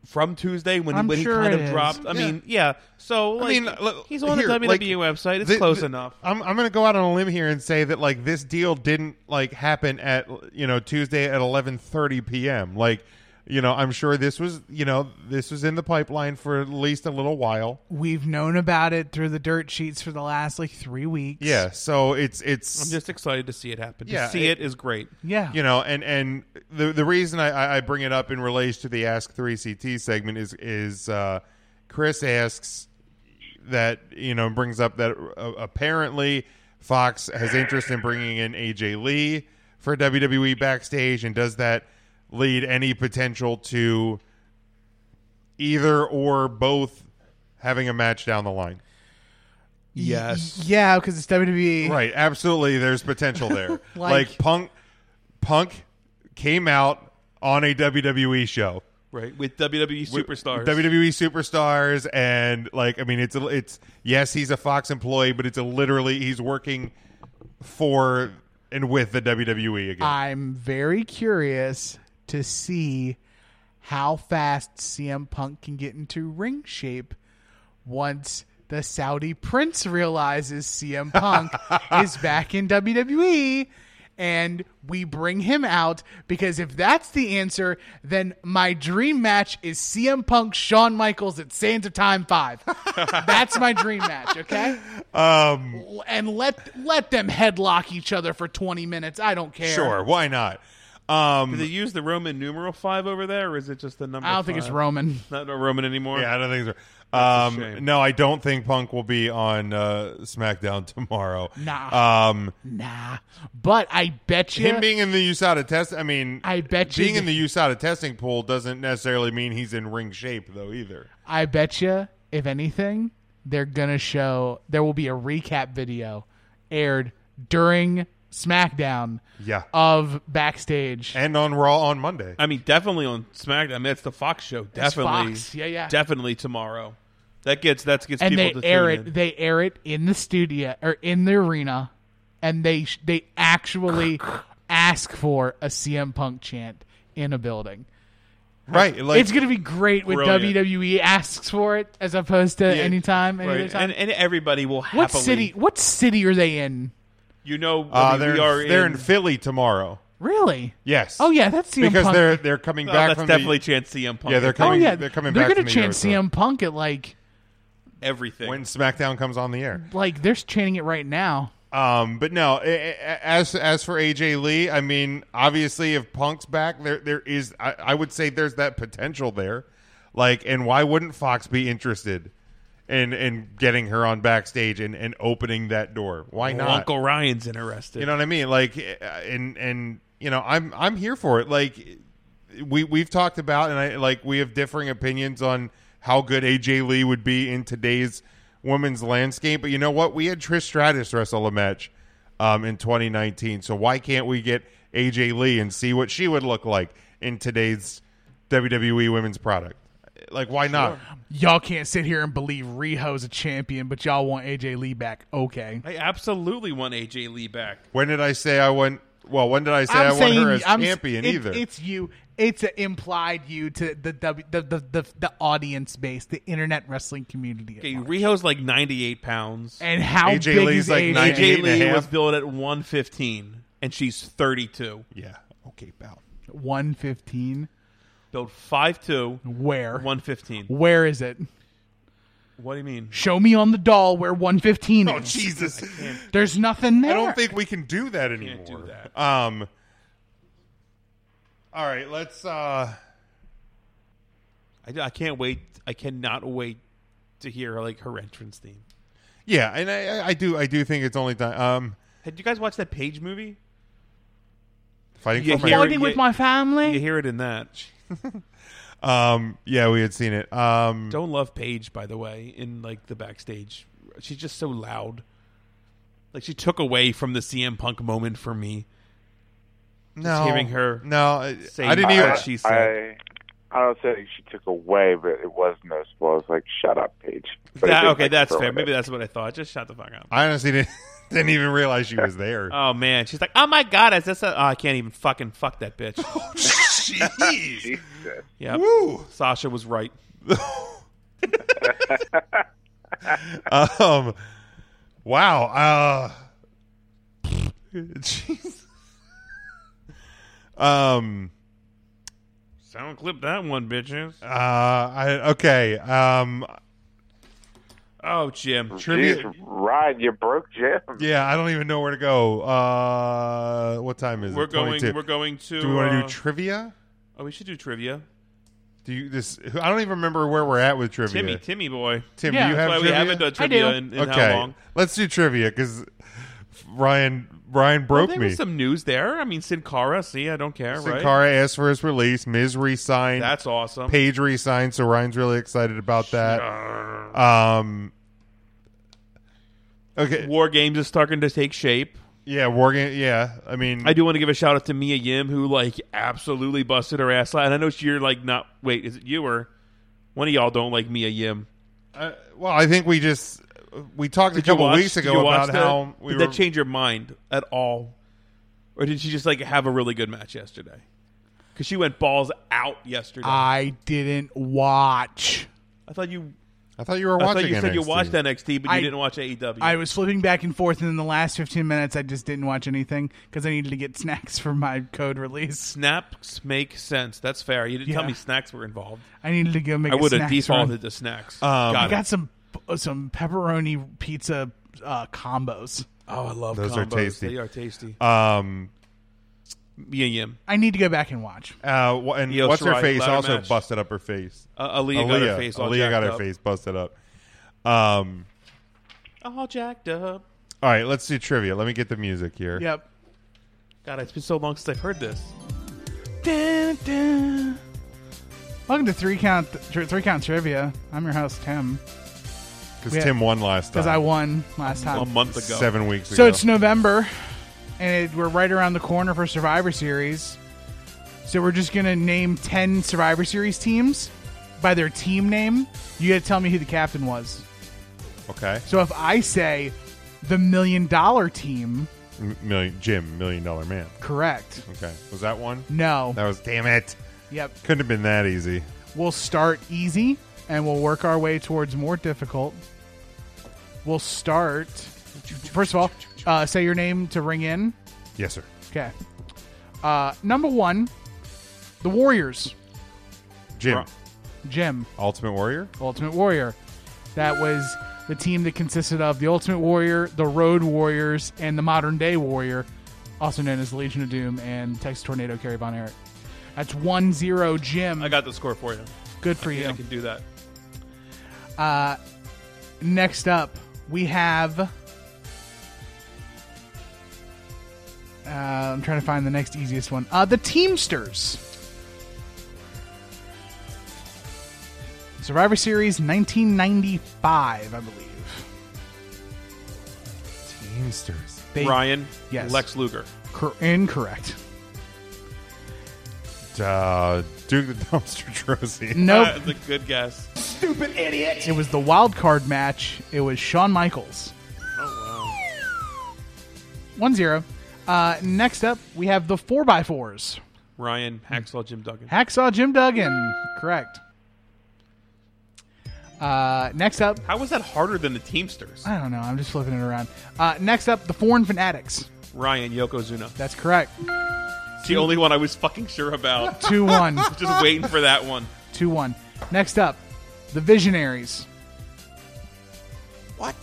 I: from Tuesday when
H: I'm
I: when
H: sure
I: he kind
H: it
I: of
H: is.
I: dropped. I mean, yeah. So like,
F: l-
I: he's on
F: here,
I: the
F: like,
I: WWE website. It's
F: the-
I: close
F: the-
I: enough.
F: I'm I'm going to go out on a limb here and say that like this deal didn't like happen at you know Tuesday at 11:30 p.m. Like you know I'm sure this was you know this was in the pipeline for at least a little while.
H: We've known about it through the dirt sheets for the last like three weeks.
F: Yeah, so it's it's
I: I'm just excited to see it happen.
F: Yeah,
I: to see
F: it-
I: it is great.
H: Yeah.
F: You know, and and the the reason I- I, I bring it up in relation to the Ask Three CT segment is is uh, Chris asks that you know brings up that uh, apparently Fox has interest in bringing in AJ Lee for WWE backstage, and does that lead any potential to either or both having a match down the line? Yes.
H: Yeah, because it's E. WWE.
F: Right, absolutely. There's potential there. like,
H: Like-
F: Punk, Punk came out on a WWE show,
I: Right with WWE
F: With E
I: superstars.
F: WWE superstars, and like, I mean, it's a, it's yes, he's a Fox employee, but it's a literally he's working for and with the WWE again.
H: I'm very curious to see how fast CM Punk can get into ring shape once the Saudi prince realizes CM
F: (laughs)
H: Punk is back in WWE and we bring him out because if that's the answer then my dream match is CM Punk Shawn Michaels at Sands of Time
F: (laughs)
H: 5. that's my dream match, okay?
F: um,
H: And let let them headlock each other for 20 minutes. I don't care.
F: sure, why not? Um,
I: Do they use the Roman numeral five over there, or is it just the number?
H: I don't think it's Roman.
I: Not a Roman anymore.
F: yeah, I don't think so.
I: That's a
F: Um,
I: shame.
F: no, I don't think Punk will be on uh, SmackDown (laughs) tomorrow.
H: Nah.
F: Um,
H: Nah, but I bet you.
F: Him being in the USADA test, I mean,
H: I bet you
F: being in
H: th-
F: the USADA testing pool doesn't necessarily mean he's in ring shape though either.
H: I bet you. If anything, they're gonna show. There will be a recap video aired during SmackDown
F: Yeah,
H: of backstage.
F: and on Raw on
H: (laughs)
F: Monday.
I: I mean, definitely on SmackDown. I mean, it's the Fox show. Definitely.
H: Fox. Yeah, yeah.
I: Definitely tomorrow. That gets that gets
H: and
I: people
H: they
I: to
H: air
I: tune
H: it.
I: in.
H: They air it in the studio or in the arena, and they sh- they actually
I: (laughs)
H: ask for a CM Punk chant in a building.
F: right, like
H: it's gonna be great when
I: Brilliant.
H: WWE asks for it as opposed to
I: Yeah,
H: anytime, any
I: right.
H: other time.
I: And, and everybody will happily.
H: what city? What city are they in?
I: You know, I
F: uh,
I: mean,
F: they're
I: we are
F: in, they're
I: in. Oh,
F: in Philly tomorrow.
H: Really?
F: Yes.
H: Oh yeah, that's CM
F: because
H: Punk.
F: they're they're coming
I: Oh,
F: back.
I: that's
F: from
I: definitely
F: the,
I: Chance CM Punk.
F: Yeah, they're
H: oh
F: coming-
H: yeah,
F: they're coming
H: They're
F: back
H: gonna
F: from the
H: chant
F: Euro
H: CM Punk at like
I: everything.
F: when SmackDown comes on the air.
H: like they're chanting it right now.
F: Um, but no, a- a- a- as as for AJ Lee, I mean, obviously, if Punk's back, there there is, I, I would say, there's that potential there. Like, and why wouldn't Fox be interested in in getting her on backstage and and opening that door? Why
I: Well,
F: not?
I: Uncle Ryan's interested.
F: You know what I mean? Like, uh, and and you know, I'm I'm here for it. Like, we we've talked about, and I like we have differing opinions on how good AJ Lee would be in today's women's landscape. But you know what? We had Trish Stratus wrestle a match um, in 2019, so why can't we get AJ Lee and see what she would look like in today's WWE women's product? Like, why not?
H: Y'all can't sit here and believe Riho's a champion, but y'all want AJ Lee back. Okay.
I: I absolutely want AJ Lee back.
F: When did I say I went? Well, when did I say i want her as
H: I'm-
F: champion?
H: it-
F: either
H: It's you. It's an implied you to the w, the, the the the audience base, the internet wrestling community. at
I: Okay,
H: large.
I: Riho's like 98 pounds.
H: and how
F: AJ
H: big
F: Lee's
H: is
F: like
H: AJ?
F: 98
I: AJ
F: and a
I: Lee
F: half.
I: was billed at 115, and she's 32.
F: yeah. Okay, pal.
H: One fifteen.
I: Billed 5'2",
H: Where?
I: 115.
H: Where is it?
I: What do you mean?
H: Show me on the doll where one fifteen
F: Oh
H: is.
F: Jesus!
H: There's nothing there.
F: I don't think we can do that anymore.
I: Can't do that.
F: Um. All right, let's. uh
I: I, I can't wait. I cannot wait to hear like her entrance theme.
F: Yeah, and I, I- I do, I do think it's only time. Um,
I: Had you guys watched that Page movie?
F: fighting
I: You
F: for
I: hear-
F: my.
H: fighting
I: you-
H: with my
I: You
H: family.
I: hear it in that.
F: Um. Yeah, we had seen it. Um.
I: Don't love Paige, by the way, in like the backstage. She's just so loud. Like she took away from the CM Punk moment for me.
F: No,
I: hearing her
F: No, I,
I: say
F: I didn't
I: what
F: even.
I: she said.
J: I, I don't say she took away, but it was noticeable. I was like, "Shut up, Paige." But it
I: That,
J: did, (laughs)
I: okay,
J: like,
I: that's
J: throw
I: fair.
J: it
I: Maybe
J: in.
I: that's what I thought. Just shut the fuck up.
F: I honestly didn't. (laughs) Didn't even realize she was there.
I: (laughs) Oh man, she's like, oh my god, is this? A- oh, I can't even fucking fuck
F: (laughs)
I: that bitch.
F: Oh,
I: (laughs)
F: Jeez.
I: yeah,
F: Woo.
I: Sasha was right.
F: um, wow. Uh, (laughs) jeez. um,
I: Sound clip that one, bitches.
F: uh, I, okay. Um,
I: Oh, Jim.
F: Trivia-
J: Jeez, Ryan, you broke Jim.
F: yeah, I don't even know where to go. Uh, what time is
I: We're
F: it?
I: going.
F: 22.
I: We're going to.
F: Do we want to
I: uh,
F: do trivia?
I: Oh, we should do trivia.
F: Do you this? I don't even remember where we're at with trivia.
I: Timmy, Timmy boy.
F: Tim,
I: Yeah.
F: do you
I: That's
F: have
I: why we
F: trivia?
I: haven't done trivia I do. in- in how long.
F: Let's do trivia because Ryan Ryan broke
I: there
F: me.
I: was some news there. I mean, Sin Cara. See, I don't care.
F: Sin
I: right?
F: Cara asked for his release. Miz resigned.
I: That's awesome.
F: Paige resigned, so Ryan's really excited about that. Um. Okay.
I: War Games is starting to take shape.
F: Yeah, War Game. Yeah, I mean,
I: I do want to give a shout out to Mia Yim, who like absolutely busted her ass. And I know you're like not. Wait, is it you or one of y'all don't like Mia Yim?
F: Uh, well, I think we just we talked
I: Did
F: a
I: you
F: couple
I: watch-
F: weeks
I: did
F: ago
I: you watch
F: about
I: that?
F: how we
I: did
F: were.
I: that change your mind at all, or did she just like have a really good match yesterday? Because she went balls out yesterday.
H: I didn't watch.
I: I thought you.
F: I thought you were
I: I thought
F: watching.
I: you said you
F: NXT.
I: watched NXT, but you
H: I-
I: didn't watch E AEW.
H: I was flipping back and forth, and in the last 15 minutes, I just didn't watch anything because I needed to get (laughs) snacks for my code release.
I: Snaps make sense. That's fair. You didn't tell
H: Yeah.
I: me snacks were involved.
H: I needed to go make
I: I
H: a
I: would have
H: snacks
I: defaulted
H: run.
I: to snacks.
F: Um,
I: got
H: I
I: it.
H: got some uh, some pepperoni pizza uh, combos.
I: Oh, I love
F: Those are
I: combos.
F: tasty.
I: They are tasty.
F: Um.
I: Mia Yim.
H: I need to go back and watch.
F: Uh, wh- and
I: Io
F: what's her
I: Shirai,
F: face
I: ladder
F: also
I: match.
F: busted up her face.
I: Uh, Aaliyah got her face all
F: Aaliyah got
I: jacked
F: her
I: up.
F: face busted up. Um.
I: All jacked up.
F: All right, let's do trivia. Let me get the music here.
H: Yep.
I: God, it's been so long since I've heard this.
H: Dun, dun. Welcome to three count Tri- three count trivia. I'm your host Tim
F: Because
H: Yeah.
F: Tim won last time.
H: because I won last time.
I: A month ago.
F: seven weeks
H: So
F: ago.
H: it's November, and it, we're right around the corner for Survivor Series. So we're just gonna name ten Survivor Series teams by their team name. You gotta tell me who the captain was.
F: okay.
H: So if I say the Million Dollar Team,
F: M- million Jim, million dollar man.
H: correct?
F: Okay, was that one?
H: No.
F: That was damn it.
H: Yep.
F: Couldn't have been that easy.
H: We'll start easy and we'll work our way towards more difficult. We'll start. First of all, uh, say your name to ring in.
F: Yes, sir.
H: Okay. Uh, number one, the Warriors.
F: Jim,
I: Wrong.
H: Jim,
F: Ultimate Warrior.
H: Ultimate Warrior. That was the team that consisted of the Ultimate Warrior, the Road Warriors, and the Modern Day Warrior, also known as the Legion of Doom and Texas Tornado Kerry Von Erich. That's 1 0 Jim.
I: I got the score for you.
H: Good for
I: Yeah, I
H: you.
I: can do that.
H: Uh, next up, we have. Uh, I'm trying to find the next easiest one. Uh, the Teamsters. Survivor Series 1995, I believe.
F: Teamsters.
H: They,
I: Ryan.
H: Yes.
I: Lex Luger.
H: Cor- incorrect.
F: Uh, Duke the Dumpster Drosy.
H: (laughs) Nope.
I: Uh, that's a good guess.
H: it was the wild card match. It was Shawn Michaels. One zero. Uh, next up, we have the 4x4s.
I: Ryan. Hacksaw Jim Duggan.
H: Hacksaw Jim Duggan. Correct. Uh, next up,
I: How was that harder than the Teamsters?
H: I don't know. I'm just flipping it around. Uh, next up, the Foreign Fanatics.
I: Ryan. Yokozuna.
H: That's correct.
I: It's the only one I was fucking sure
H: (laughs)
I: about. (laughs)
H: 2 1.
I: Just waiting for that one.
H: 2 1. Next up, the Visionaries.
B: What?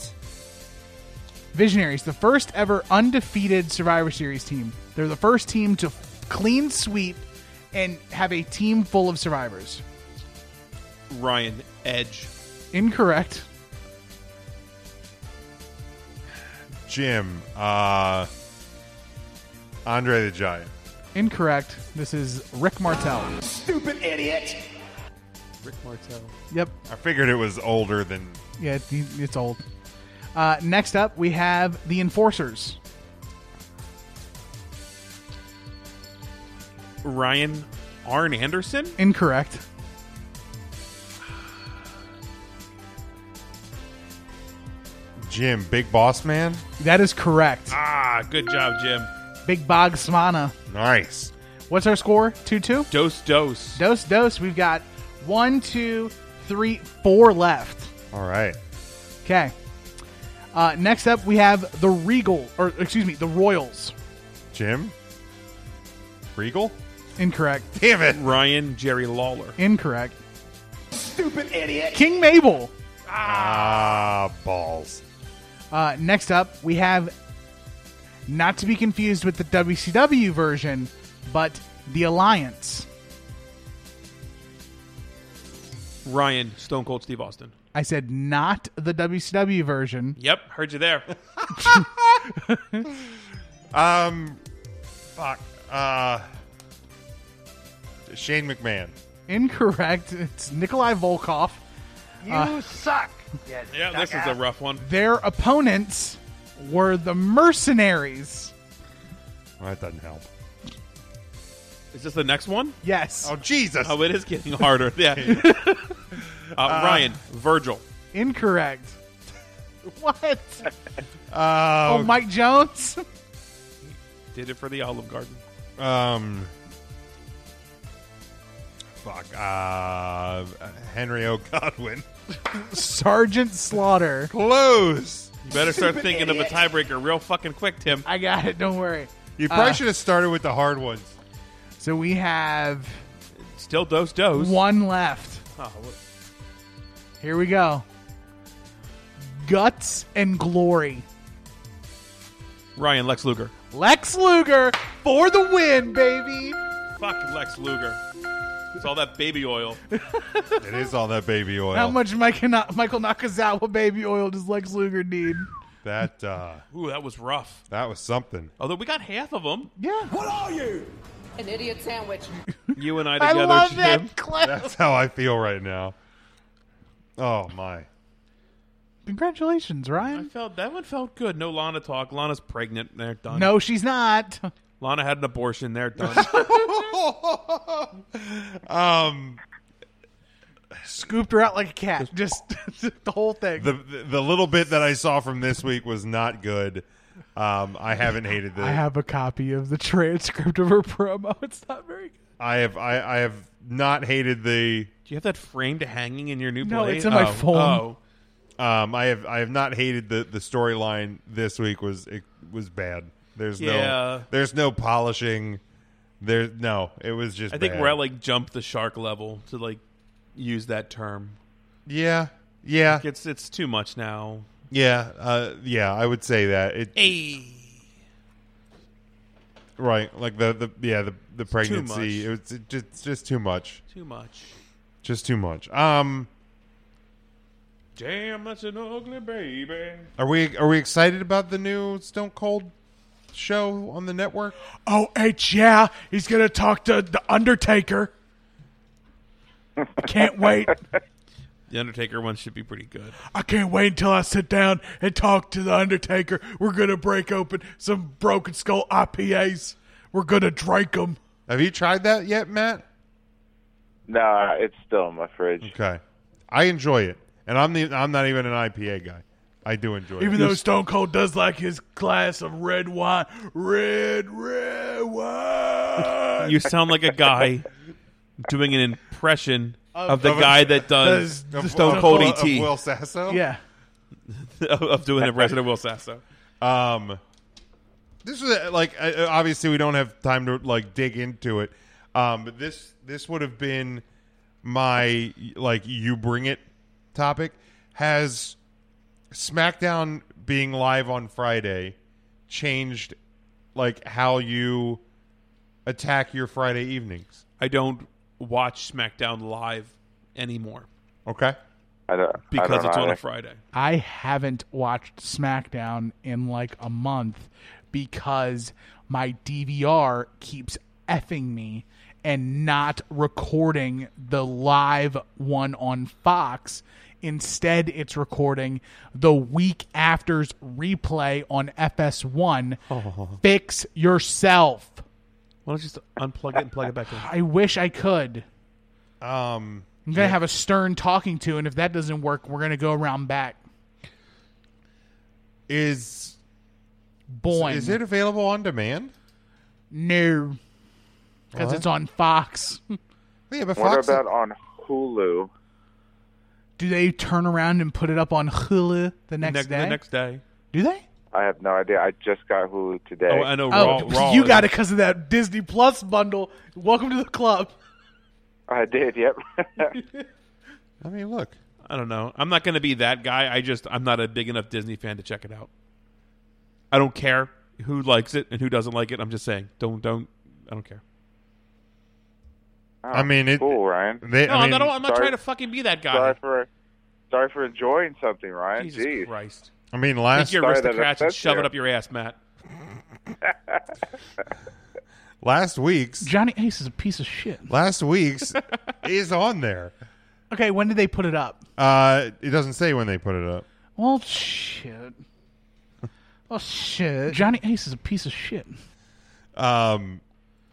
H: Visionaries, the first ever undefeated Survivor Series team. They're the first team to clean sweep and have a team full of survivors.
I: Ryan. Edge.
H: Incorrect.
F: Jim. Uh, Andre the Giant.
H: Incorrect. This is Rick Martel.
I: Rick Martel.
H: Yep.
F: I figured it was older than
H: Yeah, it, it's old. Uh, next up, we have the Enforcers.
I: Ryan. Arn Anderson.
H: Incorrect.
F: Jim, Big Boss Man.
H: That is correct.
I: Ah, good job, Jim.
H: Big Bogsmana.
F: Nice.
H: What's our score? 2 2?
I: Dose, dose.
H: Dose, dose. We've got one, two, three, four left.
F: All right.
H: Okay. Uh, next up, we have the Regal, or excuse me, the Royals.
F: Jim? Regal?
B: (laughs)
H: Incorrect.
F: Damn it.
I: Ryan Jerry Lawler.
H: Incorrect.
B: Stupid idiot.
H: King Mabel.
F: Ah, balls.
H: Uh, next up, we have, not to be confused with the WCW version, but the Alliance.
I: Ryan Stone Cold Steve Austin.
H: I said not the WCW version.
I: Yep, heard you there.
F: Um, fuck. Uh, Shane McMahon.
H: Incorrect. (laughs) It's Nikolai Volkov.
B: You
H: Uh,
B: suck.
I: yeah, this is a rough one.
H: Their opponents were the Mercenaries.
F: Well, that doesn't help.
I: Is this the next one?
H: Yes.
F: Oh, Jesus.
I: Oh, it
H: (laughs)
I: is getting harder. Yeah. Uh, Ryan Virgil.
H: Incorrect. (laughs) What?
F: Uh,
H: Oh, Mike Jones?
I: Did it for the Olive Garden.
F: Um, fuck. Uh, Henry O. Godwin.
H: (laughs)
F: (laughs)
H: Sergeant Slaughter.
F: Close.
I: You better start thinking of a tiebreaker real fucking quick, Tim.
H: I got it. Don't worry.
F: You probably
H: Uh,
F: should have started with the hard ones.
H: So we have
I: Still dose dose.
H: one left.
I: Oh, what-
H: Here we go. Guts and Glory.
I: Ryan Lex Luger.
H: Lex Luger for the win, baby.
I: Fuck Lex Luger. It's all that baby oil.
F: It is all that baby oil.
H: How much Michael, Na- Michael Nakazawa baby oil does Lex Luger need?
F: That uh,
I: Ooh, that was rough.
F: that was something. (laughs)
I: Although we got half of them.
H: Yeah.
B: What are you?
K: An idiot sandwich.
I: You and
H: (laughs)
I: I
H: I
I: together,
H: love
I: Jim.
H: that clip.
F: That's how I feel right now. Oh my.
H: Congratulations,
I: I
H: Ryan.
I: felt that one felt good. No Lana talk. Lana's pregnant. They're done.
H: No, she's not.
I: Lana had an abortion. They're
H: (laughs)
I: done.
F: Um,
H: Scooped her out like a cat. Just (laughs) the whole thing.
F: the the- the little bit that I saw from this week was not good. Um, I haven't hated this.
H: I have a copy of the transcript of her promo. (laughs) It's not very good.
F: I have I, I have not hated the
I: Do you have that framed hanging in your new
H: No,
I: plate?
H: it's in my
I: Oh,
H: phone.
I: Oh.
F: um I have I have not hated the the storyline this week was it was bad. There's
I: Yeah.
F: no there's no polishing. There no, it was just
I: I think
F: bad.
I: we're at like jump the shark level to like use that term.
F: Yeah. Yeah.
I: It's it's too much now.
F: Yeah. Uh yeah, I would say that. It
I: Hey.
F: right, like the the yeah, the the pregnancy.
I: much.
F: It was it just it's just too much.
I: Too much.
F: Just too much. Um
I: Damn, that's an ugly baby.
F: are we are we excited about the new Stone Cold show on the network?
H: Oh, H, yeah. He's going to talk to The Undertaker. I can't wait.
I: The Undertaker one should be pretty good.
H: I can't wait until I sit down and talk to The Undertaker. We're going to break open some Broken Skull IPAs. We're going to drink them.
F: Have you tried that yet, Matt?
J: Nah, it's still in my fridge.
F: Okay, I enjoy it, and I'm the I'm not even an IPA guy. I do enjoy
H: Even
F: it.
H: though Stone Cold does like his glass of red wine. Red, red wine.
I: You sound like a guy doing an impression (laughs) of, the
F: of a-
I: guy (laughs) that does
H: does-
I: the
F: Of-
I: Stone
F: of-
I: Cold E
F: of-
I: ET
F: of Will Sasso.
H: yeah.
I: (laughs) of, doing an impression of Will Sasso.
F: Um, this was uh, like uh, uh, obviously we don't have time to like dig into it. Um, but this this would have been my like you bring it topic. Has SmackDown being live on Friday changed like how you attack your Friday evenings?
I: I don't watch SmackDown live anymore
F: Okay.
J: I don't, I
I: because
J: don't
I: it's
J: know
I: on a
J: either.
I: Friday.
H: I haven't watched SmackDown in like a month because my DVR keeps effing me and not recording the live one on Fox. Instead, it's recording the week after's replay on FS1. Oh. Fix yourself.
I: Why don't you just unplug it and plug it back in?
H: I wish I could.
F: Um,
H: I'm going to have a stern talking to, and if that doesn't work, we're going to go around back.
F: Is
H: Boing.
F: Is it available on demand?
H: No. Because
F: What?
H: it's on Fox. (laughs)
F: yeah,
J: what about on Hulu?
H: Do they turn around and put it up on Hulu the next
I: Next- the
H: day?
I: next day.
H: Do they?
J: I have no idea. I just got Hulu today.
I: Oh, I know
H: Oh, (laughs) you got it because of that Disney Plus bundle. Welcome to the club.
J: I did. Yep.
F: I mean, look.
I: I don't know. I'm not going to be that guy. I just I'm not a big enough Disney fan to check it out. I don't care who likes it and who doesn't like it. I'm just saying, don't don't I don't care.
F: I mean, it.
J: Oh, Cool, Ryan.
F: They,
I: no,
F: I mean,
I: I'm not. I'm not
J: Sorry-
I: trying to fucking be that guy.
J: Sorry for, sorry for enjoying something, Ryan.
I: Jesus
J: Jeez.
I: Christ.
F: I mean,
I: Take
F: last
I: your
J: Sorry that
I: aristocrats and
J: upset
I: shove
J: you.
I: it up your ass, Matt.
F: last week's
H: Johnny Ace is a piece of shit.
F: last week's is on there.
H: Okay, when did they put it up?
F: Uh, it doesn't say when they put it up.
H: Well, shit. Well, shit. Johnny Ace is a piece of shit.
F: Um,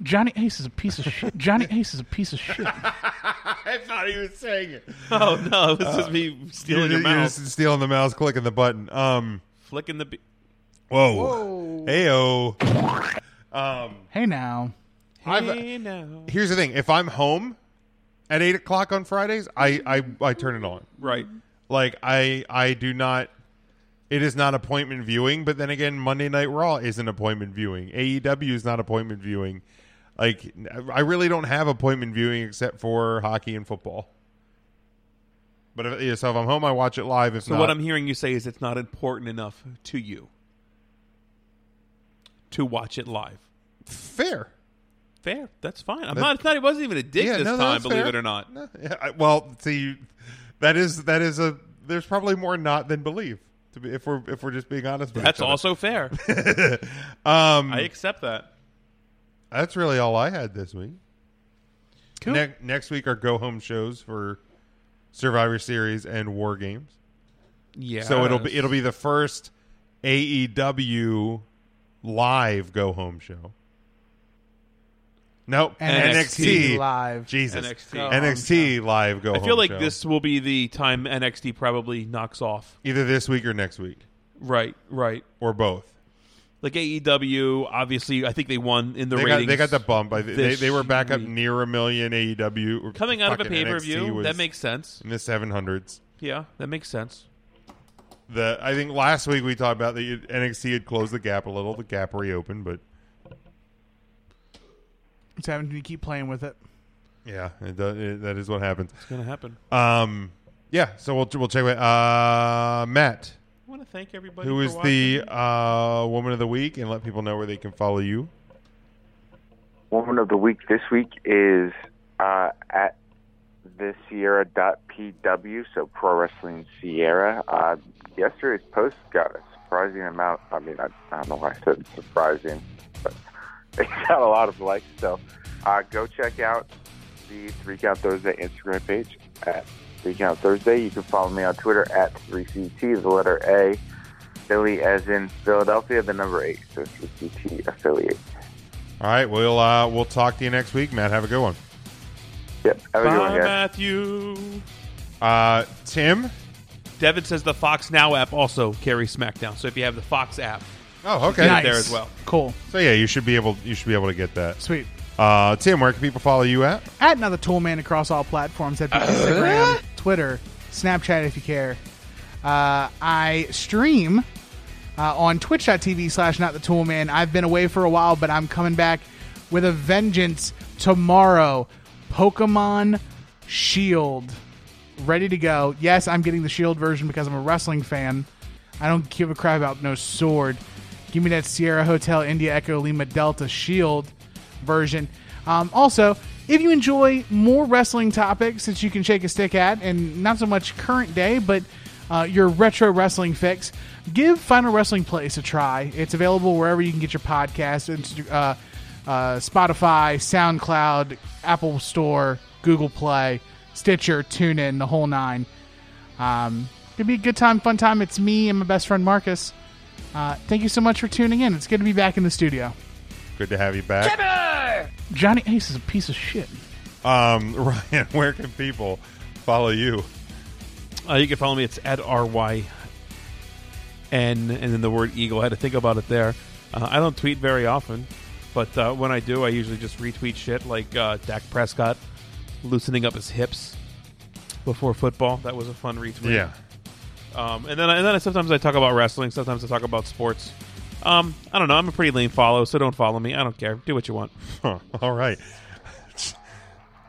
H: Johnny Ace is a piece of shit. Johnny Ace is a piece of shit.
F: I thought he was saying it.
I: Oh (laughs) no, it was
J: Uh,
I: just me stealing (laughs)
F: you're, you're
I: your mouth,
F: just stealing the mouse, clicking the button. Um,
I: flicking the. Be-
F: whoa, heyo. Um,
H: hey now,
F: I've-
I: Hey, now.
F: here's the thing: if I'm home at eight o'clock on Fridays, I I, I turn it on.
I: Right.
F: Like I I do not. It is not appointment viewing, but then again, Monday Night Raw isn't appointment viewing. AEW is not appointment viewing. Like I really don't have appointment viewing except for hockey and football. But if, yeah, so if I'm home, I watch it live. If
I: So
F: not,
I: what I'm hearing you say is it's not important enough to you to watch it live.
F: fair.
I: Fair. That's fine. I'm
F: That-
I: not. It's not. It wasn't even a dig
F: Yeah,
I: this
F: no,
I: time.
F: that's
I: Believe
F: fair.
I: it or not.
F: No, yeah, I- well, see, that is that is a. There's probably more not than believe. To be, if we're if we're just being honest, with
I: That's
F: each other.
I: also fair.
F: (laughs) Um,
I: I accept that.
F: that's really all I had this week.
H: Cool.
F: Ne- next week are go home shows for Survivor Series and War Games.
I: Yeah.
F: So it'll be it'll be the first AEW live go home show. Nope,
H: NXT
F: NXT,
H: live.
F: Jesus,
I: NXT.
F: NXT, live go.
I: I feel
F: home
I: like
F: show.
I: this will be the time NXT probably knocks off.
F: either this week or next week
I: Right. Right.
F: or both.
I: Like AEW, obviously, I think they won in the
F: they
I: ratings.
F: got they got the bump. I, th- they
I: this
F: they were back up
I: week.
F: near a million AEW or
I: coming out of a
F: fucking
I: pay per
F: NXT
I: view.
F: was
I: That makes sense.
F: in the seven hundreds.
I: Yeah, that makes sense.
F: The I think last week we talked about the NXT had closed the gap a little. The gap reopened, but
H: it's having to keep playing with it.
F: yeah, it does, it, that is what happens.
I: It's gonna happen.
F: Um, yeah, so we'll we'll check with uh, Matt,
I: I want to thank everybody.
F: who
I: for
F: is
I: watching.
F: the uh, woman of the week, and let people know where they can follow you.
J: Woman of the week this week is uh, at thesierra.pw, so Pro Wrestling Sierra. Uh, yesterday's post got a surprising amount. I mean, I, I don't know why I said surprising, but (laughs) it got a lot of likes. So uh, go check out the Three Count Thursday Instagram page at Three Count Thursday. You can follow me on Twitter at 3CT, the letter A, Philly as in Philadelphia, the number 8, so 3CT affiliate.
F: All right, we'll uh, we'll talk to you next week, Matt. Have a good one.
J: Yep, have a good one,
I: Bye,
J: guys.
I: Matthew.
F: Uh, Tim.
I: Devin says the Fox Now app also carries SmackDown. So if you have the Fox app,
F: Oh, okay.
I: Nice. there as well.
H: Cool.
F: So yeah, you should be able you should be able to get that.
H: Sweet.
F: Uh, Tim, where can people follow you at?
H: At another tool man across all platforms. That'd (laughs) be Instagram, Twitter, Snapchat if you care. Uh, I stream uh, on twitch.tv slash not the tool man. I've been away for a while, but I'm coming back with a vengeance tomorrow. Pokemon Shield. Ready to go. Yes, I'm getting the Shield E version because I'm a wrestling fan. I don't give a crap about no sword. Give me that Sierra Hotel India Echo Lima Delta Shield E version. Um, also, if you enjoy more wrestling topics that you can shake a stick at, and not so much current day, but uh, your retro wrestling fix, give Final Wrestling Place a try. It's available wherever you can get your podcast, Insta- uh, uh, Spotify, SoundCloud, Apple Store, Google Play, Stitcher, TuneIn, the whole nine. Um, it'd be a good time, fun time. It's me and my best friend Marcus. Uh, thank you so much for tuning in. It's good to be back in the studio.
F: Good to have you back.
H: Johnny Ace is a piece of shit.
F: Um, (laughs) Ryan, where can people follow you?
I: Uh, you can follow me. It's at R Y N and then the word eagle. I had to think about it there. Uh, I don't tweet very often, but uh, when I do, I usually just retweet shit like uh, Dak Prescott loosening up his hips before football. That was a fun retweet.
F: Yeah.
I: Um, and then I- and then I, sometimes I talk about wrestling. Sometimes I talk about sports. Um, I don't know. I'm a pretty lame follow, so don't follow me. I don't care. Do what you want.
F: (laughs) All right.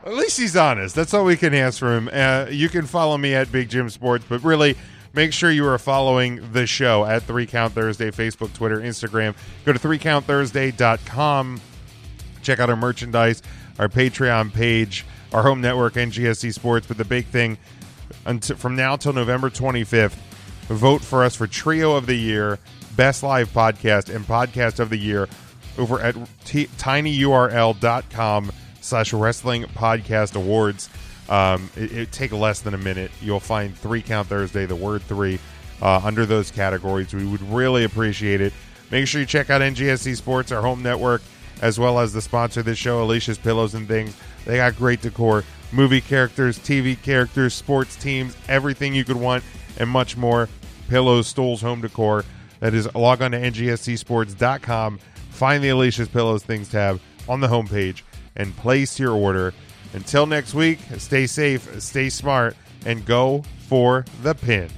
F: At least he's honest. That's all we can ask from him. Uh, you can follow me at Big Jim Sports, but really make sure you are following the show at Three Count Thursday, Facebook, Twitter, Instagram. Go to threecountthursday.com. Check out our merchandise, our Patreon page, our home network, NGSC E Sports. But the big thing until, from now till November 25th, vote for us for Trio of the Year, Best Live Podcast, and Podcast of the Year over at t- tinyurl.com slash wrestling podcast awards. Um, it, it take less than a minute. You'll find three count Thursday, the word three, uh, under those categories. We would really appreciate it. Make sure you check out NGSC E Sports, our home network, as well as the sponsor of this show, Alicia's Pillows and Things. They got great decor, movie characters, TV characters, sports teams, everything you could want, and much more. Pillows, stools, home decor. That is, log on to ngscsports.com, find the Alicia's Pillows Things tab on the homepage, and place your order. Until next week, stay safe, stay smart, and go for the pin.